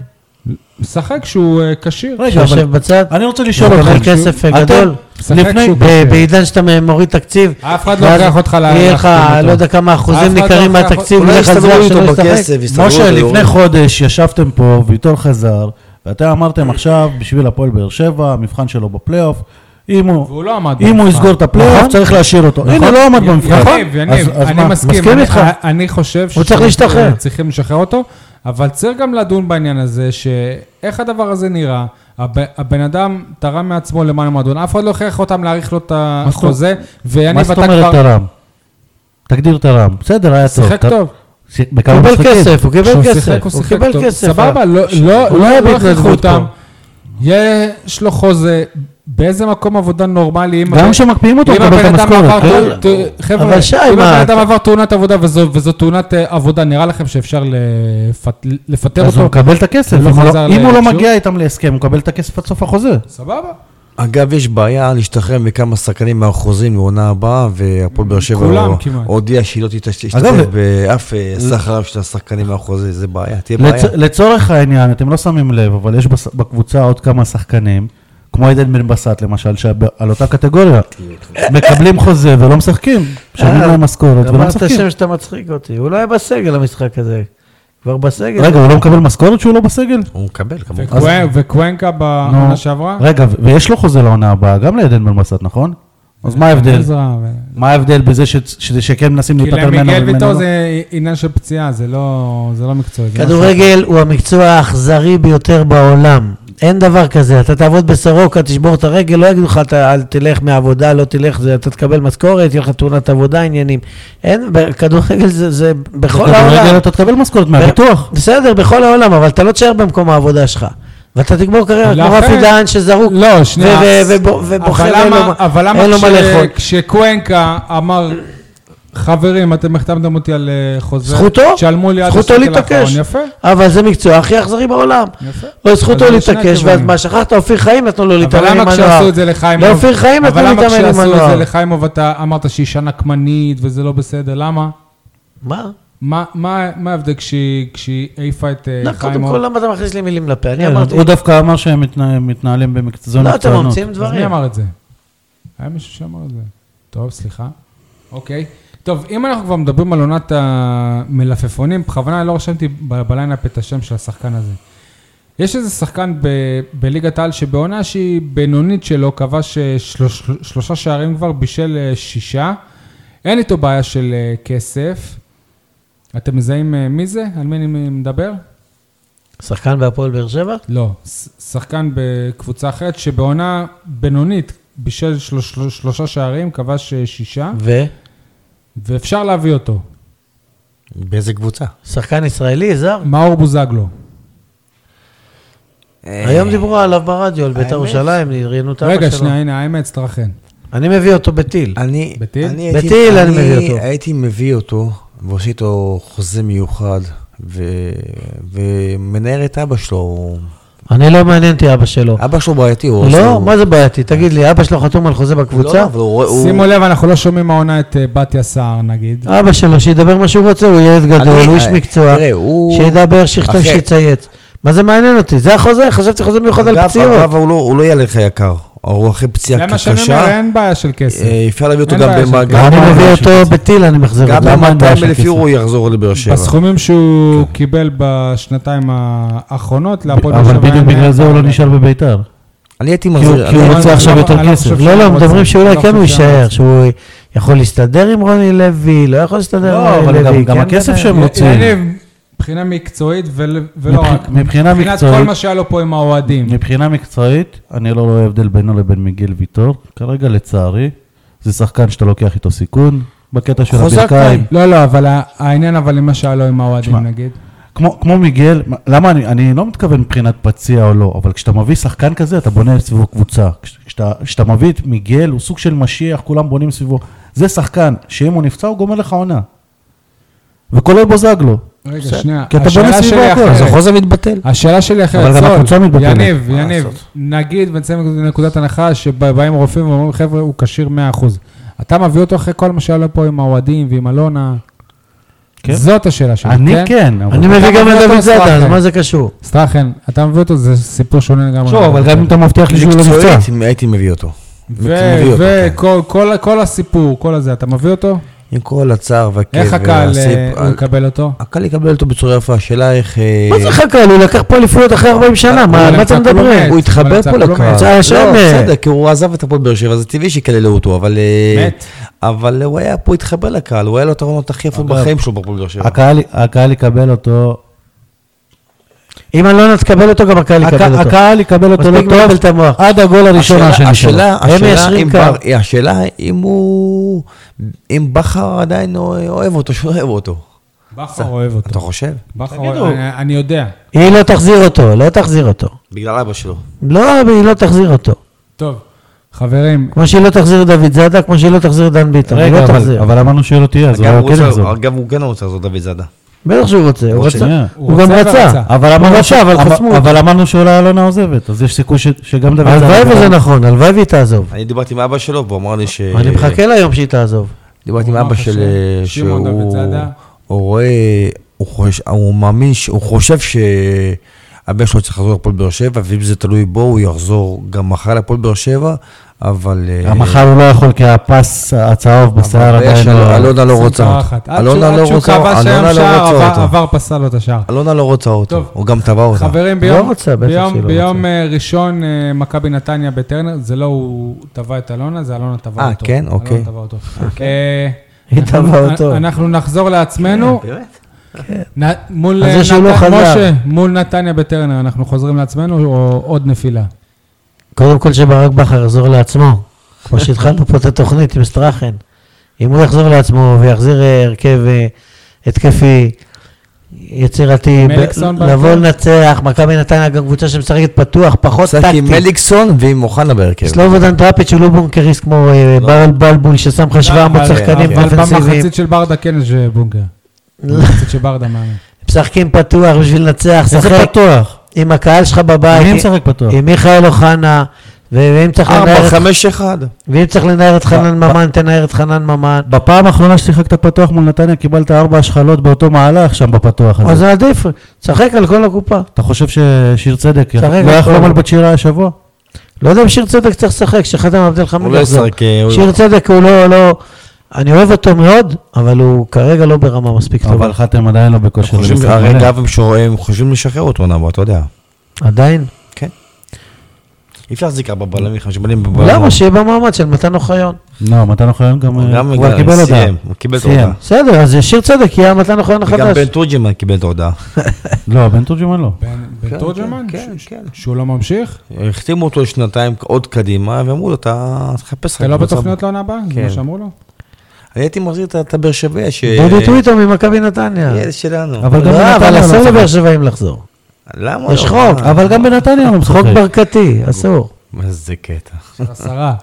משחק שהוא אה, כשיר.
רגע, אבל-
שיושב בצד?
אני רוצה לשאול
מקבל
אתכם.
כסף אה,
אתם-
גדול.
משחק
לפני-
שהוא
ב-
כשיר.
בעידן שאתה מוריד תקציב,
אף אחד לא
ואז
לוקח אותך ל-
יהיה לך,
להחתים אותו.
לא יודע כמה
אף
אחוזים
אחד לא
ניכרים
לוקח-
מהתקציב, לא
אולי
יהיה לך
יסתדרו
זר שלא
איתו
ישחק.
בכסף, יסתדרו
משה,
איתו,
לפני
יורידו.
חודש ישבתם פה ויטור חזר, ואתם אמרתם עכשיו, בשביל הפועל באר שבע, המבחן שלו בפלייאוף, אם הוא...
והוא לא עמד
אם הוא
במבחן.
יסגור את הפלייאוף,
נכון.
צריך להשאיר אותו. הנה, לא עמד
י-
במבחן.
יניב, יניב,
אז- אז
אני
מה?
מסכים.
מסכים
אני-
איתך.
א- אני חושב אה,
הוא צריך להשתחרר.
צריכים לשחרר אותו, אבל צריך גם לדון בעניין הזה, שאיך הדבר הזה נראה. הב- הבן אדם תרם מעצמו למען המועדון, אף אחד לא הכריח אותם להאריך לו את
זאת-
החוזה, ויניב,
מה
אתה
זאת
כבר...
אומרת תרם? תגדיר תרם. בסדר, היה טוב.
שיחק
ת-
טוב.
ש-
הוא
בכמה
קיבל
משחקים?
כסף, הוא קיבל
כשהוא
כסף,
שיחק,
הוא
שיחק
קיבל
טוב.
כסף. אה,
סבבה, לא-
הוא לא
לא
היה
לא הכריחו
בהתנדבות
אותם.
פה.
יש לו חוזה באיזה מקום עבודה נורמלי, אם...
גם שמקפיאים אותו,
אם
הוא מקבל את
הבן אדם
המשכורת.
עבר
כן?
תאונת- ת- חבר'ה,
אבל שי,
אם
מה,
הבן
אתה-
אדם עבר תאונת עבודה וזו וזו תאונת אה, עבודה, נראה לכם שאפשר לפט- לפטר
אז הוא
אותו?
מקבל את הכסף.
לא
אם הוא לא-
חזר
אם הוא לא
לשיעור?
מגיע איתם להסכם, הוא מקבל את הכסף עד סוף החוזה.
סבבה.
אגב, יש בעיה להשתחרר מכמה שחקנים מהחוזים לעונה הבאה, והפועל באר שבע
כולם
הוד-
כמעט.
הודיע שהיא לא תשתתף
אגב,
באף אה, סחרם של השחקנים מהחוזה, זה בעיה, תהיה
לצ-
בעיה.
לצורך העניין, אתם לא שמים לב, אבל יש בס- בקבוצה עוד כמה שחקנים, כמו עדן בן בסט למשל, שעל אותה קטגוריה, מקבלים חוזה ולא משחקים. משלמים להם משכורת ולא
אה, אמרת
משחקים.
שם שאתה מצחיק אותי, הוא לא היה בסגל המשחק הזה. כבר בסגל.
רגע, הוא לא מקבל משכורת שהוא לא בסגל?
הוא מקבל, כמובן.
וקוו- וקוונקה בעונה
נו.
שעברה?
רגע, ו- ויש לו חוזה לעונה הבאה, גם לעדן בן בסט, נכון? אז מה ההבדל?
עזרא, ו-
מה ההבדל בזה ש- ש- שכן מנסים
אה, כי
להיפטר ממנו
למיגל
וממנו
ויטור
לא?
זה עניין של פציעה, זה לא זה לא מקצועי. זה
כדורגל הוא המקצוע האכזרי ביותר בעולם. אין דבר כזה, אתה תעבוד בסורוקה, תשבור את הרגל, לא יגידו לך, אתה אל תלך מהעבודה, לא תלך, זה, אתה תקבל משכורת, יהיה לך תאונת עבודה, עניינים. אין, ב- כדורגל זה, זה בכל
בכדורגל
לא
העולם.
נכון, אתה תקבל משכורת
ב-
מהביטוח.
בסדר, בכל העולם, אבל אתה לא תשאר במקום העבודה שלך. ואתה תגמור קריירה כמו
לכן-
רפי דהן שזרוק.
לא, שנייה.
ו- ו- ו- ובוכה
אבל
ואין לו
למה-
מה-
אבל למה
אין לו מה
כש-
לאכול.
כשקוונקה אמר, חברים, אתם החתמתם אותי על אה, חוזה,
זכותו,
תשלמו לי עד
זכותו
השקל האחרון,
להתעקש.
יפה,
אבל זה מקצוע הכי אכזרי בעולם.
יפה.
לא, זכותו
אז זה שני
להתעקש, ואז
הכיוונים.
מה, שכחת, אופיר חיים נתנו לו להתאמן
אבל
עם הנוער.
למה כשעשו את זה לחיימוב?
לאופיר חיים נתנו
אבל למה
להתאמן עם
כשעשו את זה
הנוער.
לחיימוב אתה אמרת שהיא אישה נקמנית וזה לא בסדר, למה?
מה?
מה- מה מה ההבדל כשהיא כשהיא העיפה את אה,
לא, קודם
חיימוב?
כל, למה אתה מכניס לי מילים לפה? אני
כן,
אמרתי,
הוא דווקא אמר שהם מתנה- מתנהלים במקצוענות.
לא, אתם ממציאים
אז
דברים.
מי אמר את זה? היה מישהו שאמר את זה. טוב, סליחה. אוקיי. טוב, אם אנחנו כבר מדברים על עונת המלפפונים, בכוונה לא רשמתי ב- בליינאפ את השם של השחקן הזה. יש איזה שחקן ב- בליגת העל שבעונה שהיא בינונית שלו, כבש אה, שלוש- שלושה שערים כבר, בישל אה, שישה. אין איתו בעיה של אה, כסף. אתם מזהים אה, מי זה? על מי אני מדבר?
שחקן בהפועל באר שבע?
לא, ש- שחקן בקבוצה אחרת שבעונה בינונית בישל של, של, שלושה שערים, כבש אה, שישה,
ו?
ואפשר להביא אותו.
באיזה קבוצה?
שחקן ישראלי, זר?
מאור בוזגלו.
אה.
היום דיברו עליו ברדיו, על בית"ר ירושלים, ראיינו את אבא
רגע, שנייה,
שלו.
הנה, האמת, סטרחן.
אני מביא אותו בטיל.
אני,
בטיל?
אני הייתי-
בטיל אני מביא אותו.
הייתי מביא אותו, ועושה איתו חוזה מיוחד, ו... ומנער את אבא שלו.
אני לא מעניין אותי אבא שלו.
אבא שלו בעייתי, הוא עושה-
לא?
הוא- אה.
מה זה בעייתי? תגיד לי, אבא שלו חתום על חוזה
לא,
בקבוצה?
אבל הוא- הוא-
שימו לב, אנחנו לא שומעים העונה את אה, בתיה סער, נגיד.
אבא שלו, שידבר מה שהוא רוצה, הוא ילד גדול,
אני-
הוא איש
לא. אה,
מקצוע.
תראה, הוא...
שידבר, שיכתוב,
אחי.
שיצייץ. מה זה מעניין אותי? זה החוזה, חשבתי חוזה מיוחד על
אגב,
פציעות.
אגב, הוא לא- הוא לא יהיה לך יקר, הוא אחרי פציעה
למה שאני אומר,
קשה,
אין בעיה של כסף.
אה, אפשר להביא אותו
אין
גם
בעיה של
במאגר.
כסף.
אני
למה
מביא
אין
אותו בטיל, אני מחזיר אותו.
גם
למה אין בעיה של
ב-200,000
כסף?
יורו הוא יחזור לבאר שבע.
כן.
בסכומים שהוא קיבל בשנתיים האחרונות, להפועל באר
אבל
שבע
בדיוק
אין-
בגלל
אין
זה הוא לא
בעיה.
נשאר בביתר.
אני הייתי
כי
מחזיר,
הוא
לא, אני-
אני-
רוצה עכשיו
אני-
יותר
אני לא
כסף.
חושב
לא,
שהוא
לא,
רוצה-
מדברים שאולי
לא
כן הוא
חושב שהוא
יישאר,
רוצה.
שהוא יכול להסתדר עם רוני לוי, לא יכול להסתדר עם
לא,
רוני
אבל
לוי.
גם- גם
כן
הכסף
מדבר.
שהם- רוצים.
יניב, מבחינה מקצועית ול- ולא
מבח-
רק.
לא מבחינה
מבחינת כל
מקצועית-
מה שהיה לו פה עם האוהדים.
מבחינה מקצועית, אני לא רואה הבדל בינו לבין מיגל ויטור. כרגע, לצערי, זה שחקן שאתה לוקח איתו סיכון, בקטע של
חוזק
הברכיים.
להם.
לא, לא, אבל ה- העניין, אבל עם מה שהיה לו עם האוהדים,
תשמע,
נגיד.
כמו, כמו מיגל, מה- למה אני, אני לא מתכוון מבחינת פציע או לא, אבל כשאתה מביא שחקן כזה, אתה בונה סביבו קבוצה. כש- כשאתה, כשאתה מביא את מיגל, הוא סוג של משיח, כולם בונים סביבו. זה שחקן, שאם הוא נפצע, הוא גומר לך עונה. וכולל בוזגלו.
רגע, שנייה.
כי אתה
השאלה
בונה סביבו
שלי
הכל,
אחרת.
אז
החוזה מתבטל.
השאלה שלי אחרת,
אבל גם
סול,
הקבוצה מתבטלת.
יניב,
מה
יניב,
לעשות?
נגיד, ונצא מנקודת הנחה שבאים רופאים ואומרים, חבר'ה, הוא כשיר 100%. אתה מביא אותו אחרי כל מה שהיה לו פה עם האוהדים ועם אלונה.
כן.
זאת השאלה שלי,
אני כן, אבל...
אני מביא
אתה
גם
מביא
את
אותו
דוד
לסטרחן.
זאדה, אז מה זה קשור?
סטרחן, אתה מביא אותו, זה סיפור שונה לגמרי.
שוב, אבל גם אם אתה מבטיח לי שהוא לא נפצע.
מקצועית הייתי מביא אותו. מביא אותו, כן.
וכל הסיפור, כל הזה, אתה מביא אותו?
עם כל הצער והכאב.
איך הקהל אה,
כן, והסיפ-
הוא יקבל אותו?
הקהל יקבל אותו בצורה יפה, השאלה איך... אה,
מה זה חכה, הוא לקח פה אליפויות אחרי 40 שנה, מה
אבל
מה אתם
אתה לא
מדברים?
מת.
הוא
אבל
התחבר
זה
פה
הכל
לקהל.
מת.
זה היה
לא,
שם.
בסדר, כי הוא עזב את הפועל באר שבע, זה טבעי שיקללו אותו, אבל... אה,
מת.
אבל הוא היה פה, התחבר לקהל, הוא היה לו את העונות הכי יפות
אגב,
בחיים שלו בפועל באר שבע.
הקהל, הקהל יקבל אותו,
אם אלונה תקבל אותו, גם הקהל
הק-
יקבל אותו.
הקהל יקבל אותו לא
מספיק לבלבל את
טוב,
המוח.
עד הגול הראשון
השאלה-
השני שלו.
השאלה-
הם
השאלה
מיישרים
אם
קו.
בר- השאלה אם הוא... אם בכר עדיין אוהב אותו, שהוא אוהב אותו.
בכר אוהב אותו.
אתה חושב?
בכר אוהב, אני- אני יודע.
היא לא תחזיר אותו, לא תחזיר אותו.
בגלל אבא שלו.
לא, היא לא תחזיר אותו.
טוב, חברים,
כמו שהיא לא תחזיר את דוד זאדה, כמו שהיא לא תחזיר את דן ביטון. היא
רגע,
לא
אבל-
תחזיר.
אבל אמרנו שלא תהיה, אז אולי
אגב,
הוא
הוא
כן
רוצה-
יחזור.
אגב, הוא כן רוצה לעשות דוד זאדה.
בטח שהוא רוצה, הוא רצה.
שנייה.
הוא
הוא גם
רוצה ורצה.
רצה.
אבל אמרנו
רצה,
ש-
אבל
אמר-
חסמו אותו.
אבל אמרנו שאולי אלונה עוזבת, אז יש סיכוי ש- שגם דוד
הלוואי
זאדה-
וזה נכון, הלוואי והיא תעזוב.
אני דיברתי עם אבא שלו, והוא אמר לי ש...
אני מחכה ליום שהיא תעזוב.
דיברתי עם
הוא אמר
אבא
לך
של...
ש- שמעון דוד
שהוא
זאדה.
הוא רואה, הוא חוש- הוא מאמין, ש- הוא חושב שהבן שלו צריך לחזור לפועל באר שבע, ואם זה תלוי בו, הוא יחזור גם מחר לפועל באר שבע, אבל... אה,
גם מחר הוא לא יכול, כי הפס הצהוב בשיער
הבעיה
עדיין
של
לא...
אלונה לא רוצה
צלחת.
אותו.
עד
אלונה
שהוא-
לא
עד שהוא
רוצה
כבש
אותו.
היום
אלונה
שער,
לא רוצה
עבר-
אותו.
עבר פסל לו את השער.
אלונה לא רוצה
טוב.
אותו. הוא גם תבע אותה.
חברים,
לא
ביום,
רוצה, בטח
ביום,
שהיא לא
ביום
רוצה.
אה, ראשון אה, מכבי נתניה בטרנר, זה לא הוא תבע את אלונה, זה אלונה תבע
אה,
אותו.
כן? אוקיי.
אלונה תבע אותו. אה,
היא
אנחנו-
תבעה אותו.
אנחנו נחזור לעצמנו.
כן, באמת?
נ- מול
על זה
אה,
שהוא לא
נת-
חזר.
משה, מול נתניה בטרנר, אנחנו חוזרים לעצמנו או עוד נפילה?
קודם כל שברק בכר יחזור לעצמו, כמו שהתחלנו פה את התוכנית עם סטרחן. אם הוא יחזור לעצמו ויחזיר אה, הרכב אה, התקפי, יצירתי, ב-
מליקסון
לבוא
בהרכב?
לנצח, מכבי נתניה גם קבוצה שמשחקת פתוח, פחות
שחק עם
טקטית.
מליקסון ועם אוחנה בהרכב.
סלובודן טראפיץ' הוא לא בונקריסט כמו אה, ברל בלבול ששם לך 700
לא, אבל- אה,
שחקנים
אבל
אופנסיביים.
במחצית של ברדה כן יש אה, בונקר. במחצית של ברדה מאמן.
משחקים פתוח בשביל לנצח,
איזה
שחק
פתוח?
עם הקהל שלך בבית,
מי
עם-
משחק פתוח?
עם מיכאל אוחנה, ו- ואם צריך לנער
ארבע,
את-
חמש, אחד.
ואם צריך לנער את חנן ממן, תנער את חנן ממן.
בפעם האחרונה ששיחקת פתוח מול נתניה קיבלת ארבע השחלות באותו מהלך שם בפתוח
אז
הזה.
זה עדיף, תשחק על כל הקופה.
אתה חושב ששיר צדק
שחק
לא
הכל.
יחלום על בת שירה השבוע?
לא יודע אם שיר צדק צריך לשחק, שחתם עבדל חמיד
הוא לא
יחזור.
ישחק. אה, הוא-
שיר צדק הוא לא, לא, אני אוהב אותו מאוד, אבל הוא כרגע לא ברמה מספיק טובה.
אבל חתם עדיין לא בכושר
חושבים-
למשחק
הרי
מלא.
אגב, הם שור- הם חושבים לשחרר אותו עונה הבאה, אתה יודע.
עדיין.
כן. אי אפשר להחזיק ארבע בלמים, חמש בלמים.
למה? שיהיה במעמד של מתן אוחיון.
לא, מתן אוחיון גם... אה,
גם
הוא כבר
גם
קיבל הודעה.
סיים, הוא קיבל את
סיים.
ההודעה.
בסדר, אז שיר צדק יהיה המתן אוחיון
וגם
החדש.
בן תורג'מן קיבל את ההודעה.
לא, בן תורג'מן לא.
בן- בן
כן,
תורג'מן?
כן,
ש-
כן.
שהוא לא ממשיך?
החתימו אותו שנתיים עוד קדימה, ואמרו לו, אתה תחפש...
אתה
לך
לא
קבוצה."
בתוכניות לא- לעונה הבאה? זה
כן.
מה שאמרו לו?
אני הייתי מחזיר את- את הבאר שבע, ש...
דודי טוויטו ממכבי נתניה.
ילד שלנו.
אבל גם
לא, אבל
בנתניה לא
אסור
משחק.
לבאר שבעים לחזור.
למה?
יש
לא?
חוק,
מה?
אבל גם בנתניה הוא משחק.
לא חוק ברקתי, אסור.
מה זה קטע?
של השרה.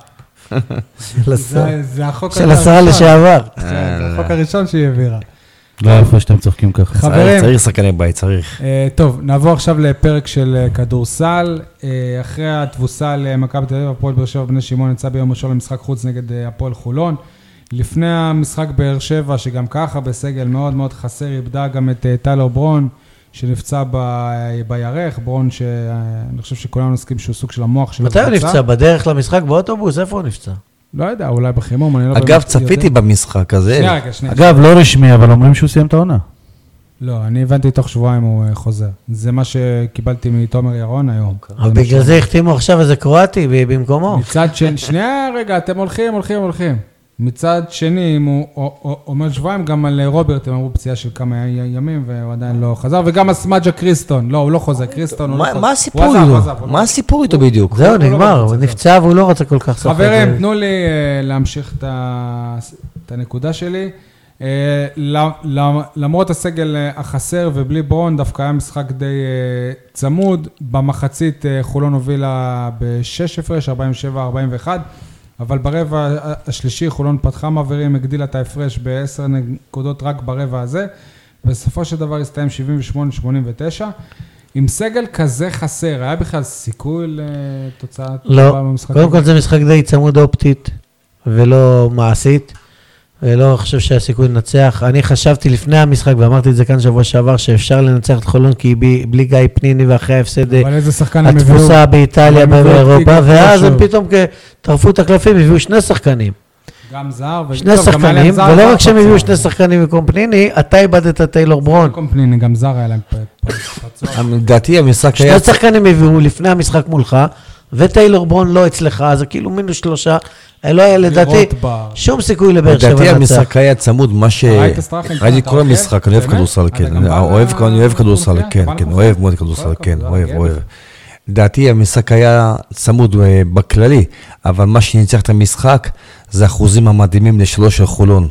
זה- זה החוק
של
הזה
השרה
הראשון.
לשעבר.
כן, זה החוק הראשון שהיא העבירה.
לא יפה שאתם צוחקים ככה.
חברים,
צריך שחקני בית, צריך.
אה, טוב, נעבור עכשיו לפרק של אה, כדורסל. אה, אחרי התבוסה למכבי תל אביב, הפועל באר שבע בני שמעון יצא ביום ראשון למשחק חוץ נגד אה, הפועל חולון. לפני המשחק באר שבע, שגם ככה בסגל מאוד מאוד חסר, איבדה גם את אה, טל אוברון, שנפצע ב, אה, בירך, ברון שאני חושב שכולנו נסכים שהוא סוג של המוח של
מתי הוא
הקבוצה.
נפצע? בדרך למשחק באוטובוס? איפה הוא נפצע?
לא יודע, אולי בחימום, אני לא באמת
אגב,
יודע.
צפיתי במשחק הזה.
שנייה, רגע, שנייה.
אגב, לא רשמי, אבל אומרים שהוא סיים את העונה.
לא, אני הבנתי תוך שבועיים הוא אה, חוזר. זה מה שקיבלתי מתומר ירון היום.
אבל בגלל זה החתימו עכשיו איזה קרואטי ב- במקומו.
מצד שני, שנייה רגע, אתם הולכים, הולכים, הולכים. מצד שני, אם הוא או- או- אומר שבועיים, גם על אה, רוברט הם אמרו פציעה של כמה י- ימים, והוא עדיין לא חזר, וגם הסמג'ה קריסטון, לא, הוא לא חוזר, קריסטון, הוא לא
מה
חוזר.
מה הסיפור
הוא עזב, הוא עזב,
איתו?
הוא לא
מה הסיפור איתו בדיוק?
זהו,
לא
נגמר,
רוצה
הוא
את זה.
נפצע והוא לא רצה כל כך לשחק.
חברים, תנו לי אה, להמשיך את ה- את הנקודה שלי. אה, למ- למ- למרות הסגל אה, החסר ובלי ברון, דווקא היה משחק די אה, צמוד. במחצית אה, חולון הובילה בשש הפרש, 47-41, אבל ברבע ה- השלישי חולון פתחה מעברים, הגדילה את ההפרש בעשר נקודות רק ברבע הזה. בסופו של דבר הסתיים 78-89. עם סגל כזה חסר, היה בכלל סיכוי לתוצאה
לא,
טובה במשחק
קודם
הזה?
כל זה משחק די צמוד אופטית ולא מעשית, ולא חושב שהסיכוי לנצח. אני חשבתי לפני המשחק, ואמרתי את זה כאן שבוע שעבר, שאפשר לנצח את חולון, כי היא בי- בלי גיא פניני ואחרי ההפסד אה,
אבל איזה שחקן הם הביאו.
התבוסה באיטליה
הם הביאו את
ובאירופה,
קיגו
ואז הם
עכשיו.
פתאום כ- טרפו את הקלפים, הביאו שני שחקנים.
גם זר. ו-
שני
טוב, גם לא היה
שחקנים,
להם זר
ולא
זר
רק שהם
פצוע.
הביאו שני שחקנים במקום פניני, אתה איבדת את טיילור ברון.
במקום פניני, גם זר היה להם פ- פ- פצוע.
לדעתי המשחק היה...
שני שחקנים הביאו לפני המשחק מולך, וטיילור ברון לא אצלך, אז זה כאילו מינוס שלושה. אה, לא היה לדעתי
לראות ב-
שום סיכוי לבאר
לדעתי
שבע לנצח.
המשחק היה צמוד, מה ש...
ראית סטרחן?
ראיתי
אתה
כל
אוהב?
המשחק, אני אוהב
באמת?
כדורסל,
אתה
כן.
גם בא
אוהב-
ל-
אני אוהב כדורסל,
לקונפרנס?
כן,
בא
כן,
לקונפרנס?
אוהב מאוד
כל
כדורסל,
הכבוד,
כן,
זה
אוהב,
הגבר.
אוהב. לדעתי המשחק היה צמוד אה, בכללי, אבל מה שניצח את המשחק זה האחוזים המדהימים לשלוש של חולון.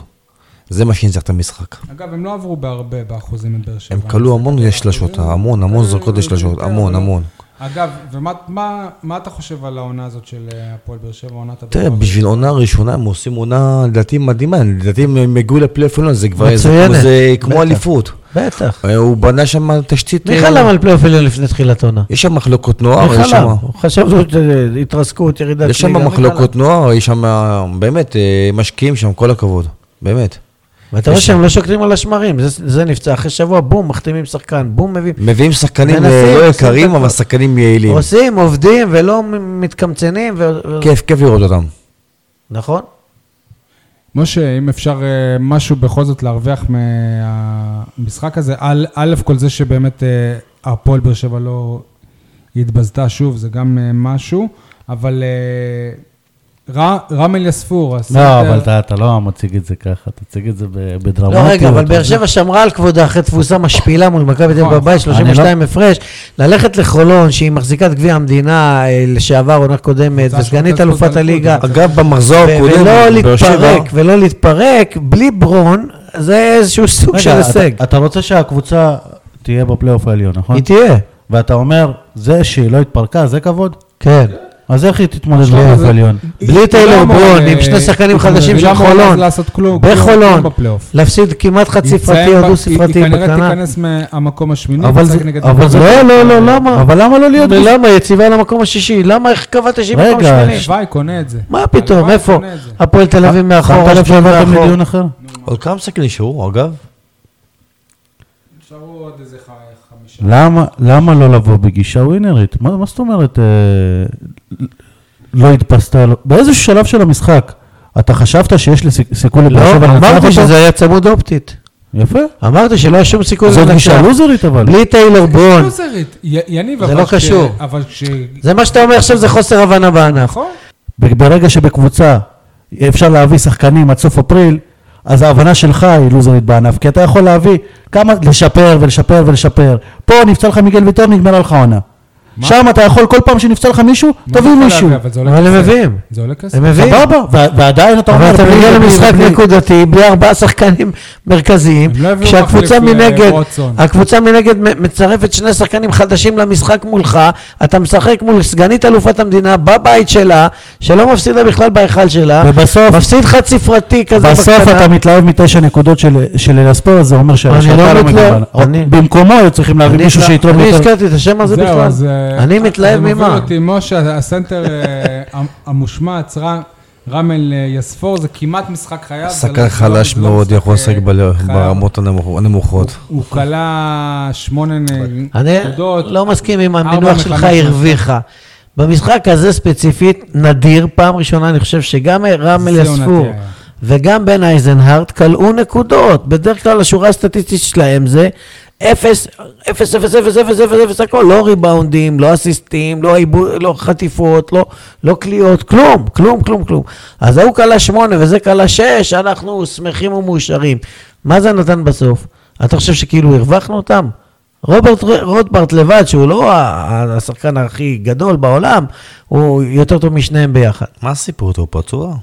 זה מה שניצח את המשחק.
אגב, הם לא עברו בהרבה באחוזים את באר שבע.
הם כלו המון לשלשות, המון, המון זרקות לשלשות, המון, המון.
אגב, ומה מה, מה אתה חושב על העונה הזאת של אה, הפועל באר שבע, עונת הבכורה?
תראה, בשביל עונה ראשונה הם עושים עונה, לדעתי, מדהימה. לדעתי הם הגיעו לפלייאוף עליון, זה כבר... זה
מצוינת.
כמו- זה כמו
בטח.
אליפות.
בטח.
אה, הוא בנה שם תשתית...
מי
אה,
חלם על פלייאוף עליון לפני תחילת עונה?
יש שם מחלקות
מי
נוער, יש
חלם?
שם...
חשבנו שהתרסקות, ירידת ליגה.
יש שם
מי
מחלקות
חלם?
נוער, יש שם, באמת, אה, משקיעים שם, כל הכבוד, באמת.
ואתה רואה
יש-
שהם לא שוקטים על השמרים, זה- זה נפצע. אחרי שבוע, בום, מחתימים שחקן, בום, מביאים.
מביאים שחקנים
מנסים,
אה, לא
עושים את
יקרים,
הכל.
אבל שחקנים יעילים.
עושים, עובדים, ולא מ- מתקמצנים. ו- ו-
כיף, כיף לראות אותם.
נכון?
משה, אם אפשר אה, משהו בכל זאת להרוויח מהמשחק הזה, על, א' כל זה שבאמת אה, הפועל באר שבע לא התבזתה שוב, זה גם אה, משהו, אבל אה, ר- רם אליספור,
לא,
הסנטר-
אבל אתה- אתה לא מציג את זה ככה, תציג את זה ב-
לא,
בדרמטיות.
רגע, אבל באר
זה-
שבע שמרה על כבודה אחרי תבוסה משפילה מול מכבי תל אביב
נכון.
בבית,
לא-
32 הפרש. ללכת לחולון, שהיא מחזיקת גביע המדינה אה, לשעבר, עונה קודמת,
קבוצה
וסגנית
שנותנת
אלופת
אליפות
הליגה,
לאליפות.
אגב,
לא,
במחזור
ו-
הקודם,
ולא
באר שבע-
להתפרק, ולא להתפרק, בלי ברון, זה איזשהו סוג
רגע,
של
אתה-
הישג.
אתה רוצה שהקבוצה תהיה בפלייאוף העליון, נכון?
היא תהיה.
ואתה אומר, זה שהיא לא התפרקה, זה כבוד?
כן.
אז איך היא תתמודד
שנייה,
בפלייאוף
זה-
העליון?
היא-
בלי
היא
טיילור
לא אמורה,
ברון,
אה,
עם שני שחקנים
היא
חדשים
לא
של
אמורה
חולון.
לעשות כלום, כלום,
בחולון,
כלום בפלייאוף.
להפסיד כמעט חד ספרתי
היא תסיים
או דו
ב-
ספרתי
היא כנראה
בקטנה.
תיכנס מהמקום השמיני,
אבל
תשחק
זה-
נגד
אבל
קבוצה-
זה-
לא, לא, לא, למה?
אבל למה לא להיות...
ולמה? יציבה למקום השישי. למה איך קבעת שהיא
רגע,
מקום שמיני?
ש-
הלוואי, קונה את זה.
מה פתאום,
הלוואי,
איפה?
קונה לא את זה.
הפועל תל אביב מאחור,
אה,
לא,
שמת לב
אשדוד
שעברתם
מאחור.
לדיון אחר?
עוד כמה משחקים נשארו, אגב?
נשארו עוד איזה ח- חמישה.
למה, למה לא לבוא בגישה ווינרית? מה, מה זאת אומרת אה, לא התפסת? לא- באיזשהו שלב של המשחק, אתה חשבת שיש לי סיכ- סיכוי לבאר
לא,
שבע
אמרתי שזה היה צמוד אופטית.
יפה.
אמרתי שלא היה שום סיכוי
זאת גישה לוזרית אבל.
בלי טיילור ברון.
לוזרית. לא י- יניב,
זה
אבל
לא
כש-
קשור.
אבל כש...
זה מה שאתה אומר עכשיו, זה חוסר הבנה בענף.
נכון.
ב- ברגע שבקבוצה אפשר להביא שחקנים עד סוף אפריל, אז ההבנה שלך היא לוזרית בענף, כי אתה יכול להביא כמה, לשפר ולשפר ולשפר. פה נפצע לך מיגל ויטור, נגמרה לך עונה.
מה?
שם אתה יכול כל פעם שנפצע לך מישהו,
מה
תביא
זה
מישהו.
עולה? אבל זה עולה
אבל הם
כסף.
מביאים.
זה עולה כסף.
הם מביאים.
סבבה, ו- ועדיין אתה אומר...
אבל אתה
בלי-
מגיע
בלי-
למשחק
בלי-
נקודתי בלי ארבעה שחקנים מרכזיים,
הם לא הביאו
כשהקבוצה
מחליף, אה,
מנגד,
רוטסון.
הקבוצה מנגד מ- מצרפת שני שחקנים חדשים למשחק מולך, אתה משחק מול סגנית אלופת המדינה בבית שלה, שלא מפסידה בכלל בהיכל שלה,
ובסוף,
מפסיד חד ספרתי כזה
בסוף
בקטנה.
אתה מתלהב מתשע נקודות של- של אלספור, זה אומר
אני
שהשאתה
לא
לא
מתלהב,
מגוון.
אני-
במקומו היו צריכים להביא
אני
מישהו
התלה-
שיתרום
אני
יותר.
הזכרתי את השם הזה
זהו,
לא בכלל.
אז... אה,
אני מתלהב
זה
ממה?
מוביל אותי, משה, הסנטר אה, המ- המושמץ, ר- רמל אה, יספור, זה כמעט משחק חייו. זה לא- זה
שחקן
לא-
חלש
זה לא
מאוד
משחק,
יכול לשחק
אה,
בל-
חייו.
ברמות הנמוכ- הנמוכות.
הוא כלה שמונה
אני
נקודות.
לא מסכים עם
אה, ארבע
המינוח
מחמש
שלך,
שלוש.
הרוויחה. במשחק הזה ספציפית, נדיר, פעם ראשונה אני חושב שגם רם
זה
אליספור
עונתי היה.
וגם בן אייזנהארט כלאו נקודות. בדרך כלל השורה הסטטיסטית שלהם זה אפס, אפס, אפס, אפס, אפס, אפס, אפס, הכל. לא ריבאונדים, לא אסיסטים, לא, עיבו, לא חטיפות, לא, לא קליעות, כלום, כלום, כלום, כלום. אז ההוא כלה שמונה וזה כלה שש, אנחנו שמחים ומאושרים. מה זה נתן בסוף? אתה חושב שכאילו הרווחנו אותם? רוברט ר- רוטברט לבד, שהוא לא ה- ה- השחקן הכי גדול בעולם, הוא יותר טוב משניהם ביחד.
מה הסיפור איתו? הוא פצוע?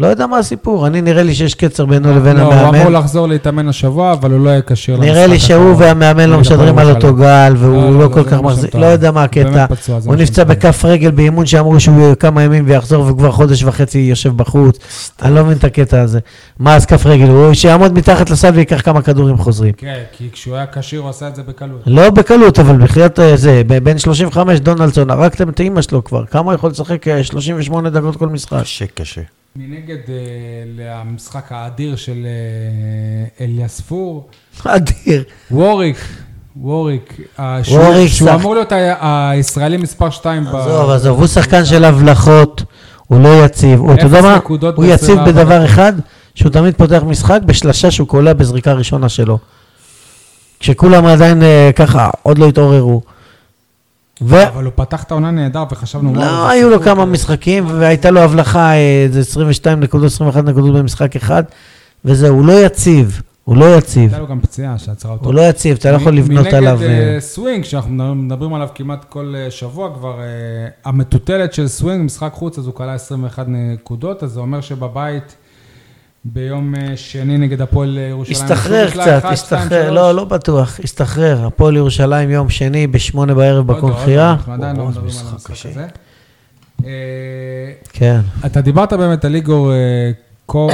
לא יודע מה הסיפור, אני נראה לי שיש קצר בינו לבין
לא, הוא אמור
המאמן.
לחזור להתאמן השבוע, אבל הוא לא יהיה כשיר למשחק.
נראה לי שהוא
הקרוב.
והמאמן לא
נגד
משדרים
הפועל
על אותו
ירושלים.
גל,
לא,
והוא
לא,
לא
זה
כל
לא
כך
מה
מחזיק,
שהם
לא יודע
טוענים.
מה
הוא
הקטע.
באמת פצוע, זה
הוא
מה שהם
נפצע
טוענים.
בכף רגל באימון שאמרו שהוא יהיה כמה ימים ויחזור, וכבר חודש וחצי יושב בחוץ. אני לא מבין את הקטע הזה. מה אז כף רגל? הוא שיעמוד מתחת לסל וייקח כמה כדורים חוזרים.
כן, כי כשהוא היה כשיר הוא עשה את זה בקלות.
לא בקלות, אבל בחייאת אה, זה, ב- בן 35 דונלדסון, הרגתם את אימא שלו כבר. כמה הוא יכול לשחק אה, 38 דקות כל משחק?
קשה, קשה.
מנגד, אה, למשחק האדיר של אה, אליספור,
אדיר.
ווריק, ווריק, אה, שהוא-
ווריק
שהוא
שח-
אמור להיות ה- הישראלי מספר 2 ב...
עזוב, עזוב, הוא שחקן של הבלחות, הוא לא יציב. הוא, אתה יודע
אפס
מה?
נקודות
הוא יציב
ב-24
בדבר
דקות.
אחד, שהוא תמיד פותח משחק בשלשה שהוא קולע בזריקה ראשונה שלו. כשכולם עדיין אה, ככה, עוד לא התעוררו. ו...
אבל הוא פתח את העונה נהדר וחשבנו... וואו,
לא,
זה
היו לו
סיפור.
כמה משחקים, והייתה לו הבלחה, אה, זה 22 נקודות, 21 נקודות במשחק אחד, וזהו, הוא לא יציב, הוא לא יציב,
הייתה לו גם פציעה שעצרה אותו.
הוא לא יציב, אתה לא יכול לבנות עליו.
מנגד
אה,
אה, סווינג, שאנחנו מדברים- מדברים עליו כמעט כל אה, שבוע כבר, אה, המטוטלת של סווינג, משחק חוץ, אז הוא כלה 21 נקודות, אז זה אומר שבבית ביום אה, שני נגד הפועל אה, ירושלים.
הסתחרר
בכלל, אחד,
קצת,
שתיים,
הסתחרר,
שלוש.
לא, לא בטוח, הסתחרר. הפועל ירושלים יום שני בשמונה בערב
עוד לא, עוד לא,
בקונחייה.
אנחנו עדיין לא
וואו,
מדברים על
משחק
המשחק
קשה.
הזה. אה,
כן.
אתה דיברת באמת על איגור אה, קו-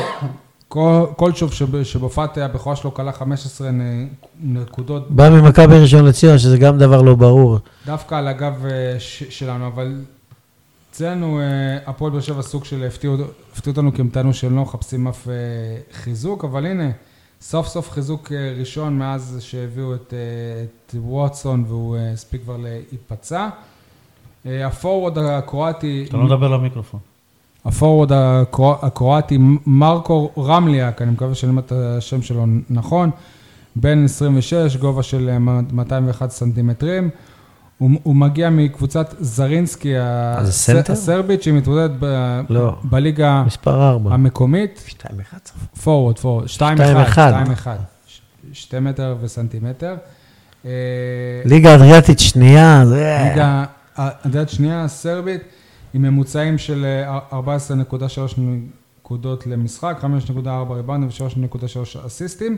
קו- קולצ'וב, שב- שבהופעת הבכורה שלו כלה 15 נ- נקודות
בא ממכבי ראשון לציון, שזה גם דבר לא ברור.
דווקא על הגב אה, ש- שלנו, אבל אצלנו אה, הפועל באר שבע סוג של הפתיעו הפתיעו אותנו כי הם טענו שהם לא מחפשים אף אה, חיזוק, אבל הנה, סוף סוף חיזוק אה, ראשון מאז שהביאו את, אה, את ווטסון והוא אה, הספיק כבר להיפצע. אה, הפורוורד הקרואטי...
אתה לא מדבר למיקרופון.
הפורוורד הקרוא- הקרואטי מרקו רמליאק, אני מקווה שאני אומר את השם שלו נכון, בן 26, גובה של אה, 201 סנטימטרים. הוא, הוא מגיע מקבוצת זרינסקי ה-
אז סנטר?
הסרבית, שהיא מתמודדת ב-
אה, לא.
בליגה
מספר
אה.
ארבע.
המקומית.
2-1 צפון.
פורוורד, פורוורד, 2-1,
2-1.
2-1, 2 מטר וסנטימטר. אה,
ליגה אדריאטית שנייה, זה...
ליגה, הדעת שנייה הסרבית, עם ממוצעים של אה, 14.3 נקודות למשחק, 5.4 ריבאונד ו-3.3 אסיסטים.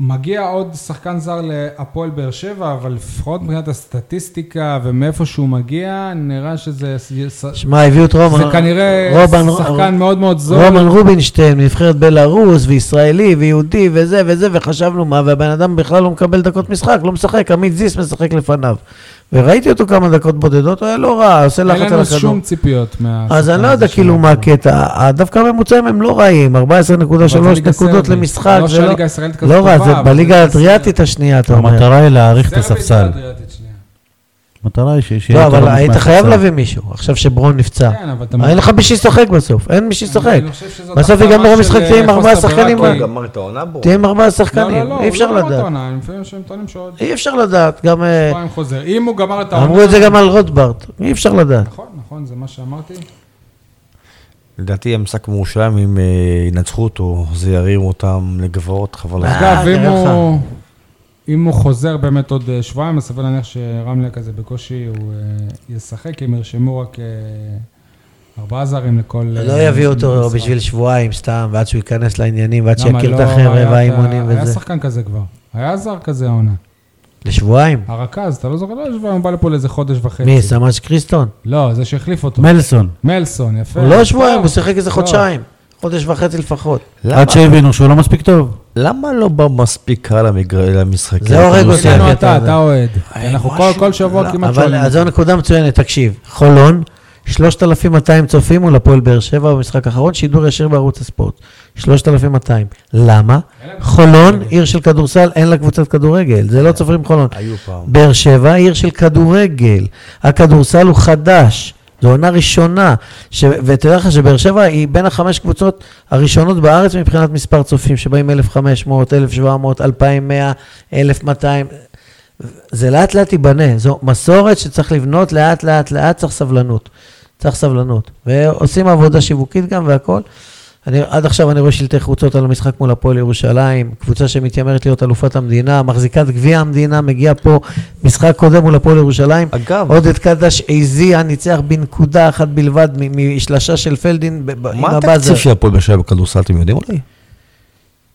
מגיע עוד שחקן זר להפועל באר שבע, אבל לפחות מבחינת הסטטיסטיקה ומאיפה שהוא מגיע, נראה שזה... זה
שמע, הביאו את רומן.
כנראה
רומן-
שחקן מאוד מאוד זול.
רומן רובינשטיין, נבחרת בלארוס, וישראלי, ויהודי, וזה וזה, וחשבנו מה, והבן אדם בכלל לא מקבל דקות משחק, לא משחק, עמית זיס משחק לפניו. וראיתי אותו כמה דקות בודדות, הוא היה לא רע, עושה
אין
לחץ על
לנו
הכדור.
שום ציפיות מה...
אז אני לא יודע כאילו מה הקטע, ה- דווקא הממוצעים הם לא רעים, 14.3 נקודות למשחק,
לא
זה לא-
שהליגה הישראלית כזאת
לא רע,
טובה,
זה
אבל
בליגה
זה בסדר.
האדריאטית השנייה, אתה אומר.
המטרה היא להאריך את
סרבית
הספסל.
ואדריאטית, שנייה.
המטרה היא ש- שיהיה
לא,
יותר
אבל
עומס
היית
מהספסל.
חייב להביא מישהו, עכשיו שברון נפצע.
כן, אבל אתה...
אין לך מי שישחק בסוף, אין מי שישחק.
אני חושב שזאת
בסוף
החלמה
ייגמר
של,
המשחק,
אה,
תהיה כן, עם ארבעה
חוסר
שחקנים.
ברירה,
הוא
כי-
גמר את העונה בו.
תהיה עם ארבעה
לא, לא,
שחקנים,
לא,
אי אפשר
הוא לא גמר את
לדעת.
העונה, הם לפעמים שהם טוענים שעוד
אי אפשר לדעת, גם... אה,
שבועיים חוזר. אם הוא גמר את העונה...
אמרו את זה גם על רוטברט, אי אפשר לדעת.
נכון, נכון, זה מה שאמרתי.
אה,
לדעתי המשחק מירושלים, אם אה, ינצחו אותו, זה ירים אותם לגבעות, חבל.
אה,
אגב, אם
נראה
הוא... אם הוא חוזר באמת עוד אה, שבועיים, אז סביר להניח שרמלה כזה בקושי הוא אה, ישחק, הם ירשמו רק אה, ארבעה זרים לכל... אה,
לא יביאו אותו
משחק.
בשביל שבועיים סתם, ועד שהוא ייכנס לעניינים, ועד
למה
שיכיר את
לא? היה
החבר'ה והאימונים
היה
וזה.
שחקן כזה כבר. היה זר כזה העונה.
לשבועיים?
הרכז, אתה לא זוכר? לא, שבועיים, הוא בא לפה לאיזה חודש וחצי.
מי, סמאץ' קריסטון?
לא, זה שהחליף אותו.
מלסון,
מלסון, יפה.
הוא לא שבועיים,
טוב,
הוא שיחק איזה
טוב.
חודשיים. חודש וחצי לפחות.
למה-
עד שהבינו שהוא לא מספיק טוב.
למה לא בא מספיק קהל למגר- למשחקים?
זה הורג
אנחנו
אותי.
עושים-
אצלנו
הקטע
אתה,
הזה.
אתה אוהד.
אה,
אנחנו כל-
משהו-
כל שבוע
לא,
כמעט
אבל
שואלים.
אז זו נקודה מצוינת, תקשיב. חולון, 3,200 צופים מול הפועל באר שבע במשחק האחרון, שידור ישיר בערוץ הספורט. 3,200. למה? חולון, עיר של כדורסל, אין לה קבוצת כדורגל. זה לא צופרים חולון.
היו פעם.
באר שבע עיר של כדורגל, הכדורסל הוא חדש, זו עונה ראשונה, ש... ותדע לך שבאר שבע היא בין החמש קבוצות הראשונות בארץ מבחינת מספר צופים, שבאים 1,500, 1,700, 2,100, 1,200, זה לאט לאט ייבנה, זו מסורת שצריך לבנות לאט לאט לאט, צריך סבלנות, צריך סבלנות, ועושים עבודה שיווקית גם והכל. אני, עד עכשיו אני רואה שלטי חוצות על המשחק מול הפועל ירושלים, קבוצה שמתיימרת להיות אלופת המדינה, מחזיקת גביע המדינה, מגיע פה משחק קודם מול הפועל ירושלים.
אגב,
עודד קדש הזיע, ניצח בנקודה אחת בלבד מ- משלשה של פלדין ב- ב- עם
מה
הבאזר.
התקציב של הפועל באר שבע בכדורסל, אתם יודעים אולי?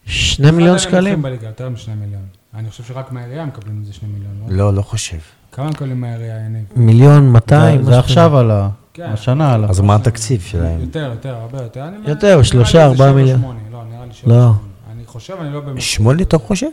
שני
אחד
מיליון
הנמוכים
שקלים?
בליגה, יותר משני מיליון. אני חושב שרק מהעירייה מקבלים מזה שני מיליון. לא?
לא, לא חושב.
כמה מקבלים מהעירייה, יניב?
מיליון, 200,
לא,
זה- זה עכשיו עלה,
כן.
השנה עלה.
אז מה התקציב שלהם?
יותר, יותר, הרבה יותר. אני-
יותר,
נראה לי
שלושה,
זה
ארבעה
שבע,
מיליון.
שמונה, לא, נראה לי שבע.
לא.
שמונה. אני חושב, אני לא באמת...
שמונה אתה חושב?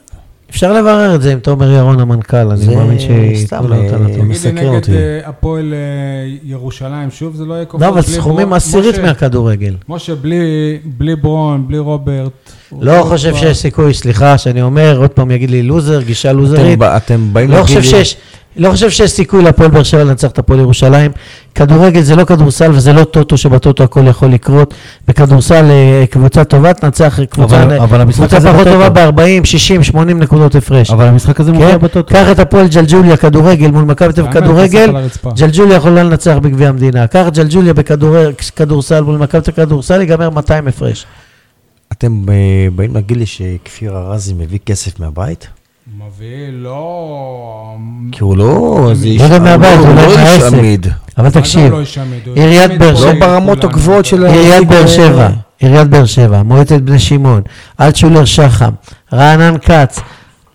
אפשר לברר את זה עם תומר ירון המנכ"ל, אני
זה
מאמין שייתנו
סתם,
לו אותה
אה,
נתון.
אתה
תגיד לי
מסקרן
נגד
אותי.
אה, הפועל אה, ירושלים, שוב, זה לא יהיה כוחות.
לא, אבל
בלי
סכומים
ברון.
עשירית
משה-
מהכדורגל.
משה, בלי- בלי ברון, בלי רוברט.
לא
כאילו
חושב שיש סיכוי, סליחה שאני אומר, עוד פעם יגיד לי לוזר, גישה לוזרית.
אתם ב- אתם באים
לא
להגיד
חושב
לי-
שיש, לא חושב שיש סיכוי להפועל באר שבע לנצח את הפועל ירושלים. כדורגל זה לא כדורסל וזה לא טוטו שבטוטו הכל יכול לקרות. בכדורסל אה, קבוצה טובה תנצח קבוצה
אבל- אבל המשחק
קבוצה
הזה
פחות
בטוטו.
טובה ב-40, 60, 80 נקודות הפרש.
אבל המשחק הזה מופיע
כן,
בטוטו.
קח את הפועל ג'לג'וליה כדורגל מול מכבי תל אביב
למה הם
כדורגל,
כסף על הרצפה?
ג'לג'וליה יכולה לנצח בגביע המדינה. קח את ג'לג'וליה בכדורסל מול מכבי תל אביב כדורסל, ייגמר 200 הפרש.
אתם אה, באים להגיד לי שכפיר ארזי מביא כסף מהבית?
מביא, לא...
כי הוא לא... זה איש-
לא יודע מהבית,
הוא
הוא לא
לא איש
מהעסק.
עמיד.
אבל
מה זה
תקשיב,
הוא לא ישעמד? הוא
עיריית
ישעמד
באר
פה
שבע.
לא ברמות
כולנו.
הגבוהות של ה-
עיריית באר שבע, עיריית באר שבע, מועצת בני שמעון, אלטשולר שחם, רענן כץ,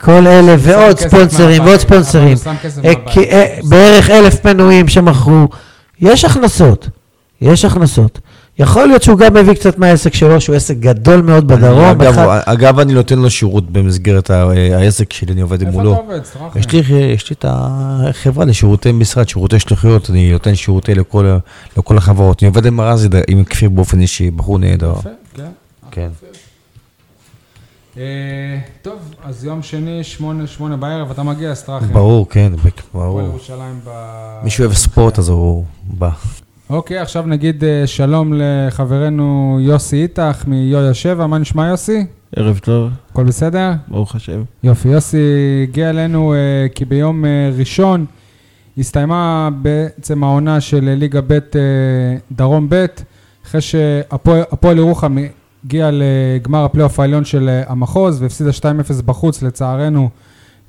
כל אלה ועוד
כסף מהבית,
ספונסרים
אבל
ועוד
הוא
ספונסרים,
שם כסף
אה,
מהבית.
כי- אה, בערך אלף מנויים שמכרו, יש הכנסות, יש הכנסות. יכול להיות שהוא גם מביא קצת מהעסק שלו, שהוא עסק גדול מאוד בדרום,
אגב,
אחד-
אגב, אני נותן לו שירות במסגרת ה- העסק שלי, אני עובד
איפה אתה
מולו.
עובד? סטראכן?
יש לי, יש לי את החברה לשירותי משרד, שירותי שליחויות, אני נותן שירותי לכל, ה- לכל החברות. אני עובד עם רזי, עם כפיר באופן אישי, בחור נהדר.
יפה, כן.
כן.
אה, טוב, אז יום שני, שמונה, שמונה בערב, אתה מגיע, סטראכן.
ברור, כן,
הפועל
ברור.
ירושלים ב...
מי שאוהב ספורט, אז הוא בא.
אוקיי, עכשיו נגיד אה, שלום לחברנו יוסי איתך מיויה 7, מה נשמע יוסי?
ערב טוב,
הכל בסדר?
ברוך השם.
יופי, יוסי הגיע אלינו אה, כי ביום אה, ראשון הסתיימה בעצם העונה של ליגה ב' אה, דרום ב', אחרי שהפועל הפועל ירוחם הגיע לגמר הפלייאוף העליון של אה, המחוז והפסידה 2-0 בחוץ לצערנו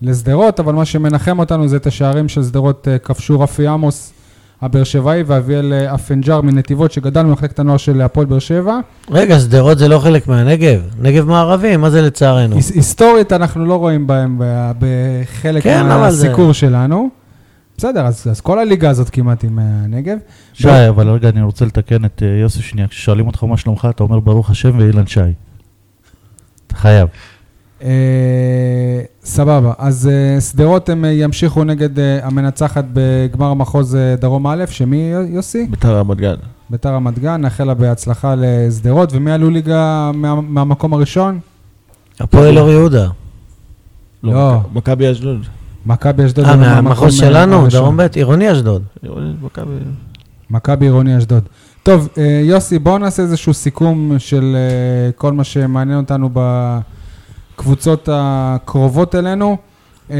לשדרות, אבל מה שמנחם אותנו זה את השערים של שדרות אה, כבשו רפי עמוס הבאר שבעי ואביאל אה, אפנג'ר מנתיבות שגדל במחלקת הנוער של הפועל באר שבע.
רגע, שדרות זה לא חלק מהנגב, נגב מערבי, מה זה לצערנו?
היס- היסטורית אנחנו לא רואים בהם ב- בחלק
כן, אבל זה-
מהסיקור שלנו. בסדר, אז, אז כל הליגה הזאת כמעט עם אה, הנגב.
שי, אבל רגע, אני רוצה לתקן את אה, יוסי שנייה. כששואלים אותך מה שלומך, אתה אומר ברוך השם ואילן שי. אתה חייב.
אה, סבבה, אז אה, שדרות הם אה, ימשיכו נגד אה, המנצחת בגמר המחוז אה, דרום א', שמי יו- יוסי?
ביתר רמת גן.
ביתר רמת גן, נאחל לה בהצלחה לשדרות, ומי עלו ליגה מה, מהמקום הראשון?
הפועל אור יהודה.
לא.
לא.
מכ- מכבי אשדוד.
מכבי אשדוד.
אה,
עלו
מהמחוז
מהמקום, אה,
שלנו,
הראשון.
דרום ב', עירוני אשדוד.
עירוני, מכבי...
מכבי עירוני אשדוד. טוב, אה, יוסי, בואו נעשה איזשהו סיכום של אה, כל מה שמעניין אותנו בקבוצות הקרובות אלינו. אה,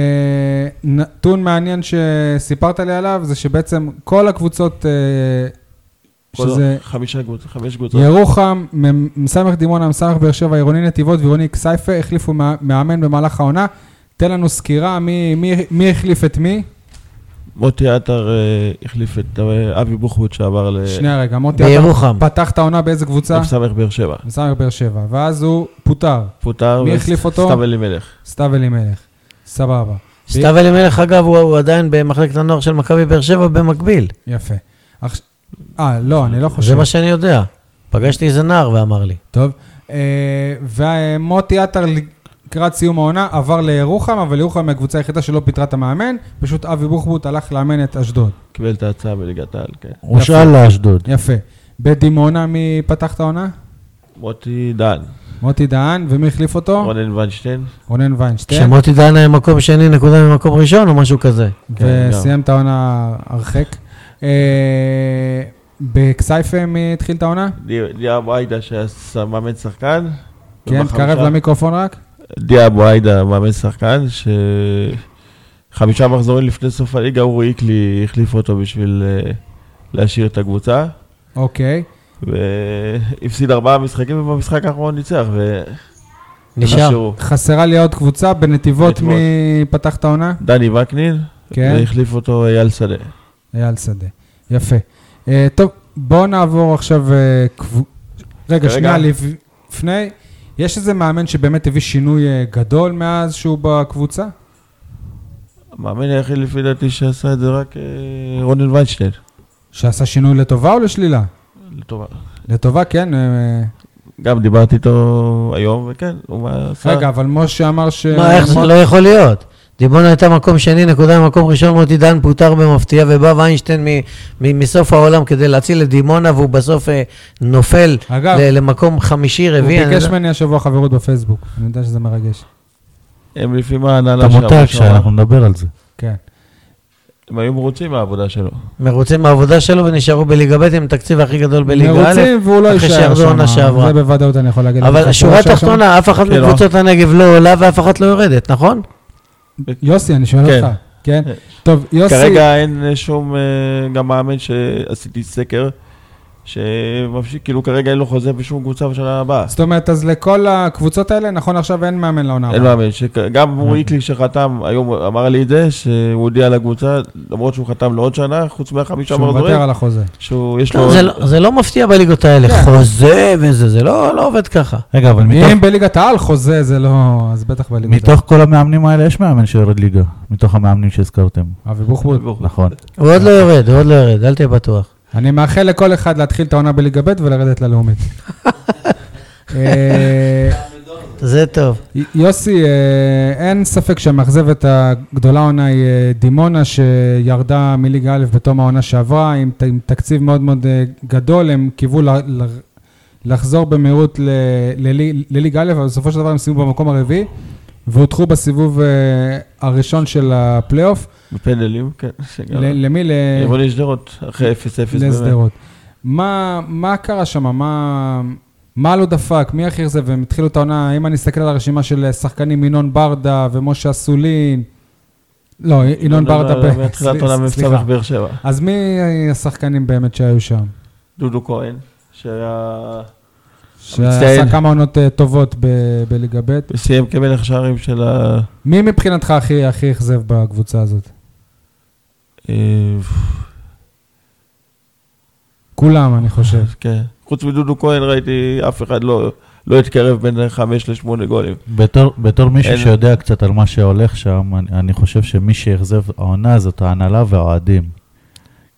נתון מעניין שסיפרת לי עליו, זה שבעצם כל הקבוצות, אה, שזה
כל- חמישה קבוצות, חמש קבוצות.
ירוחם, מ- מ"ס דימונה, מ"ס באר שבע, עירוני נתיבות ועירוני כסייפה, החליפו מא- מאמן במהלך העונה. תן לנו סקירה, מי, מי, מי החליף את מי?
מוטי עטר אה, החליף את אה, אבי בוחבוט שעבר ל...
שנייה רגע, מוטי, אתה
בירוחם.
פתח את העונה באיזה קבוצה?
מ"ס באר שבע.
מ"ס באר שבע, ואז הוא פוטר.
פוטר.
מי
וסת-
החליף אותו?
סתיו אלימלך.
סתיו אלימלך, סבבה,
סתיו אלימלך, אגב, הוא- הוא עדיין במחלקת הנוער של מכבי באר שבע במקביל.
יפה. עכש- אה, לא, אני לא
זה
חושב.
מה שאני יודע. פגשתי איזה נער ואמר לי.
טוב. אה, ומוטי עטר לקראת סיום העונה עבר לירוחם, אבל ירוחם היא הקבוצה היחידה שלא פיטרה את המאמן, פשוט אבי בוחבוט הלך לאמן את אשדוד.
קיבל את ההצעה בליגת העל, כן.
הוא שאל לאשדוד.
יפה. בדימונה מי פתח את העונה?
מוטי דן.
מוטי דהן, ומי החליף אותו?
רונן ויינשטיין.
רונן ויינשטיין.
כשמוטי דן היה מקום שני, נקודה ממקום ראשון או משהו כזה.
כן,
וסיים את העונה הרחק. אה, בכסייפה מי התחיל את העונה?
די- דיאב עאידה שהיה ס- מאמן שחקן.
כן,
ובחמישה-
קרב למיקרופון רק.
דיאב עאידה מאמן שחקן, שחמישה מחזורים לפני סוף הליגה אורי איקלי החליף אותו בשביל אה, להשאיר את הקבוצה.
אוקיי.
והפסיד ארבעה משחקים ובמשחק האחרון ניצח. ו-
נשאר.
משהו.
חסרה לי עוד קבוצה, בנתיבות
בנתיבות.
מי פתח את העונה?
דני וקנין,
כן.
והחליף אותו אייל שדה.
אייל שדה. יפה. אה, טוב, בואו נעבור עכשיו... אה, קב- רגע,
רגע.
שנייה לפ- לפני. יש איזה מאמן שבאמת הביא שינוי אה, גדול מאז שהוא בקבוצה?
המאמן היחיד לפי דעתי שעשה את זה רק אה, רונן ויינשטיין,
שעשה שינוי לטובה או לשלילה?
לטובה.
לטובה, כן. אה,
גם דיברתי איתו היום, וכן, הוא
אה.
עשה...
רגע, אבל משה אמר ש...
מה, איך זה
אה, מוט-
לא יכול להיות? דימונה הייתה מקום שני, נקודה ממקום ראשון, מוטי דן פוטר במפתיע, ובא ויינשטיין מ- מ- מסוף העולם כדי להציל את דימונה, והוא בסוף אה, נופל
אגב,
ל- למקום חמישי,
הוא
רביעי. אני לא-
ביקש
יודע-
ממני השבוע חברות בפייסבוק. אני יודע שזה מרגש.
הם לפי מה
אתה
ההנהלה
מותק
שם,
שי, אנחנו נדבר על זה.
כן.
הם היו מרוצים מהעבודה שלו.
מרוצים מהעבודה שלו ונשארו בליגה ב' עם התקציב הכי גדול בליגה א'.
מרוצים והוא לא
אחרי
יישאר
שירדו עונה
שם.
שעברה.
זה בוודאות אני יכול להגיד. לך,
אבל
שהוא
השורה
לא יישאר שם.
התחתונה, אף אחת
כן,
מקבוצות הנגב לא עולה ואף אחת לא יורדת, נכון?
יוסי, אני שואל
כן.
אותך. כן.
כן.
טוב, יוסי,
אה, כרגע אין שום, אה, גם מאמן שעשיתי סקר, שממשיך, כאילו כרגע אין לו חוזה בשום קבוצה בשנה הבאה.
זאת אומרת, אז לכל הקבוצות האלה, נכון עכשיו אין מאמן לעונה
אין
הבאה.
מאמן, שכ- גם אורי איקליק שחתם, היום אמר לי את זה, שהוא הודיע לקבוצה, למרות שהוא חתם לעוד שנה, חוץ מהחמישה
שהוא
מחזורים,
מוותר על החוזה.
שהוא יש
לא,
לו...
זה לא- זה לא מפתיע בליגות האלה, חוזה וזה, זה לא לא עובד ככה.
רגע, אבל מתוך-
אם בליגת העל חוזה, זה לא... אז בטח בליגת העל.
מתוך כל המאמנים האלה יש מאמן שיורד ליגה, מתוך המאמנים שהזכרתם.
אבי בוחבוט.
נכון.
הוא עוד לא יורד, הוא עוד לא יורד, אל תהיה בטוח.
אני מאחל לכל אחד להתחיל את העונה בליגה ב' ולרדת ללאומית. אה,
זה טוב.
י- יוסי, אה, אין ספק שהמאכזבת הגדולה עונה היא אה, דימונה, שירדה מליגה א' בתום העונה שעברה, עם, ת- עם תקציב מאוד מאוד אה, גדול, הם קיוו ל, ל, לחזור במהירות ל, ללי- לליגה א', אבל בסופו של דבר הם סיימו במקום הרביעי, והודחו בסיבוב אה, הראשון של הפלייאוף.
בפנדלים, כן. שגם-
ל- למי? ל-
עירוני שדרות, אחרי 0-0 באמת.
לשדרות. מה, מה קרה שם? מה, מה לא דפק? מי הכי אכזב? והם התחילו את העונה, אם אני אסתכל על הרשימה של אה, שחקנים ינון ברדה ומשה אסולין, לא, ינון ברדה, ב-
מתחילת
סל-
עונה מבצע
סליחה.
באר שבע.
אז מי השחקנים באמת שהיו שם?
דודו כהן, שהיה...
שעשה
המצטיין.
כמה עונות אה, טובות ב- בליגה ב'.
סיים כמלך שערים של ה...
מי מבחינתך הכי הכי אכזב בקבוצה הזאת?
אה,
כולם, אני חושב.
כן. חוץ מדודו כהן ראיתי אף אחד לא לא התקרב בין 5 ל-8 גולים.
בתור, בתור מישהו
אין-
שיודע קצת על מה שהולך שם, אני, אני חושב שמי שאכזב העונה זאת ההנהלה והאוהדים.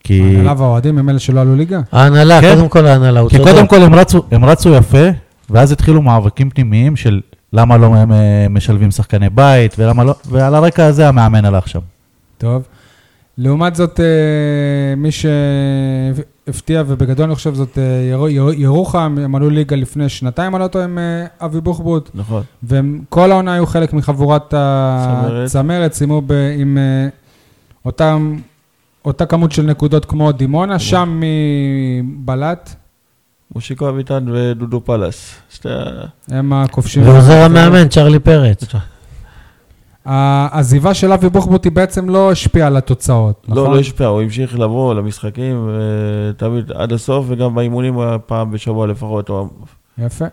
כי,
הנהלה והאוהדים הם אלה שלא עלו ליגה?
ההנהלה,
כן.
קודם כל ההנהלה, הוא
כי
צודק.
קודם כל הם רצו, הם רצו יפה, ואז התחילו מאבקים פנימיים של למה לא הם, אה, משלבים שחקני בית, ולמה לא, ועל הרקע הזה המאמן הלך שם.
טוב. לעומת זאת, אה, מי שהפתיע, ובגדול אני חושב זאת אה, יר- יר- ירוחם, הם עלו ליגה לפני שנתיים, אני לא טועה, עם אה, אבי בוחבוט,
נכון.
והם כל העונה היו חלק מחבורת
צמרת.
הצמרת, סיימו ב- עם אה, אותם, אותה כמות של נקודות כמו דימונה, שם מבלט,
מושיקו אביטן ודודו פלס. שתי ה...
הם הכובשים.
ועוזר המאמן, צ'רלי פרץ.
העזיבה של אבי בוחבוט היא בעצם לא השפיעה על התוצאות, נכון?
לא, לא השפיע, הוא המשיך לבוא למשחקים, אה, תמיד עד הסוף, וגם באימונים אה, פעם בשבוע לפחות. הוא
יפה.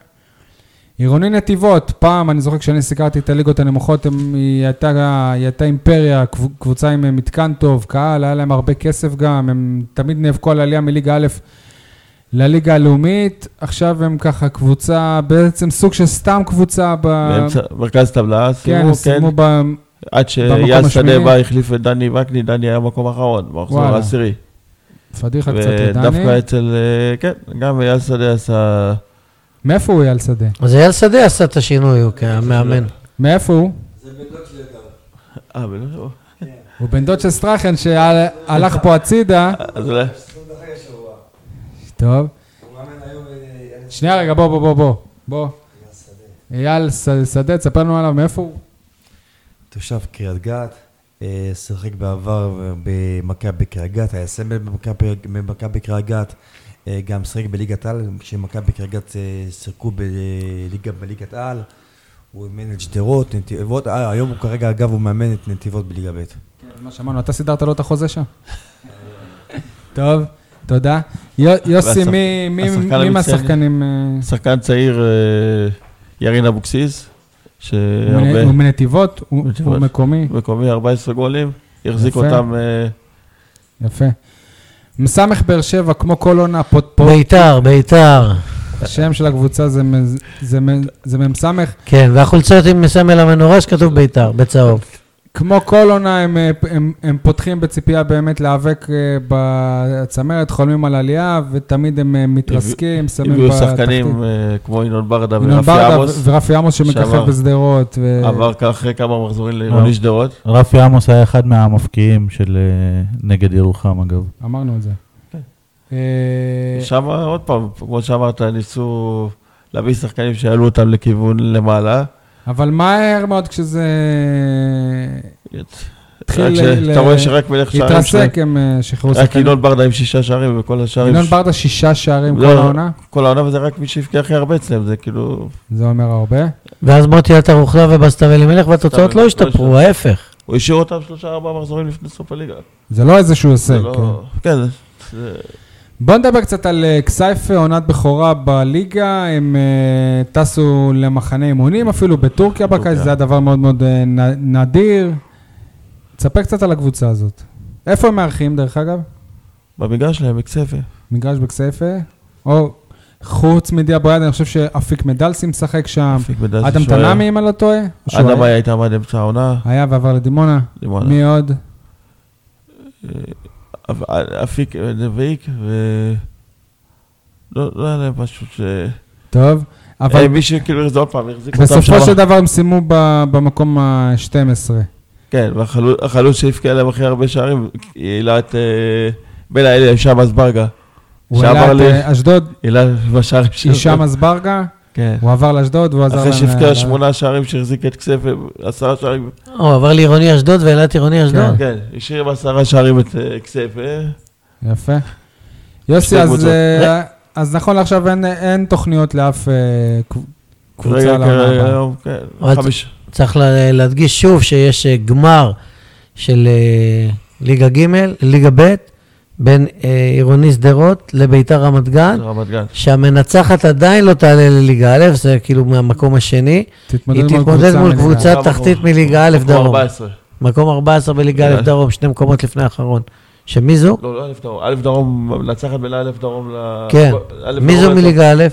עירוני נתיבות, פעם, אני זוכר כשאני סיקרתי את הליגות הנמוכות, הם, היא, הייתה, היא הייתה אימפריה, קב- קבוצה עם אה, מתקן טוב, קהל, היה להם הרבה כסף גם, הם תמיד נאבקו על עלייה מליגה א' לליגה הלאומית, עכשיו הם ככה קבוצה, בעצם סוג של סתם קבוצה ב...
באמצע, מרכז טבלה,
אה, כן,
סיימו,
הם
כן,
סיימו ב... במקום
עד שאייל שדה
השמיני.
בא, החליף את דני וקנין, דני היה במקום האחרון, במחזור
וואלה.
העשירי.
פדיחה קצת לדני.
ודווקא אצל, אה, כן, גם אייל שדה עשה...
מאיפה הוא אייל שדה?
אז אייל שדה עשה את השינוי, הוא כמאמן.
מאיפה הוא?
אה, בלא
הוא בן דוד של סטרחן שהלך פה הצידה.
אז אולי...
טוב. שנייה רגע, בוא, בוא, בוא, בוא. בוא. אייל ש- שדה, תספר לנו עליו מאיפה הוא.
תושב קריית גת, אה, שיחק בעבר במכבי קריית גת, היה סמל במכבי- במכבי קריית גת, אה, גם שיחק בליגת על, כשמכבי קריית גת אה, שיחקו בליגה- בליגת על, הוא אימן את שדרות, נתיבות, אה, היום הוא כרגע, אגב, הוא מאמן את נתיבות בליגה ב'.
כן, מה שאמרנו, אתה סידרת לו את החוזה שם? טוב, תודה. יו- יוסי,
והשחק-
מי- מי
השחקן
מי
המצטיין.
מהשחקנים... אה,
שחקן צעיר, אה, ירין אבוקסיס,
הוא מנ-
שהרבה...
הוא מנתיבות, הוא- הוא
מנתיבות.
מקומי,
מקומי 14 גולים, החזיק
יפה.
אותם, אה,
יפה. מסמך באר שבע, כמו כל עונה, פה- פה-
ביתר, ביתר.
השם של הקבוצה זה מ- זה מ- זה מ"סמך.
כן, והחולצות עם סמל המנורה שכתוב ביתר, בצהוב.
כמו כל עונה, הם, אה, הם, הם פותחים בציפייה באמת להיאבק אה, בצמרת, חולמים על עלייה, ותמיד הם אה, מתרסקים, שמים
הביאו
בתחתית.
שחקנים אה, כמו ינון ברדה
ינון
ורפי
ברדה
עמוס,
ו- ורפי עמוס שמככב
שעבר.
בשדרות. ו-
עבר כך אחרי כמה מחזורים
אה.
לעירוני שדרות.
רפי עמוס היה אחד מהמפקיעים של אה, נגד ירוחם, אגב.
אמרנו את זה. אה,
שם עוד פעם, כמו שאמרת, ניסו להביא שחקנים שיעלו אותם לכיוון למעלה.
אבל מהר מאוד כשזה התחיל
רק ש-
ל-
אתה
ל-
רואה שרק מלך שערים שלהם,
התרסק, הם אה, שחררו
רק
שחקנים.
ינון ברדה עם שישה שערים וכל השערים,
ינון
ש-
ברדה שישה שערים
לא,
כל
לא.
העונה,
כל העונה וזה רק מי שהבקיע הכי הרבה אצלם, זה כאילו...
זה אומר הרבה.
ואז מוטי עטר הוחלף ובסתיו אלימלך, והתוצאות לא השתפרו, ההפך.
הוא השאיר אותם שלושה ארבעה מחזורים לפני סוף הליגה.
זה לא איזשהו הישג.
זה לא...
כן.
כן. זה-
בוא נדבר קצת על אה, כסייפה, עונת בכורה בליגה, הם אה, טסו למחנה אימונים אפילו בטורקיה בקיץ,
טורקיה.
זה היה דבר מאוד מאוד אה, נ- נדיר. תספר קצת על הקבוצה הזאת. איפה הם מארחים דרך אגב?
במגרש שלהם, בכסייפה.
מגרש בכסייפה? או חוץ מדיאבויד, אני חושב שאפיק מדלסי משחק שם,
אפיק בדלסי
אדם
שוער.
תנעמי אם אני לא טועה. שוער.
אדם היה איתם עד אמצע העונה.
היה ועבר לדימונה.
דימונה.
מי עוד?
אה, אפיק אה, דביק, ו... לא לא היה להם משהו ש...
טוב. אבל
אה, מי שכאילו, זה עוד פעם, החזיק אותם
בסופו
שמה.
של דבר הם סיימו ב- במקום ה-12.
כן, והחלוץ שהבקיע להם הכי הרבה שערים, העלה את... אה, בן האלה, הישאם אזברגה.
הוא
שעבר
העלה את
ל-
אה, אשדוד,
העלה בשערים שלו.
הישאם אזברגה,
כן.
הוא עבר לאשדוד והוא עזר להם... אה,
אחרי שהבקיע
ל- כן.
שמונה שערים שהחזיק את כסייפה, עשרה שערים.
הוא עבר לעירוני אשדוד והעלה את עירוני אשדוד.
כן, השאיר עם עשרה שערים את אה, כסייפה.
יפה. יוסי,
שתי
אז,
קבוצות.
אה, אז נכון לעכשיו אין- אין תוכניות לאף אה, קב-
רגע,
קבוצה לעונה
כרגע,
הבאה.
היום, כן,
אבל-
חמיש.
צריך לה- להדגיש שוב שיש אה, גמר של אה, ליגה ג', ליגה ב', בין אה, עירוני שדרות לביתר רמת גן,
רמת גן.
שהמנצחת עדיין לא תעלה לליגה א', זה כאילו מהמקום השני.
תתמודד
היא
מול
תתמודד
קבוצה
מול
מליגה.
קבוצה
מקום-
תחתית מליגה א'
מקום
דרום.
14.
מקום 14 בליגה א'
אה.
דרום, שני מקומות לפני האחרון. שמי זו?
לא, לא א' דרום. א' דרום מנצחת בין א' דרום ל...
כן.
לא, א'
מי זו
דרום-
מליגה א'?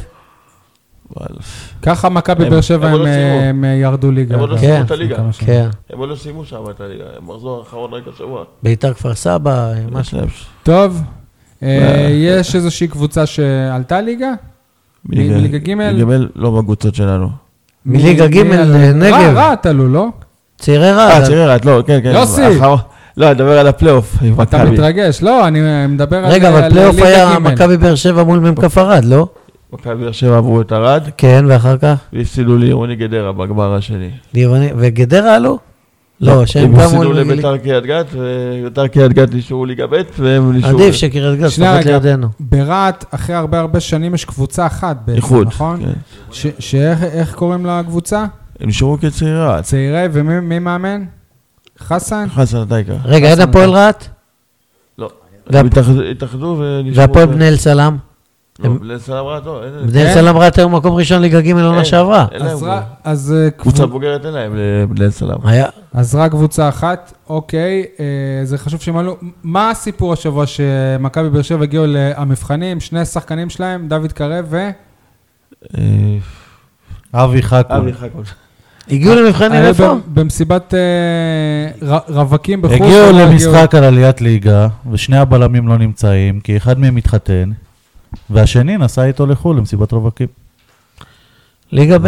וואלה.
ככה מכבי
הם-
באר
הם
שבע
עוד
הם,
לא
אה,
סיימו.
הם ירדו ליגה.
הם עוד לא
אבל-
סיימו את
כן,
הליגה.
כמה שנים.
כן,
הם עוד לא סיימו שם את הליגה, המחזור האחרון רק השבוע.
ביתר כפר סבא,
כן.
משהו.
טוב, אה, יש איזושהי קבוצה שעלתה ליגה?
מליגה-
מליגה ג'? אה,
ליגה ג' לא בקבוצות שלנו.
מליגה
מי-
ג'
מי עלה?
נגב,
רע, רע תלו, לא?
צעירי
אה,
רהט.
צעירי רהט, לא, כן, כן.
יוסי!
האחרון. לא, אני מדבר על הפלייאוף עם
אתה
מכבי.
מתרגש, לא, אני מדבר על
רגע,
על
אבל פלייאוף
ליגה
היה
ג'.
מכבי באר שבע מול מ"כ ערד, לא?
מכבי באר שבע עברו את ערד,
כן, ואחר כך?
והפסידו לעירוני גדרה בגמר השני.
לירוני- וגדרה עלו? לא, שהם
הם
גם
הפסידו
מול...
לביתר קריית גת, וביתר קריית גת נשארו ליגה ב', והם נשארו...
עדיף שקריית
כן,
גת
שנייה,
לפחות
רגע.
לידינו.
ברהט, אחרי הרבה הרבה שנים יש קבוצה אחת בעצם,
איחוד.
נכון?
כן.
ש- שאיך איך קוראים לקבוצה?
הם נשארו כצעירי רהט.
צעירי, ומי מי מאמן? חסן?
חסן עתיקה.
רגע, אין
חסן
הפועל רהט?
לא.
והפ-
הם התאחדו- התאחדו ונשארו...
והפועל בני אל סלם?
לא,
הם-
בני אל סלם רהט לא, אין להם.
בני אל
כן.
סלם רהט היום מקום ראשון ליגה ג' עונה
אין,
שעברה.
אין להם
אז
כבר.
ר- אז אה, קבוצ-
קבוצה בוגרת אין להם לבני אל סלם.
היה-
אז רק קבוצה אחת, אוקיי, אה, זה חשוב שהם עלו. מה הסיפור השבוע שמכבי באר שבע הגיעו למבחנים, שני שחקנים שלהם, דוד קרב ו...
אה,
אבי חכו.
אבי חכו.
הגיעו למבחנים
היו
איפה?
ב- במסיבת אה, ר- רווקים בחוץ.
הגיעו
לא
למשחק על עליית ליגה, ושני הבלמים לא נמצאים, כי אחד מהם התחתן, והשני נסע איתו לחו"ל למסיבת רווקים.
ליגה ב'.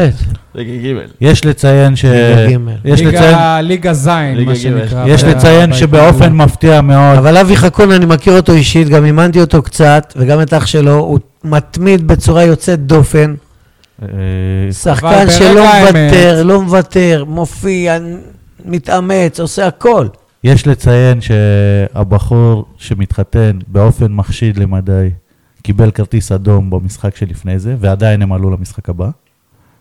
רגע ג'.
יש לציין ש...
ליגה ג'.
יש
ליגה-
לציין...
ליגה זין,
ליגה
מה
ג'.
שנקרא.
יש
ב-
לציין
ב-
שבאופן מפתיע מאוד,
אבל אבי חכון, אני מכיר אותו אישית, גם אימנתי אותו קצת, וגם את אח שלו, הוא מתמיד בצורה יוצאת דופן.
אה,
אבל
שחקן
ברגע
שלא
האמת-
מוותר, לא מוותר, מופיע, מתאמץ, עושה הכל.
יש לציין שהבחור שמתחתן באופן מחשיד למדי קיבל כרטיס אדום במשחק שלפני זה, ועדיין הם עלו למשחק הבא.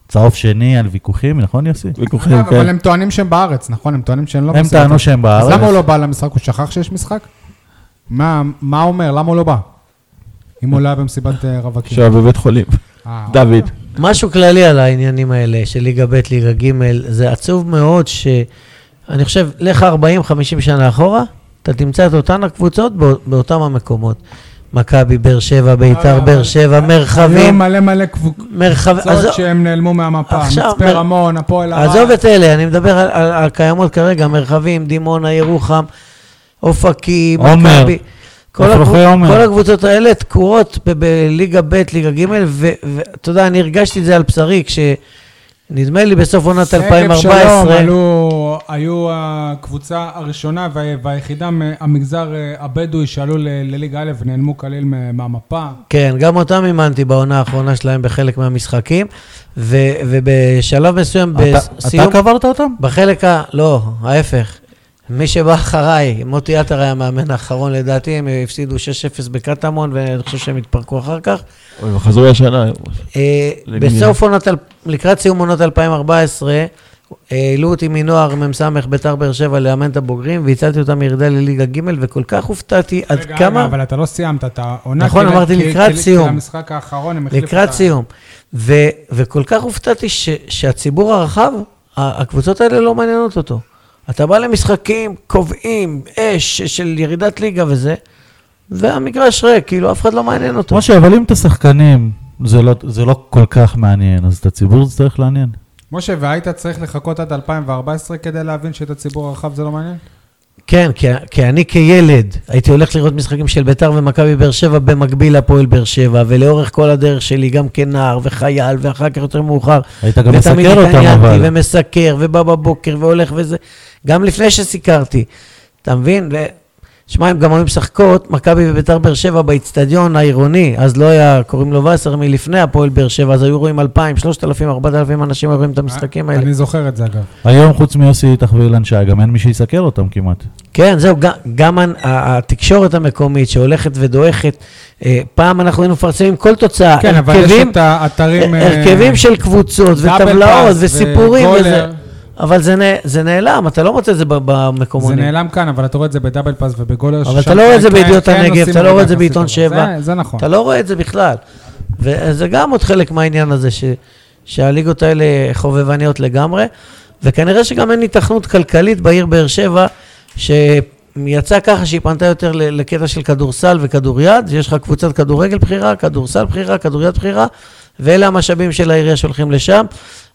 צהוב שני על ויכוחים, נכון יוסי?
ויכוחים,
אגב, אבל
כן.
הם טוענים שהם בארץ, נכון? הם טוענים שהם לא
הם
בסדר.
טענו שהם בארץ.
אז למה הוא לא בא למשחק? הוא שכח שיש משחק? מה מה הוא אומר? למה הוא לא בא? אם הוא לא היה במסיבת אה, רווקים.
עכשיו בבית חולים.
אה,
דוד.
משהו כללי על העניינים האלה של ליגה ב', ליגה ג', זה עצוב מאוד ש... אני חושב, לך 40-50 שנה אחורה, אתה תמצא את אותן הקבוצות בא- באותם המקומות. מכבי, באר שבע, ביתר,
אבל-
באר
אה,
שבע,
היו
מרחבים,
מלא מלא קבוצות
מרחב... עזוב-
שהם נעלמו מהמפה.
עכשיו,
מצפה
מר-
רמון, הפועל ערד.
עזוב את אלה, אני מדבר על- על הקיימות כרגע, מרחבים, דימונה, ירוחם, אופקים,
עומר.
כל, הקבוצ...
אפרוחי עומר.
כל הקבוצות האלה תקועות ב- בליגה ב', ליגה ג', ו- ואתה יודע, אני הרגשתי את זה על בשרי, כשנדמה לי בסוף עונת
שגב
2014,
שלום, עלו, היו הקבוצה הראשונה וה- והיחידה מהמגזר אה, הבדואי שעלו ל- לליגה א' ונעלמו כליל מה- מהמפה.
כן, גם אותם אימנתי בעונה האחרונה שלהם בחלק מהמשחקים, ו- ובשלב מסוים,
אתה-
בסיום...
אתה קברת אותם?
בחלק ה... לא, ההפך. מי שבא אחריי, מוטי עטר היה המאמן האחרון לדעתי, הם הפסידו 6-0 בקטמון, ואני חושב שהם התפרקו אחר כך.
אוי, הם חזרו ישנה.
אה,
למי?
בסוף עונת, אל- לקראת סיום עונת 2014, העלו אותי מנוער מ"ס בית"ר באר שבע לאמן את הבוגרים, והצלתי אותם מירידה לליגה ג' וכל כך הופתעתי עד
רגע,
כמה...
רגע, אבל אתה לא סיימת, אתה עונה...
נכון,
כאילו-
אמרתי
כאילו-
לקראת
כאילו-
סיום.
כאילו המשחק האחרון, הם החליפו את
לקראת
ה-
סיום. ו, וכל כך הופתעתי ש, שהציבור הרחב, ה- הקבוצות האלה לא מעניינות אותו. אתה בא למשחקים קובעים, אש של ירידת ליגה וזה, והמגרש ריק, כאילו אף אחד לא מעניין אותו.
משה, אבל אם את השחקנים, זה לא, זה לא כל כך מעניין, אז את הציבור זה צריך לעניין.
משה, והיית צריך לחכות עד 2014 כדי להבין שאת הציבור הרחב זה לא מעניין?
כן, כי, כי אני כילד הייתי הולך לראות משחקים של ביתר ומכבי באר שבע במקביל להפועל באר שבע, ולאורך כל הדרך שלי גם כנער וחייל, ואחר כך יותר מאוחר,
היית גם
ותמיד
מסקר אותם,
התעניינתי,
אבל.
ומסקר, ובא בבוקר, והולך וזה, גם לפני שסיקרתי, אתה מבין? ו... שמע, הם גם היו משחקות, מכבי וביתר באר שבע באיצטדיון העירוני, אז לא היה, קוראים לו וסר מלפני הפועל באר שבע, אז היו רואים 2,000, 3,000, 4,000 אנשים היו רואים את המשחקים האלה.
אה, אני זוכר את זה, אגב.
היום, חוץ מיוסי איתך ואילן שי, גם אין מי שיסקר אותם כמעט.
כן, זהו, גם, גם הנ- ה- התקשורת המקומית שהולכת ודועכת, אה, פעם אנחנו היינו מפרסמים כל תוצאה,
כן, אבל יש
אה, הרכבים,
את האתרים... אה,
הרכבים של קבוצות,
דאבל
וטבלאות,
פאס
וסיפורים וזה,
וגולר.
אבל זה, נ- זה נעלם, אתה לא מוצא את זה ב-
זה
במקומונים.
נעלם כאן, אבל אתה רואה את זה בדאבל פאס ובגולר.
אבל אתה
ששם
לא רואה את זה
כן-
בידיעות
כן
הנגב,
עושים
אתה לא רואה את זה
עבודה
בעיתון
יחסית טובה.
שבע.
זה- זה נכון.
אתה לא רואה את זה בכלל. וזה גם עוד חלק מהעניין הזה, ש, שהליגות האלה חובבניות לגמרי, וכנראה שגם אין התכנות כלכלית בעיר באר שבע, שיצא ככה שהיא פנתה יותר ל- לקטע של כדורסל וכדוריד, יש לך קבוצת כדורגל בחירה, כדורסל בחירה, כדוריד בחירה, ואלה המשאבים של העירייה שהולכים לשם.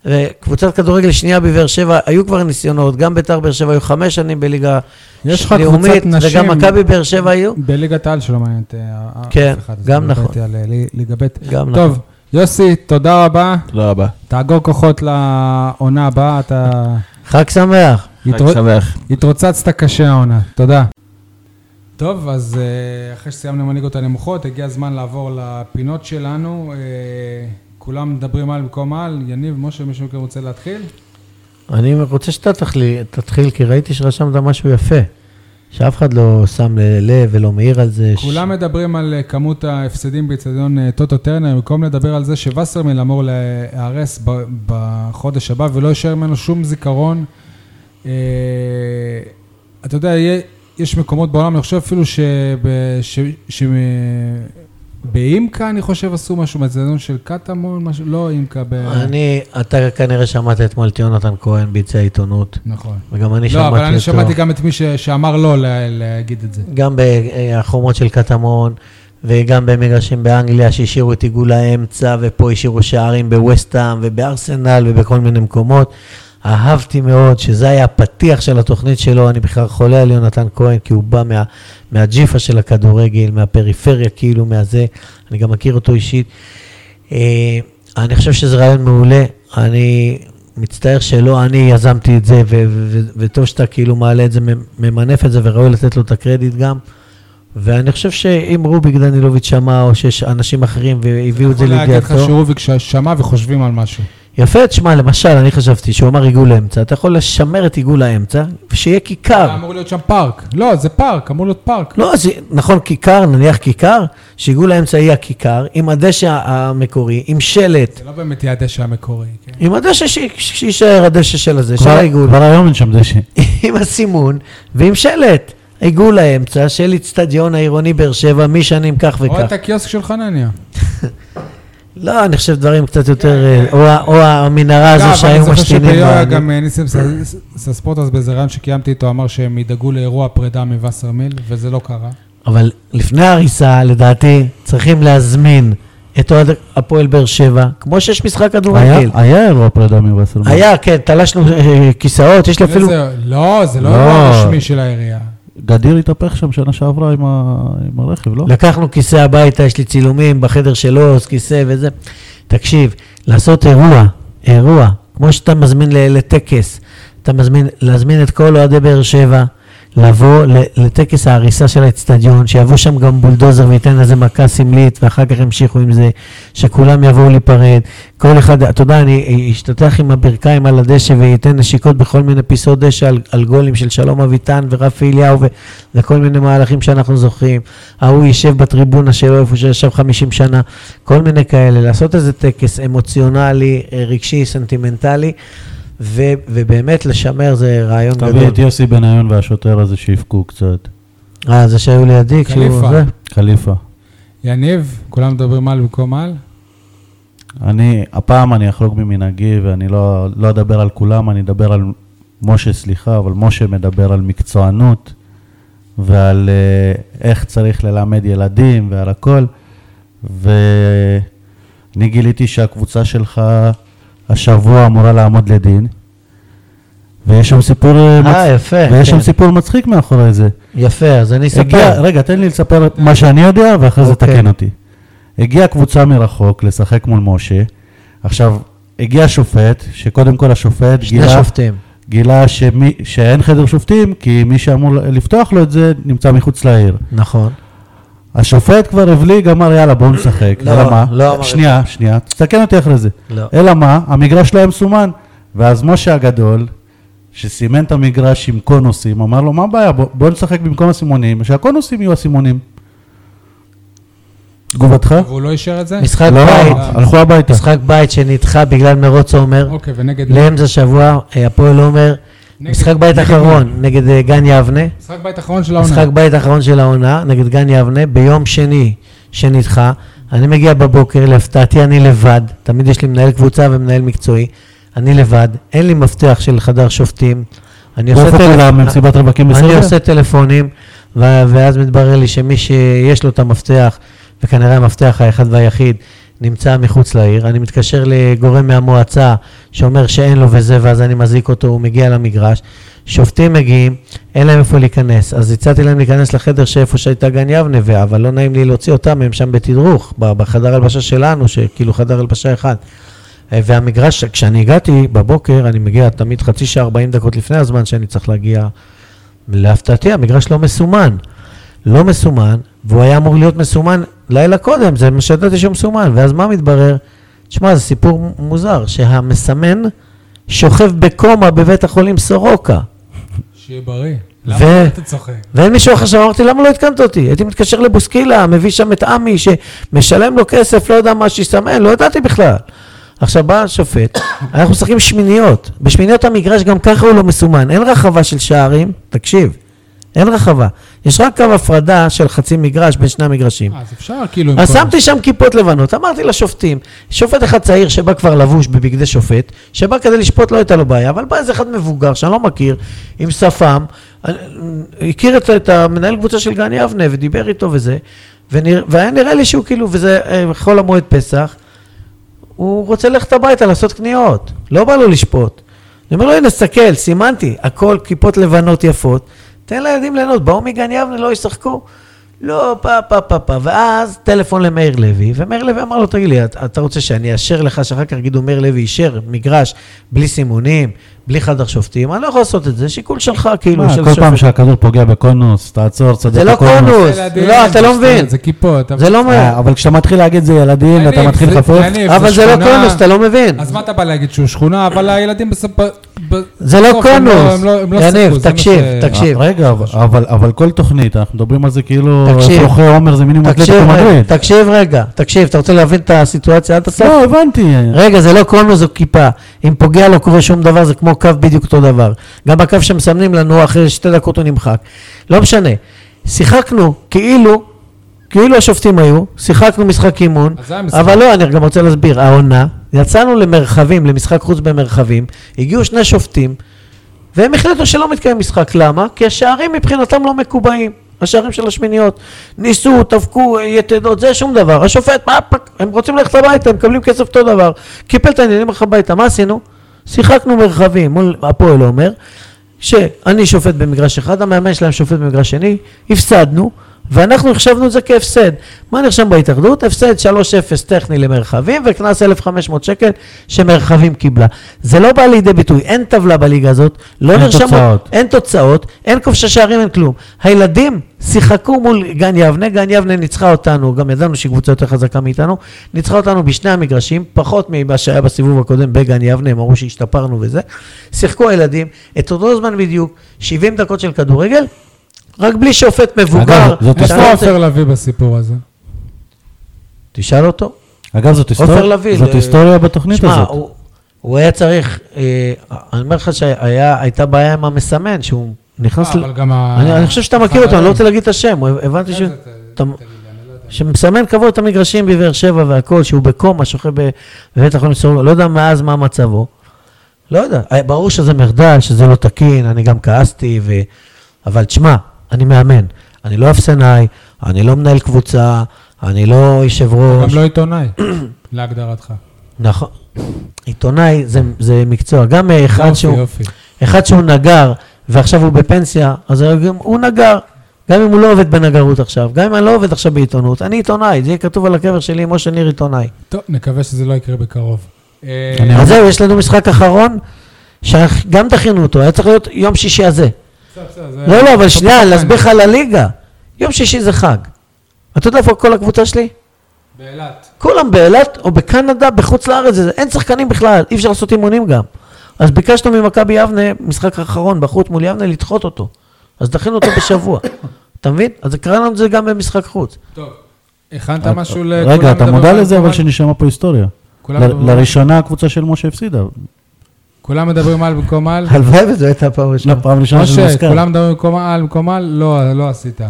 וקבוצת כדורגל שנייה בבאר שבע, היו כבר ניסיונות, גם ביתר באר שבע היו חמש שנים בליגה
יש לך קבוצת
לאומית,
נשים-
וגם מכבי באר שבע היו.
בליגת העל שלא מעניינת אה, אה,
כן,
אף אחד. אז
גם
לא
נכון.
הגעתי על, אה, ל- ליגה ב'.
גם נכון.
טוב, יוסי, תודה רבה.
תודה רבה.
תאגור כוחות לעונה הבאה, אתה
חג שמח.
חג
התרו-
שמח.
התרוצצת קשה העונה, תודה. טוב, אז אה, אחרי שסיימנו עם הליגות הנמוכות, הגיע הזמן לעבור לפינות שלנו. אה, כולם מדברים על במקום על, יניב, משה, מישהו מכם רוצה להתחיל?
אני רוצה שאתה תחלי, תתחיל, כי ראיתי שרשמת משהו יפה, שאף אחד לא שם לב ולא מעיר על זה. ש-
כולם מדברים על אה, כמות ההפסדים באצטדיון אה, טוטו טרנר, במקום לדבר על זה שווסרמיל אמור להיהרס ב- בחודש הבא ולא יישאר ממנו שום זיכרון. אה, אתה יודע, יהיה- יש מקומות בעולם, אני חושב אפילו שבאימקה, אה, אני חושב, עשו משהו, מהאצטדיון של קטמון, משהו, לא אימקה, ב...
אני, אתה כנראה שמעת אתמול את יונתן כהן ביצע עיתונות,
נכון.
וגם אני
לא,
שמעתי אותו.
אבל אני שמעתי גם את מי ש- שאמר לא לה- להגיד את זה.
גם בחומות של קטמון, וגם במגרשים באנגליה שהשאירו את עיגול האמצע, ופה השאירו שערים בווסטהאם, ובארסנל, ובכל מיני מקומות. אהבתי מאוד שזה היה הפתיח של התוכנית שלו, אני בכלל חולה על יונתן כהן, כי הוא בא מה, מהג'יפה של הכדורגל, מהפריפריה כאילו, מהזה, אני גם מכיר אותו אישית. אה, אני חושב שזה רעיון מעולה, אני מצטער שלא אני יזמתי את זה, ו- ו- ו- וטוב שאתה כאילו מעלה את זה, מ- ממנף את זה, וראוי לתת לו את הקרדיט גם. ואני חושב שאם רוביק דנילוביץ' שמע, או שיש אנשים אחרים והביאו את זה
יכול להגיד לך
לידיעתו,
שרוביק שמע וחושבים על משהו.
יפה, תשמע, למשל, אני חשבתי שהוא אמר עיגול האמצע, אתה יכול לשמר את עיגול האמצע, ושיהיה כיכר.
היה אמור להיות שם פארק. לא, זה פארק, אמור להיות פארק.
אה. לא, זה נכון, כיכר, נניח כיכר, שעיגול האמצע יהיה הכיכר, עם הדשא המקורי, עם שלט,
זה לא באמת יהיה הדשא המקורי, כן?
עם הדשא ש- שיישאר הדשא של הזה, של
כבר-
העיגול.
כבר היום אין שם דשא.
עם הסימון ועם שלט. עיגול האמצע של איצטדיון העירוני באר שבע משנים כך
או את
וכך.
הקיוסק של חנניה.
לא, אני חושב דברים קצת יותר, אה, או ה- או המנהרה
אגב,
הזו
לא, אני
שהיו
זוכר
משתינים.
שביואיה
בה.
גם אה, ניסים ס- סספורטס באיזה רעיון שקיימתי איתו אמר שהם ידאגו לאירוע פרידה מווסרמיל, וזה לא קרה.
אבל לפני ההריסה, לדעתי, צריכים להזמין את אוהד הפועל באר שבע, כמו שיש משחק כדורגל.
היה- היה אירוע פרידה מווסרמן.
היה, כן, תלשנו אה, כיסאות, יש לי אפילו...
וזה- לא, זה לא
לא.
אירוע רשמי של העירייה.
גדיר התהפך שם שנה שעברה עם ה- עם הרכב, לא?
לקחנו כיסא הביתה, יש לי צילומים בחדר של עוז, כיסא וזה. תקשיב, לעשות אירוע, אירוע, כמו שאתה מזמין ל- לטקס, אתה מזמין, להזמין את כל אוהדי באר שבע, לבוא ל- לטקס ההריסה של האצטדיון, שיבוא שם גם בולדוזר וייתן איזה מכה סמלית, ואחר כך ימשיכו עם זה, שכולם יבואו להיפרד. כל אחד, אתה יודע, אני אשתתח עם הברכיים על הדשא וייתן נשיקות בכל מיני פיסות דשא על, על גולים של שלום אביטן ורפי אליהו ו, וכל מיני מהלכים שאנחנו זוכרים. ההוא יישב בטריבונה שלו איפה שישב 50 שנה, כל מיני כאלה. לעשות איזה טקס אמוציונלי, אה, רגשי, סנטימנטלי. ו- ובאמת לשמר זה רעיון
תביא
גדול.
את יוסי בניון והשוטר הזה שיבכו קצת.
אה, זה שהיו לידי, כשהוא...
חליפה.
זה?
חליפה.
יניב, כולם מדברים על במקום על?
לא.
אני, הפעם אני אחרוג ממנהגי ואני לא, לא אדבר על כולם, אני אדבר על משה, סליחה, אבל משה מדבר על מקצוענות ועל uh, איך צריך ללמד ילדים ועל הכל. ואני גיליתי שהקבוצה שלך השבוע אמורה לעמוד לדין. ויש שם סיפור, אה,
אה,
מצ...
יפה.
ויש
כן.
שם סיפור מצחיק מאחורי זה.
יפה, אז אני
הגיע,
אספר.
רגע, תן לי לספר את מה שאני יודע, ואחרי זה
אוקיי.
תקן אותי. הגיעה קבוצה מרחוק לשחק מול משה. עכשיו, הגיע שופט, שקודם כל השופט
שני
גילה,
שופטים.
גילה שמי, שאין חדר שופטים, כי מי שאמור לפתוח לו את זה נמצא מחוץ לעיר.
נכון.
השופט כבר הבליג, אמר יאללה בואו נשחק,
לא,
אלא מה?
לא אמר
שנייה, שנייה, תסתכן אותי אחרי זה.
לא.
אלא מה? המגרש לא היה מסומן. ואז משה הגדול, שסימן את המגרש עם קונוסים, אמר לו, מה הבעיה? בוא, בוא נשחק במקום הסימונים, שהקונוסים יהיו הסימונים. תגובתך?
והוא לא אישר את זה?
משחק
לא,
בית,
הלכו הביתה.
משחק בית שנדחה בגלל מרוץ עומר.
אוקיי, ונגד מי?
לאמצע השבוע, אה, הפועל עומר,
נגד-
משחק
נגד
בית אחרון נגד אה, גן יבנה.
משחק בית אחרון של העונה.
משחק בית אחרון של העונה נגד גן יבנה ביום שני שנדחה. אני מגיע בבוקר, להפתעתי אני לבד, תמיד יש לי מנהל קבוצה ומנהל מקצועי, אני לבד, אין לי מפתח של חדר שופטים. אני עושה, אה,
איפה
טל...
כולם? במסיבת רווקים
אני
כן, בסדר?
עושה טלפונים, ו- ואז מתברר לי שמי שיש לו את המפתח, וכנראה המפתח האחד והיחיד, נמצא מחוץ לעיר. אני מתקשר לגורם מהמועצה שאומר שאין לו וזה, ואז אני מזעיק אותו, הוא מגיע למגרש. שופטים מגיעים, אין להם איפה להיכנס. אז הצעתי להם להיכנס לחדר שאיפה שהייתה גן יבנה, ו- אבל לא נעים לי להוציא אותם, הם שם בתדרוך, ב- בחדר הלבשה שלנו, שכאילו חדר הלבשה אחד. אה, והמגרש, כשאני הגעתי בבוקר, אני מגיע תמיד חצי שעה, 40 דקות לפני הזמן שאני צריך להגיע. להפתעתי, המגרש לא מסומן. לא מסומן, והוא היה אמור להיות מסומן לילה קודם, זה מה שידעתי שהוא מסומן. ואז מה מתברר? תשמע, זה סיפור מוזר, שהמסמן שוכב בקומה בבית החולים סורוקה.
שיהיה בריא.
ו- אה,
למה אתה צוחק?
ואין מישהו אחר שם, אמרתי, למה לא עדכנת אותי? הייתי מתקשר לבוסקילה, מביא שם את עמי, שמשלם לו כסף, לא יודע מה שיסמן, לא ידעתי בכלל. עכשיו בא השופט, אנחנו משחקים שמיניות. בשמיניות המגרש גם ככה הוא לא מסומן, אין רחבה של שערים, תקשיב, אין רחבה. יש רק קו הפרדה של חצי מגרש בין שני המגרשים.
אז אפשר כאילו... עם
אז
כל-
אה, שמתי שם כיפות לבנות, אמרתי לשופטים, שופט אחד צעיר שבא כבר לבוש בבגדי שופט, שבא כדי לשפוט לא הייתה לו בעיה, אבל בא איזה אחד מבוגר שאני לא מכיר, עם שפם, אה, הכיר את, את המנהל קבוצה של גן יבנה ודיבר איתו וזה, ונרא, והיה נראה לי שהוא כאילו, וזה אה, חול המועד פסח, הוא רוצה ללכת הביתה לעשות קניות, לא בא לו לשפוט. אני אומר לו, הנה, סתכל, סימנתי, הכל כיפות לבנות יפות, תן לילדים ליהנות, באו מגן יבנה, לא ישחקו. לא, פה, פה, פה, פה, ואז טלפון למאיר לוי, ומאיר לוי אמר לו, תגיד לי, אתה- אתה רוצה שאני אאשר לך, שאחר כך יגידו, מאיר לוי אישר מגרש בלי סימונים, בלי חדר שופטים, אני לא יכול לעשות את זה, שיקול שלך, כאילו,
מה,
של
כל
שופט.
פעם שהכדור פוגע בקונוס, תעצור, צדק
זה לא קונוס.
זה ילדים,
לא, אתה לא
זה
מבין.
שטויות, זה כיפות. אבל-
זה לא
אה,
מה...
אבל כשאתה מתחיל להגיד זה ילדים, ואתה
יניב,
מתחיל
זה-
לחפוף,
יניב,
אבל זה לא
שכונה-
קונוס, אתה לא מבין.
אז מה אתה בא להגיד שהוא שכונה? אבל הילדים בסוף... ב-
זה לא
בסוף הם
קונוס.
הם לא- הם לא
יניב,
שיחקו, זה מה
תקשיב,
ש-
תקשיב.
רגע, אבל- אבל- אבל כל תוכנית, אנחנו מדברים על זה כאילו,
תקשיב.
אפרוחי עומר זה מינימום
תקשיב,
אתלטיקו
רגע,
מדריד.
תקשיב רגע, תקשיב, אתה רוצה להבין את הסיטואציה עד הסוף?
לא, הבנתי.
רגע, זה לא קונוס, זו כיפה. אם פוגע לא קורה שום דבר, זה כמו קו בדיוק אותו דבר. גם הקו שמסמנים לנו, אחרי שתי דקות הוא נמחק. לא משנה. שיחקנו כאילו, כאילו השופטים היו, שיחקנו משחק אימון,
אז זה המשחק.
אבל לא, אני גם רוצה להסביר, העונה, יצאנו למרחבים, למשחק חוץ במרחבים, הגיעו שני שופטים, והם החליטו שלא מתקיים משחק, למה? כי השערים מבחינתם לא מקובעים, השערים של השמיניות. ניסו, טבקו, יתדות, זה שום דבר. השופט, מה, פק, הם רוצים ללכת הביתה, הם מקבלים כסף אותו דבר. קיפל את העניינים הלך הביתה, מה עשינו? שיחקנו מרחבים מול הפועל עומר, שאני שופט במגרש אחד, המאמן שלהם שופט במגרש שני, הפסדנו, ואנחנו החשבנו את זה כהפסד. מה נרשם בהתאחדות? הפסד 3-0 טכני למרחבים וקנס 1,500 שקל שמרחבים קיבלה. זה לא בא לידי ביטוי, אין טבלה בליגה הזאת, לא
אין
נרשמות,
תוצאות.
אין תוצאות, אין כובשי שערים, אין כלום. הילדים שיחקו מול גן יבנה, גן יבנה ניצחה אותנו, גם ידענו שהיא קבוצה יותר חזקה מאיתנו, ניצחה אותנו בשני המגרשים, פחות ממה שהיה בסיבוב הקודם בגן יבנה, הם אמרו שהשתפרנו וזה. שיחקו הילדים את אותו זמן בדיוק, 70 דקות של כדורגל, רק בלי שופט מבוגר.
אגב, זאת
שאתה
איפה
לא רוצה-
עופר לביא בסיפור הזה?
תשאל אותו.
אגב, זאת
עופר
היסטוריה,
לביא.
זאת
ל-
היסטוריה בתוכנית
שמע,
הזאת.
הוא- הוא היה צריך, אה, אני אומר לך שהייתה בעיה עם המסמן, שהוא נכנס... ל-
אה, אבל אה, גם ה...
לא אני אני חושב שאתה מכיר אותו, אני לא רוצה להגיד את השם, הוא- הבנתי ש...
אחרי זה ת-
אתה-
תגיד לי, אני לא יודע.
שמסמן קבוע את המגרשים בבאר שבע והכל, שהוא בקומה, שוכב ב- בבית החולים סורוקה, לא יודע מאז מה מצבו. לא יודע, אה, ברור שזה מחדל, שזה לא תקין, אני גם כעסתי, ו... אבל תשמע, אני מאמן. אני לא אפסנאי, אני לא מנהל קבוצה, אני לא יושב
הוא
ראש.
גם לא עיתונאי, להגדרתך.
נכון. עיתונאי זה, זה מקצוע. גם אה, אחד
יופי,
שהוא...
יופי.
אחד שהוא נגר, ועכשיו הוא בפנסיה, אז הוא גם- הוא נגר. גם אם הוא לא עובד בנגרות עכשיו, גם אם אני לא עובד עכשיו בעיתונות, אני עיתונאי, זה יהיה כתוב על הקבר שלי, משה ניר עיתונאי.
טוב, נקווה שזה לא יקרה בקרוב. אה,
אז זהו, יש לנו משחק אחרון, שגם דחינו אותו, היה צריך להיות יום שישי הזה.
בסדר, בסדר, זה-
לא, לא, אבל
טוב,
שנייה,
טוב,
להסביר לך
אני-
על הליגה. יום שישי זה חג. אתה יודע איפה כל הקבוצה שלי?
באילת.
כולם באילת או בקנדה, בחוץ לארץ, זה- אין שחקנים בכלל, אי אפשר לעשות אימונים גם. אז ביקשנו ממכבי יבנה, משחק האחרון בחוץ מול יבנה, לדחות אותו. אז דחינו אותו בשבוע. אתה מבין? אז קרה לנו את זה גם במשחק חוץ.
טוב, הכנת
אה,
משהו לכולם?
רגע, אתה
מדבר
מודע
בזמן?
לזה אבל שנשמע פה היסטוריה.
אה, כולם
ל-
מדברים-
לראשונה הקבוצה של משה הפסידה.
כולם מדברים על במקום על?
הלוואי וזו הייתה פעם ראשונה.
לא, פעם ראשונה שזה
משה,
מוזכר.
כולם מדברים במקום על במקום על? לא, לא עשית.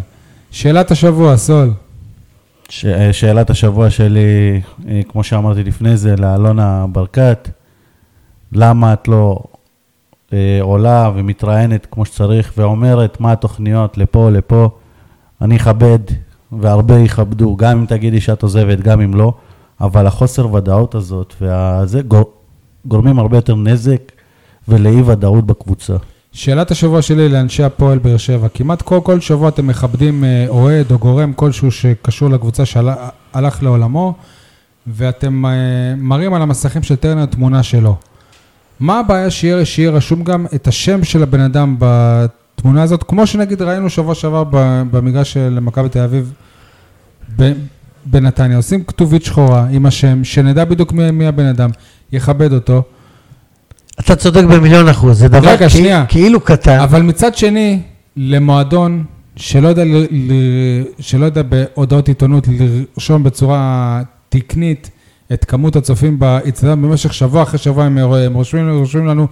שאלת השבוע, סול.
ש- אה, שאלת השבוע שלי, אה, כמו שאמרתי לפני זה, לאלונה ברקת, למה את לא אה, עולה ומתראיינת כמו שצריך ואומרת מה התוכניות לפה, לפה, אני אכבד והרבה יכבדו, גם אם תגידי שאת עוזבת, גם אם לא, אבל החוסר ודאות הזאת, וזה גורמים הרבה יותר נזק ולאי ודאות בקבוצה.
שאלת השבוע שלי לאנשי הפועל באר שבע, כמעט כל, כל שבוע אתם מכבדים אה, אוהד או גורם כלשהו שקשור לקבוצה שהלך לעולמו, ואתם אה, מראים על המסכים של טרנר תמונה שלו. מה הבעיה שיהיה, שיהיה רשום גם את השם של הבן אדם בתמונה הזאת, כמו שנגיד ראינו שבוע שעבר ב- במגרש של מכבי תל אביב ב- בנתניה, עושים כתובית שחורה עם השם, שנדע בדיוק מי, מי הבן אדם, יכבד אותו.
אתה צודק במיליון אחוז, זה דבר
רגע,
כי-
שנייה.
כאילו קטן.
אבל מצד שני, למועדון שלא יודע, ל, ל, שלא יודע בהודעות עיתונות לרשום בצורה תקנית את כמות הצופים באצטדיון במשך שבוע אחרי שבוע, הם, הם רושמים, רושמים לנו,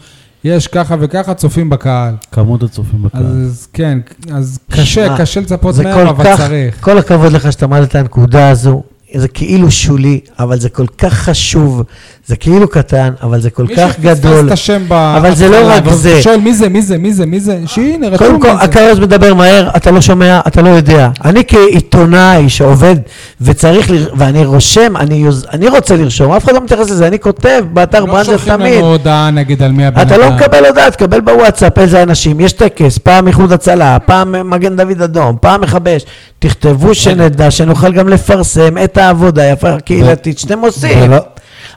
יש ככה וככה צופים בקהל.
כמות הצופים בקהל.
אז כן, אז קשה,
שמע,
קשה לצפות
זה
מהם,
כל
אבל
כך-
צריך.
כל הכבוד לך שאתה מעלה את הנקודה הזו. זה כאילו שולי, אבל זה כל כך חשוב. זה כאילו קטן, אבל זה כל כך
מישהו פספס
גדול.
את השם ב...
אבל זה לא
בהתחלה,
רק
אבל
זה.
שואל מי זה, מי זה, מי זה, מי זה, שהנה, רשום
קודם
מי
כל,
לא זה.
הקריירה מדבר מהר, אתה לא שומע, אתה לא יודע. אני כעיתונאי שעובד וצריך, לר... ואני רושם, אני, יוז... אני רוצה לרשום, אף אחד לא מתייחס לזה, אני כותב באתר
לא
ברנדר
שולחים
תמיד.
לנו הודעה נגיד על מי הבן אדם.
אתה לא מקבל הודעה, תקבל בוואטסאפ איזה אנשים, יש טקס, פעם איחוד הצלה, פעם אה, מגן דוד אדום, פעם מכבש. תכתבו שנדע, שנוכל גם לפרסם את העבודה היפה הקהילתית שאתם עושים.
ולא-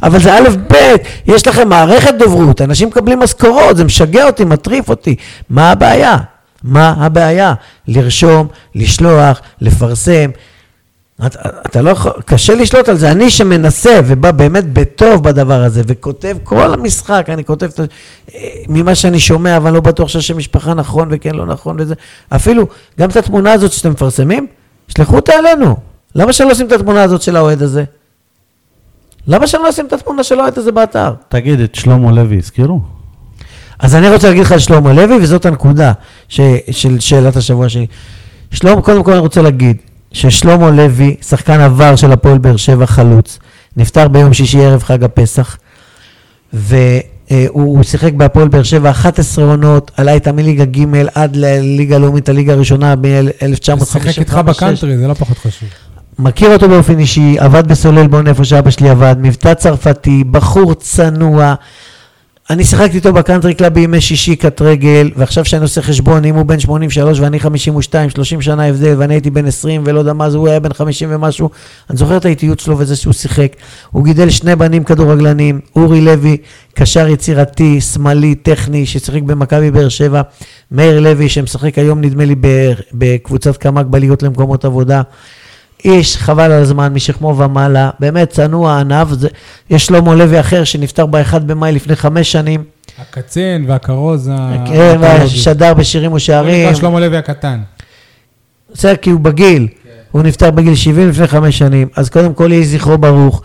אבל זה א' ב', יש לכם מערכת דוברות, אנשים מקבלים משכורות, זה משגע אותי, מטריף אותי. מה הבעיה? מה הבעיה? לרשום, לשלוח, לפרסם. אתה, אתה לא יכול, קשה לשלוט על זה. אני שמנסה ובא באמת בטוב בדבר הזה, וכותב כל המשחק, אני כותב את ה- אה, ממה שאני שומע, אבל לא בטוח שהשם משפחה נכון וכן לא נכון וזה. אפילו, גם את התמונה הזאת שאתם מפרסמים, שלחו אותה אלינו. למה שלא עושים את התמונה הזאת של האוהד הזה? למה שלא עושים את התמונה של האוהד הזה באתר?
תגיד, את שלמה לוי הזכירו?
אז אני רוצה להגיד לך על שלמה לוי, וזאת הנקודה ש, של שאלת השבוע שלי. שלמה, קודם כל אני רוצה להגיד ששלמה לוי, שחקן עבר של הפועל באר שבע חלוץ, נפטר ביום שישי ערב חג הפסח, והוא שיחק בהפועל באר שבע 11 עונות, עלה איתה מליגה ג' עד לליגה הלאומית, הליגה הראשונה
הוא
מ-1955.
שיחק איתך בקאנטרי, זה לא פחות חשוב.
מכיר אותו באופן אישי, עבד בסולל בון איפה שאבא שלי עבד, מבטא צרפתי, בחור צנוע. אני שיחקתי איתו בקאנטרי קלאב בימי שישי קט רגל, ועכשיו שאני עושה חשבון, אם הוא בן 83 ואני 52, 30 שנה הבדל, ואני הייתי בן 20 ולא יודע מה זה, הוא היה בן 50 ומשהו, אני זוכר את האיטיות שלו וזה שהוא שיחק. הוא גידל שני בנים כדורגלנים, אורי לוי, קשר יצירתי, שמאלי, טכני, ששיחק במכבי באר שבע, מאיר לוי, שמשחק היום נדמה לי ב- בקבוצת קמ"ג בליגות למקומות עבודה. איש, חבל על הזמן, משכמו ומעלה, באמת צנוע, ענב, זה, יש שלמה לוי אחר שנפטר ב-1 במאי לפני חמש שנים,
הקצין והכרוז ה...
כן,
המיתולוגי.
שדר בשירים
הוא
ושערים,
אה, לא נקרא שלמה לוי הקטן.
בסדר, כי הוא בגיל, הוא נפטר בגיל 70 לפני חמש שנים, אז קודם כל יהי זכרו ברוך,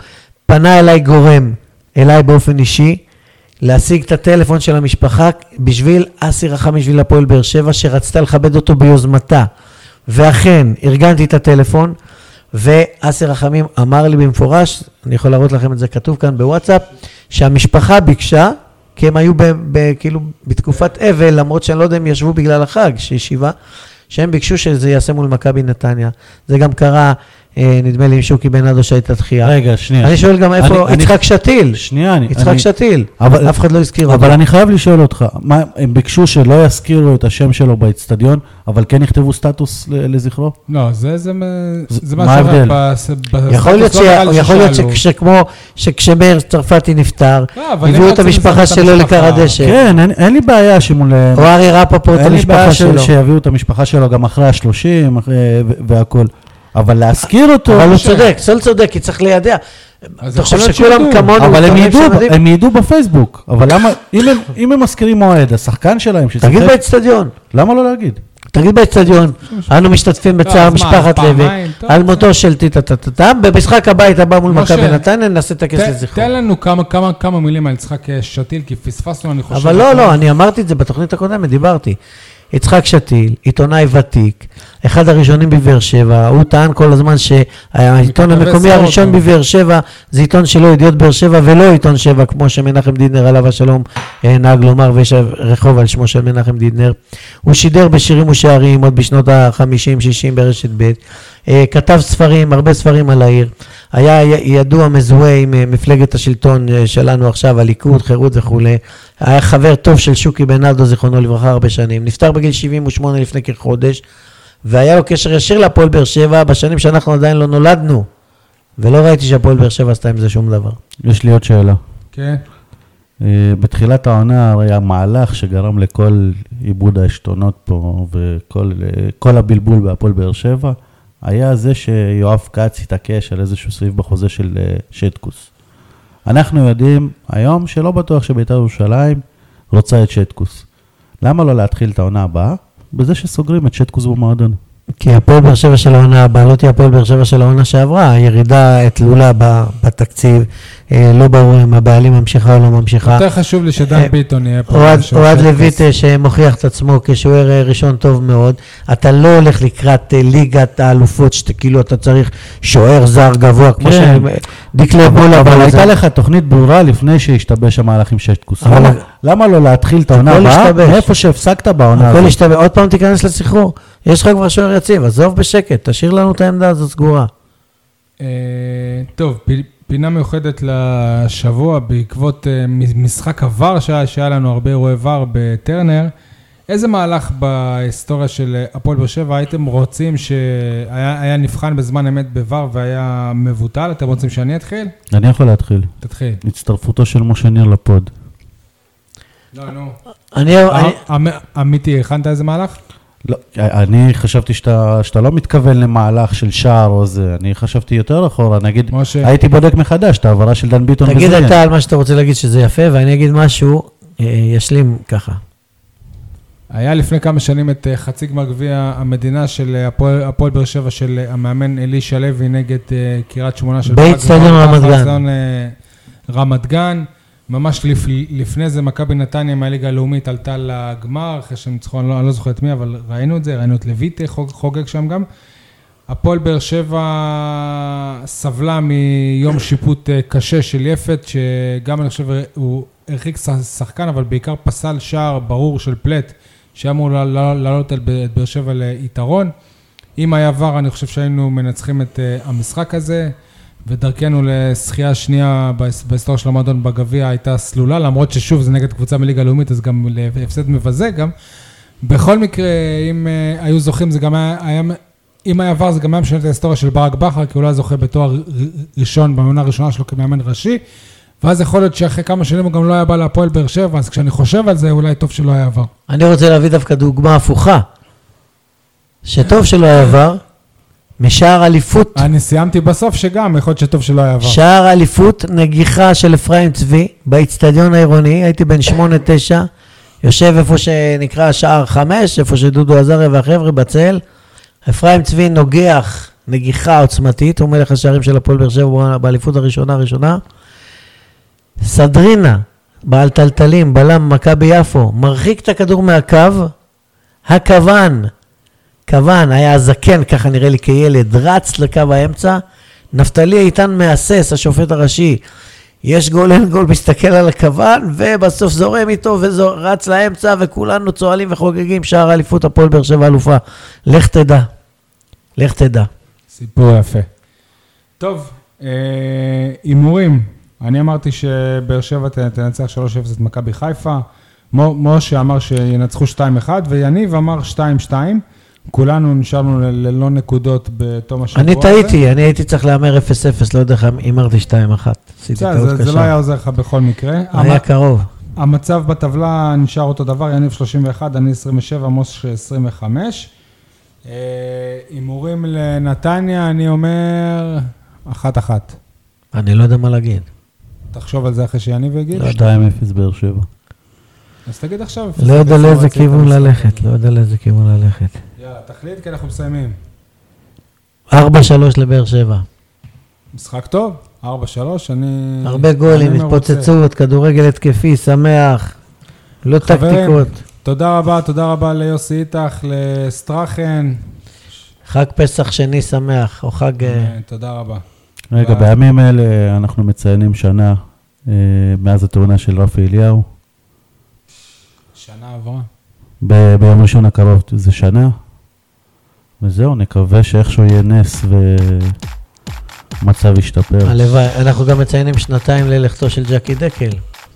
פנה אליי גורם, אליי באופן אישי, להשיג את הטלפון של המשפחה בשביל אסי רחם, בשביל הפועל באר שבע, שרצתה לכבד אותו ביוזמתה. ואכן, ארגנתי את הטלפון, ואסי רחמים אמר לי במפורש, אני יכול להראות לכם את זה כתוב כאן בוואטסאפ, שהמשפחה ביקשה, כי הם היו ב, ב, כאילו בתקופת אבל, למרות שאני לא יודע אם ישבו בגלל החג, שישיבה, שהם ביקשו שזה ייעשה מול מכבי נתניה. זה גם קרה, אה, נדמה לי, עם שוקי בנאדו שהייתה דחייה.
רגע, שנייה.
אני שואל גם איפה,
אני- אני-
יצחק שתיל.
שנייה, אני...
יצחק
אני-
שתיל,
אבל-
אף אחד לא הזכיר אותו.
אבל אני חייב לשאול אותך, מה, הם ביקשו שלא יזכירו את השם שלו באצטדיון, אבל כן יכתבו סטטוס ל- לזכרו?
לא, זה, זה, מ-
זה-
זה מה
מה
שרק
ההבדל?
בס- בסטטוס
יכול להיות, ש...
לא נראה לי
יכול להיות
ששאלו.
שכשכמו, שכשמאיר צרפתי נפטר,
לא, אבל הם
הביאו את
רצו
המשפחה
לזכות את
שלו
המשפחה.
לכר הדשא.
כן, אין- אין לי בעיה שמול...
או ארי רפפורט את
אין לי בעיה
המשפחה
ש-
שלו.
שיביאו את המשפחה שלו גם אחרי השלושים אחרי- ו- והכל. אבל להזכיר אותו...
אבל הוא
קשה.
צודק, סול צודק, כי צריך לידע. אתה
יכול
חושב
להיות
שכולם
שידעו.
כמונו,
אבל הם
עיתונאים
ידעו,
שמדהים?
הם ידעו בפייסבוק. אבל למה, אם הם- אם הם מזכירים מועד, השחקן שלהם ששיחק,
תגיד באצטדיון,
למה לא להגיד?
תגיד באצטדיון, אנו משתתפים
לא,
בצער
אז מה,
משפחת לוי,
פעמיים, טוב,
על
בסדר.
מותו של טיטה במשחק הבית הבא מול
משה,
מכבי נתניה, נעשה טקס
תן-
לזכרו.
תן לנו כמה- כמה- כמה מילים על יצחק אה, שתיל, כי פספסנו, אני חושב.
אבל לא, לא, אני אמרתי את זה בתוכנית הקודמת, דיברתי. יצחק שתיל, עיתונאי ותיק, אחד הראשונים בבאר שבע, הוא טען כל הזמן שהעיתון
מכתבי
המקומי
ספורט,
הראשון
הוא.
בבאר שבע זה עיתון שלו, ידיעות באר שבע, ולא עיתון שבע, כמו שמנחם דידנר עליו השלום אה, נהג לומר, ויש רחוב על שמו של מנחם דידנר. הוא שידר בשירים ושערים עוד בשנות ה-50-60 ברשת ב', אה, כתב ספרים, הרבה ספרים על העיר, היה י- ידוע מזוהה עם אה, מפלגת השלטון אה, שלנו עכשיו, הליכוד, חירות וכולי, היה חבר טוב של שוקי בנאדו, זיכרונו לברכה, הרבה שנים, נפטר בגיל 78 לפני כחודש, והיה לו קשר ישיר להפועל באר שבע בשנים שאנחנו עדיין לא נולדנו, ולא ראיתי שהפועל באר שבע עשתה עם זה שום דבר.
יש לי עוד שאלה.
כן.
אה, בתחילת העונה הרי המהלך שגרם לכל עיבוד העשתונות פה וכל אה, כל הבלבול בהפועל באר שבע, היה זה שיואב כץ התעקש על איזשהו סעיף בחוזה של אה, שטקוס. אנחנו יודעים היום שלא בטוח שביתר ירושלים רוצה את שטקוס. למה לא להתחיל את העונה הבאה? בזה שסוגרים את שטקוס במועדון.
כי הפועל באר שבע של העונה הבאה לא תהיה הפועל באר שבע של העונה שעברה, הירידה תלולה ב- בתקציב, אה, לא ברור אם הבעלים ממשיכה או לא ממשיכה.
יותר חשוב לי שדן
אה,
ביטון יהיה פה.
אוהד-
מאשר
אוהד
שטקוס.
לויט אה, שמוכיח את עצמו כשוער אה, ראשון טוב מאוד, אתה לא הולך לקראת אה, ליגת האלופות שאתה כאילו אתה צריך שוער זר גבוה, כמו
כן.
שדיקלר פולה,
אבל הייתה לך תוכנית ברורה לפני שהשתבש המהלך עם שטקוס.
אבל-
למה- למה לא להתחיל את העונה
הכל
הבאה
השתבש.
מאיפה שהפסקת בעונה
הכל
הזאת?
השתווה, עוד פעם תיכנס לסחרור, יש לך כבר שוער יציב, עזוב בשקט, תשאיר לנו את העמדה הזו סגורה.
אה, טוב, פ- פינה מיוחדת לשבוע בעקבות אה, מ- משחק עבר שהיה, שהיה לנו הרבה אירועי עבר בטרנר. איזה מהלך בהיסטוריה של אה, הפועל באר שבע הייתם רוצים שהיה היה נבחן בזמן אמת בVAR והיה מבוטל? אתם רוצים שאני אתחיל?
אני יכול להתחיל.
תתחיל.
הצטרפותו של משה ניר לפוד.
לא, נו.
אני, אני-
אה, אמיתי, הכנת איזה מהלך?
לא, אני חשבתי שאתה, שאתה לא מתכוון למהלך של שער או זה, אני חשבתי יותר אחורה, נגיד,
משה.
הייתי בודק מחדש את ההעברה של דן ביטון
תגיד
בזריאן.
אתה על מה שאתה רוצה להגיד שזה יפה, ואני אגיד משהו, אה, ישלים ככה.
היה לפני כמה שנים את אה, חצי גמר גביע המדינה של אה, הפועל הפועל באר שבע של אה, המאמן אלישע לוי נגד אה, קריית שמונה של...
באיצטדיון
ברק בכר,
רמת גן.
באיצטדיון, אה, רמת גן. ממש לפ, לפני זה מכבי נתניה מהליגה הלאומית עלתה לגמר, אחרי שהם ניצחו, אני לא, אני לא זוכר את מי, אבל ראינו את זה, ראינו את לויטה חוג, חוגג שם גם. הפועל באר שבע סבלה מיום שיפוט אה, קשה של יפת, שגם אני חושב הוא הרחיק ש- שחקן, אבל בעיקר פסל שער ברור של פלט, שהיה אמור לה- לה- לעלות את ב- את באר שבע ליתרון. אם היה ור, אני חושב שהיינו מנצחים את אה, המשחק הזה, ודרכנו לזכייה השנייה בהיס- בהיסטוריה של המועדון בגביע הייתה סלולה, למרות ששוב זה נגד קבוצה מליגה לאומית, אז גם להפסד מבזה גם. בכל מקרה, אם אה, היו זוכים, זה גם היה... היה אם היה עבר, זה גם היה משנה את ההיסטוריה של ברק בכר, כי הוא לא היה זוכה בתואר ר- ראשון, במאמנה הראשונה שלו כמאמן ראשי, ואז יכול להיות שאחרי כמה שנים הוא גם לא היה בא להפועל באר שבע, אז כשאני חושב על זה, אולי טוב שלא היה עבר.
אני רוצה להביא דווקא דוגמה הפוכה, שטוב שלא היה עבר, משער אליפות,
אה, אני סיימתי בסוף שגם, יכול להיות שטוב שלא היה עבר.
שער אליפות נגיחה של אפרים צבי, באיצטדיון העירוני, הייתי בן שמונה, תשע, יושב איפה שנקרא שער חמש, איפה שדודו עזריה והחבר'ה בצל, אפרים צבי נוגח נגיחה עוצמתית, הוא מלך השערים של הפועל באר שבע באליפות הראשונה הראשונה. סדרינה בעל טלטלים, בלם, מכבי יפו, מרחיק את הכדור מהקו, הכוון, כוון, היה זקן, ככה נראה לי כילד, רץ לקו האמצע, נפתלי איתן מהסס, השופט הראשי, יש גול, אין גול, מסתכל על הכוון, ובסוף זורם איתו ורץ לאמצע, וכולנו צוהלים וחוגגים, שער אליפות הפועל באר שבע אלופה. לך תדע, לך תדע.
סיפור יפה. טוב, אה, הימורים. אני אמרתי שבאר שבע ת- תנצח 3-0 את מכבי חיפה. מו- משה אמר שינצחו 2-1, ויניב אמר 2-2. כולנו נשארנו ל- ללא נקודות בתום השבוע
אני
הזה.
טעיתי, אני הייתי צריך להמר 0-0, לא יודע איך הימרתי 2-1. עשיתי
בסדר,
טעות
זה- זה לא היה
קשה.
עוזר לך בכל מקרה.
היה
המ-
קרוב.
המצב בטבלה נשאר אותו דבר, יניב 31, אני 27, משה 25. אה, הימורים לנתניה, אני אומר, אחת-אחת.
אני לא יודע מה להגיד.
תחשוב על זה אחרי שיניב יגיד.
2-0 לא, באר שבע.
אז תגיד עכשיו.
לא יודע
איפה
לאיזה
רצית
כיוון
המשחק?
ללכת, לא יודע לאיזה כיוון ללכת.
יאללה, תחליט, כי אנחנו מסיימים.
4-3 לבאר שבע.
משחק טוב, 4-3, אני...
הרבה גולים,
Mm. אני לא מרוצה.
התפוצצות, כדורגל התקפי, שמח, לא
חברים.
טקטיקות.
תודה רבה, תודה רבה ליוסי איתך, לסטרחן.
חג פסח שני שמח, או חג... אה,
אה, תודה רבה.
רגע,
ואז-
בימים אלה אנחנו מציינים שנה אה, מאז התאונה של רפי אליהו.
שנה עברה.
ב- ביום ראשון הקרוב זה שנה. וזהו, נקווה שאיכשהו יהיה נס ומצב
אה,
ישתפר.
הלוואי, אנחנו גם מציינים שנתיים ללכתו של ג'קי דקל.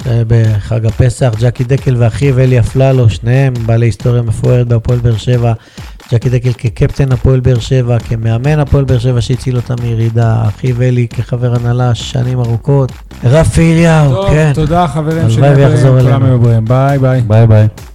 זה בחג הפסח, ג'קי דקל ואחיו אלי אפללו, שניהם בעלי היסטוריה מפוארת בהפועל באר שבע. ג'קי דקל כקפטן הפועל באר שבע, כמאמן הפועל באר שבע שהציל אותה מירידה, אחיו אלי כחבר הנהלה שנים ארוכות. רפי אליהו,
טוב,
כן.
תודה חברים
הלוואי ויחזור
כולם
אלינו.
היו בריאים. ביי ביי.
ביי ביי.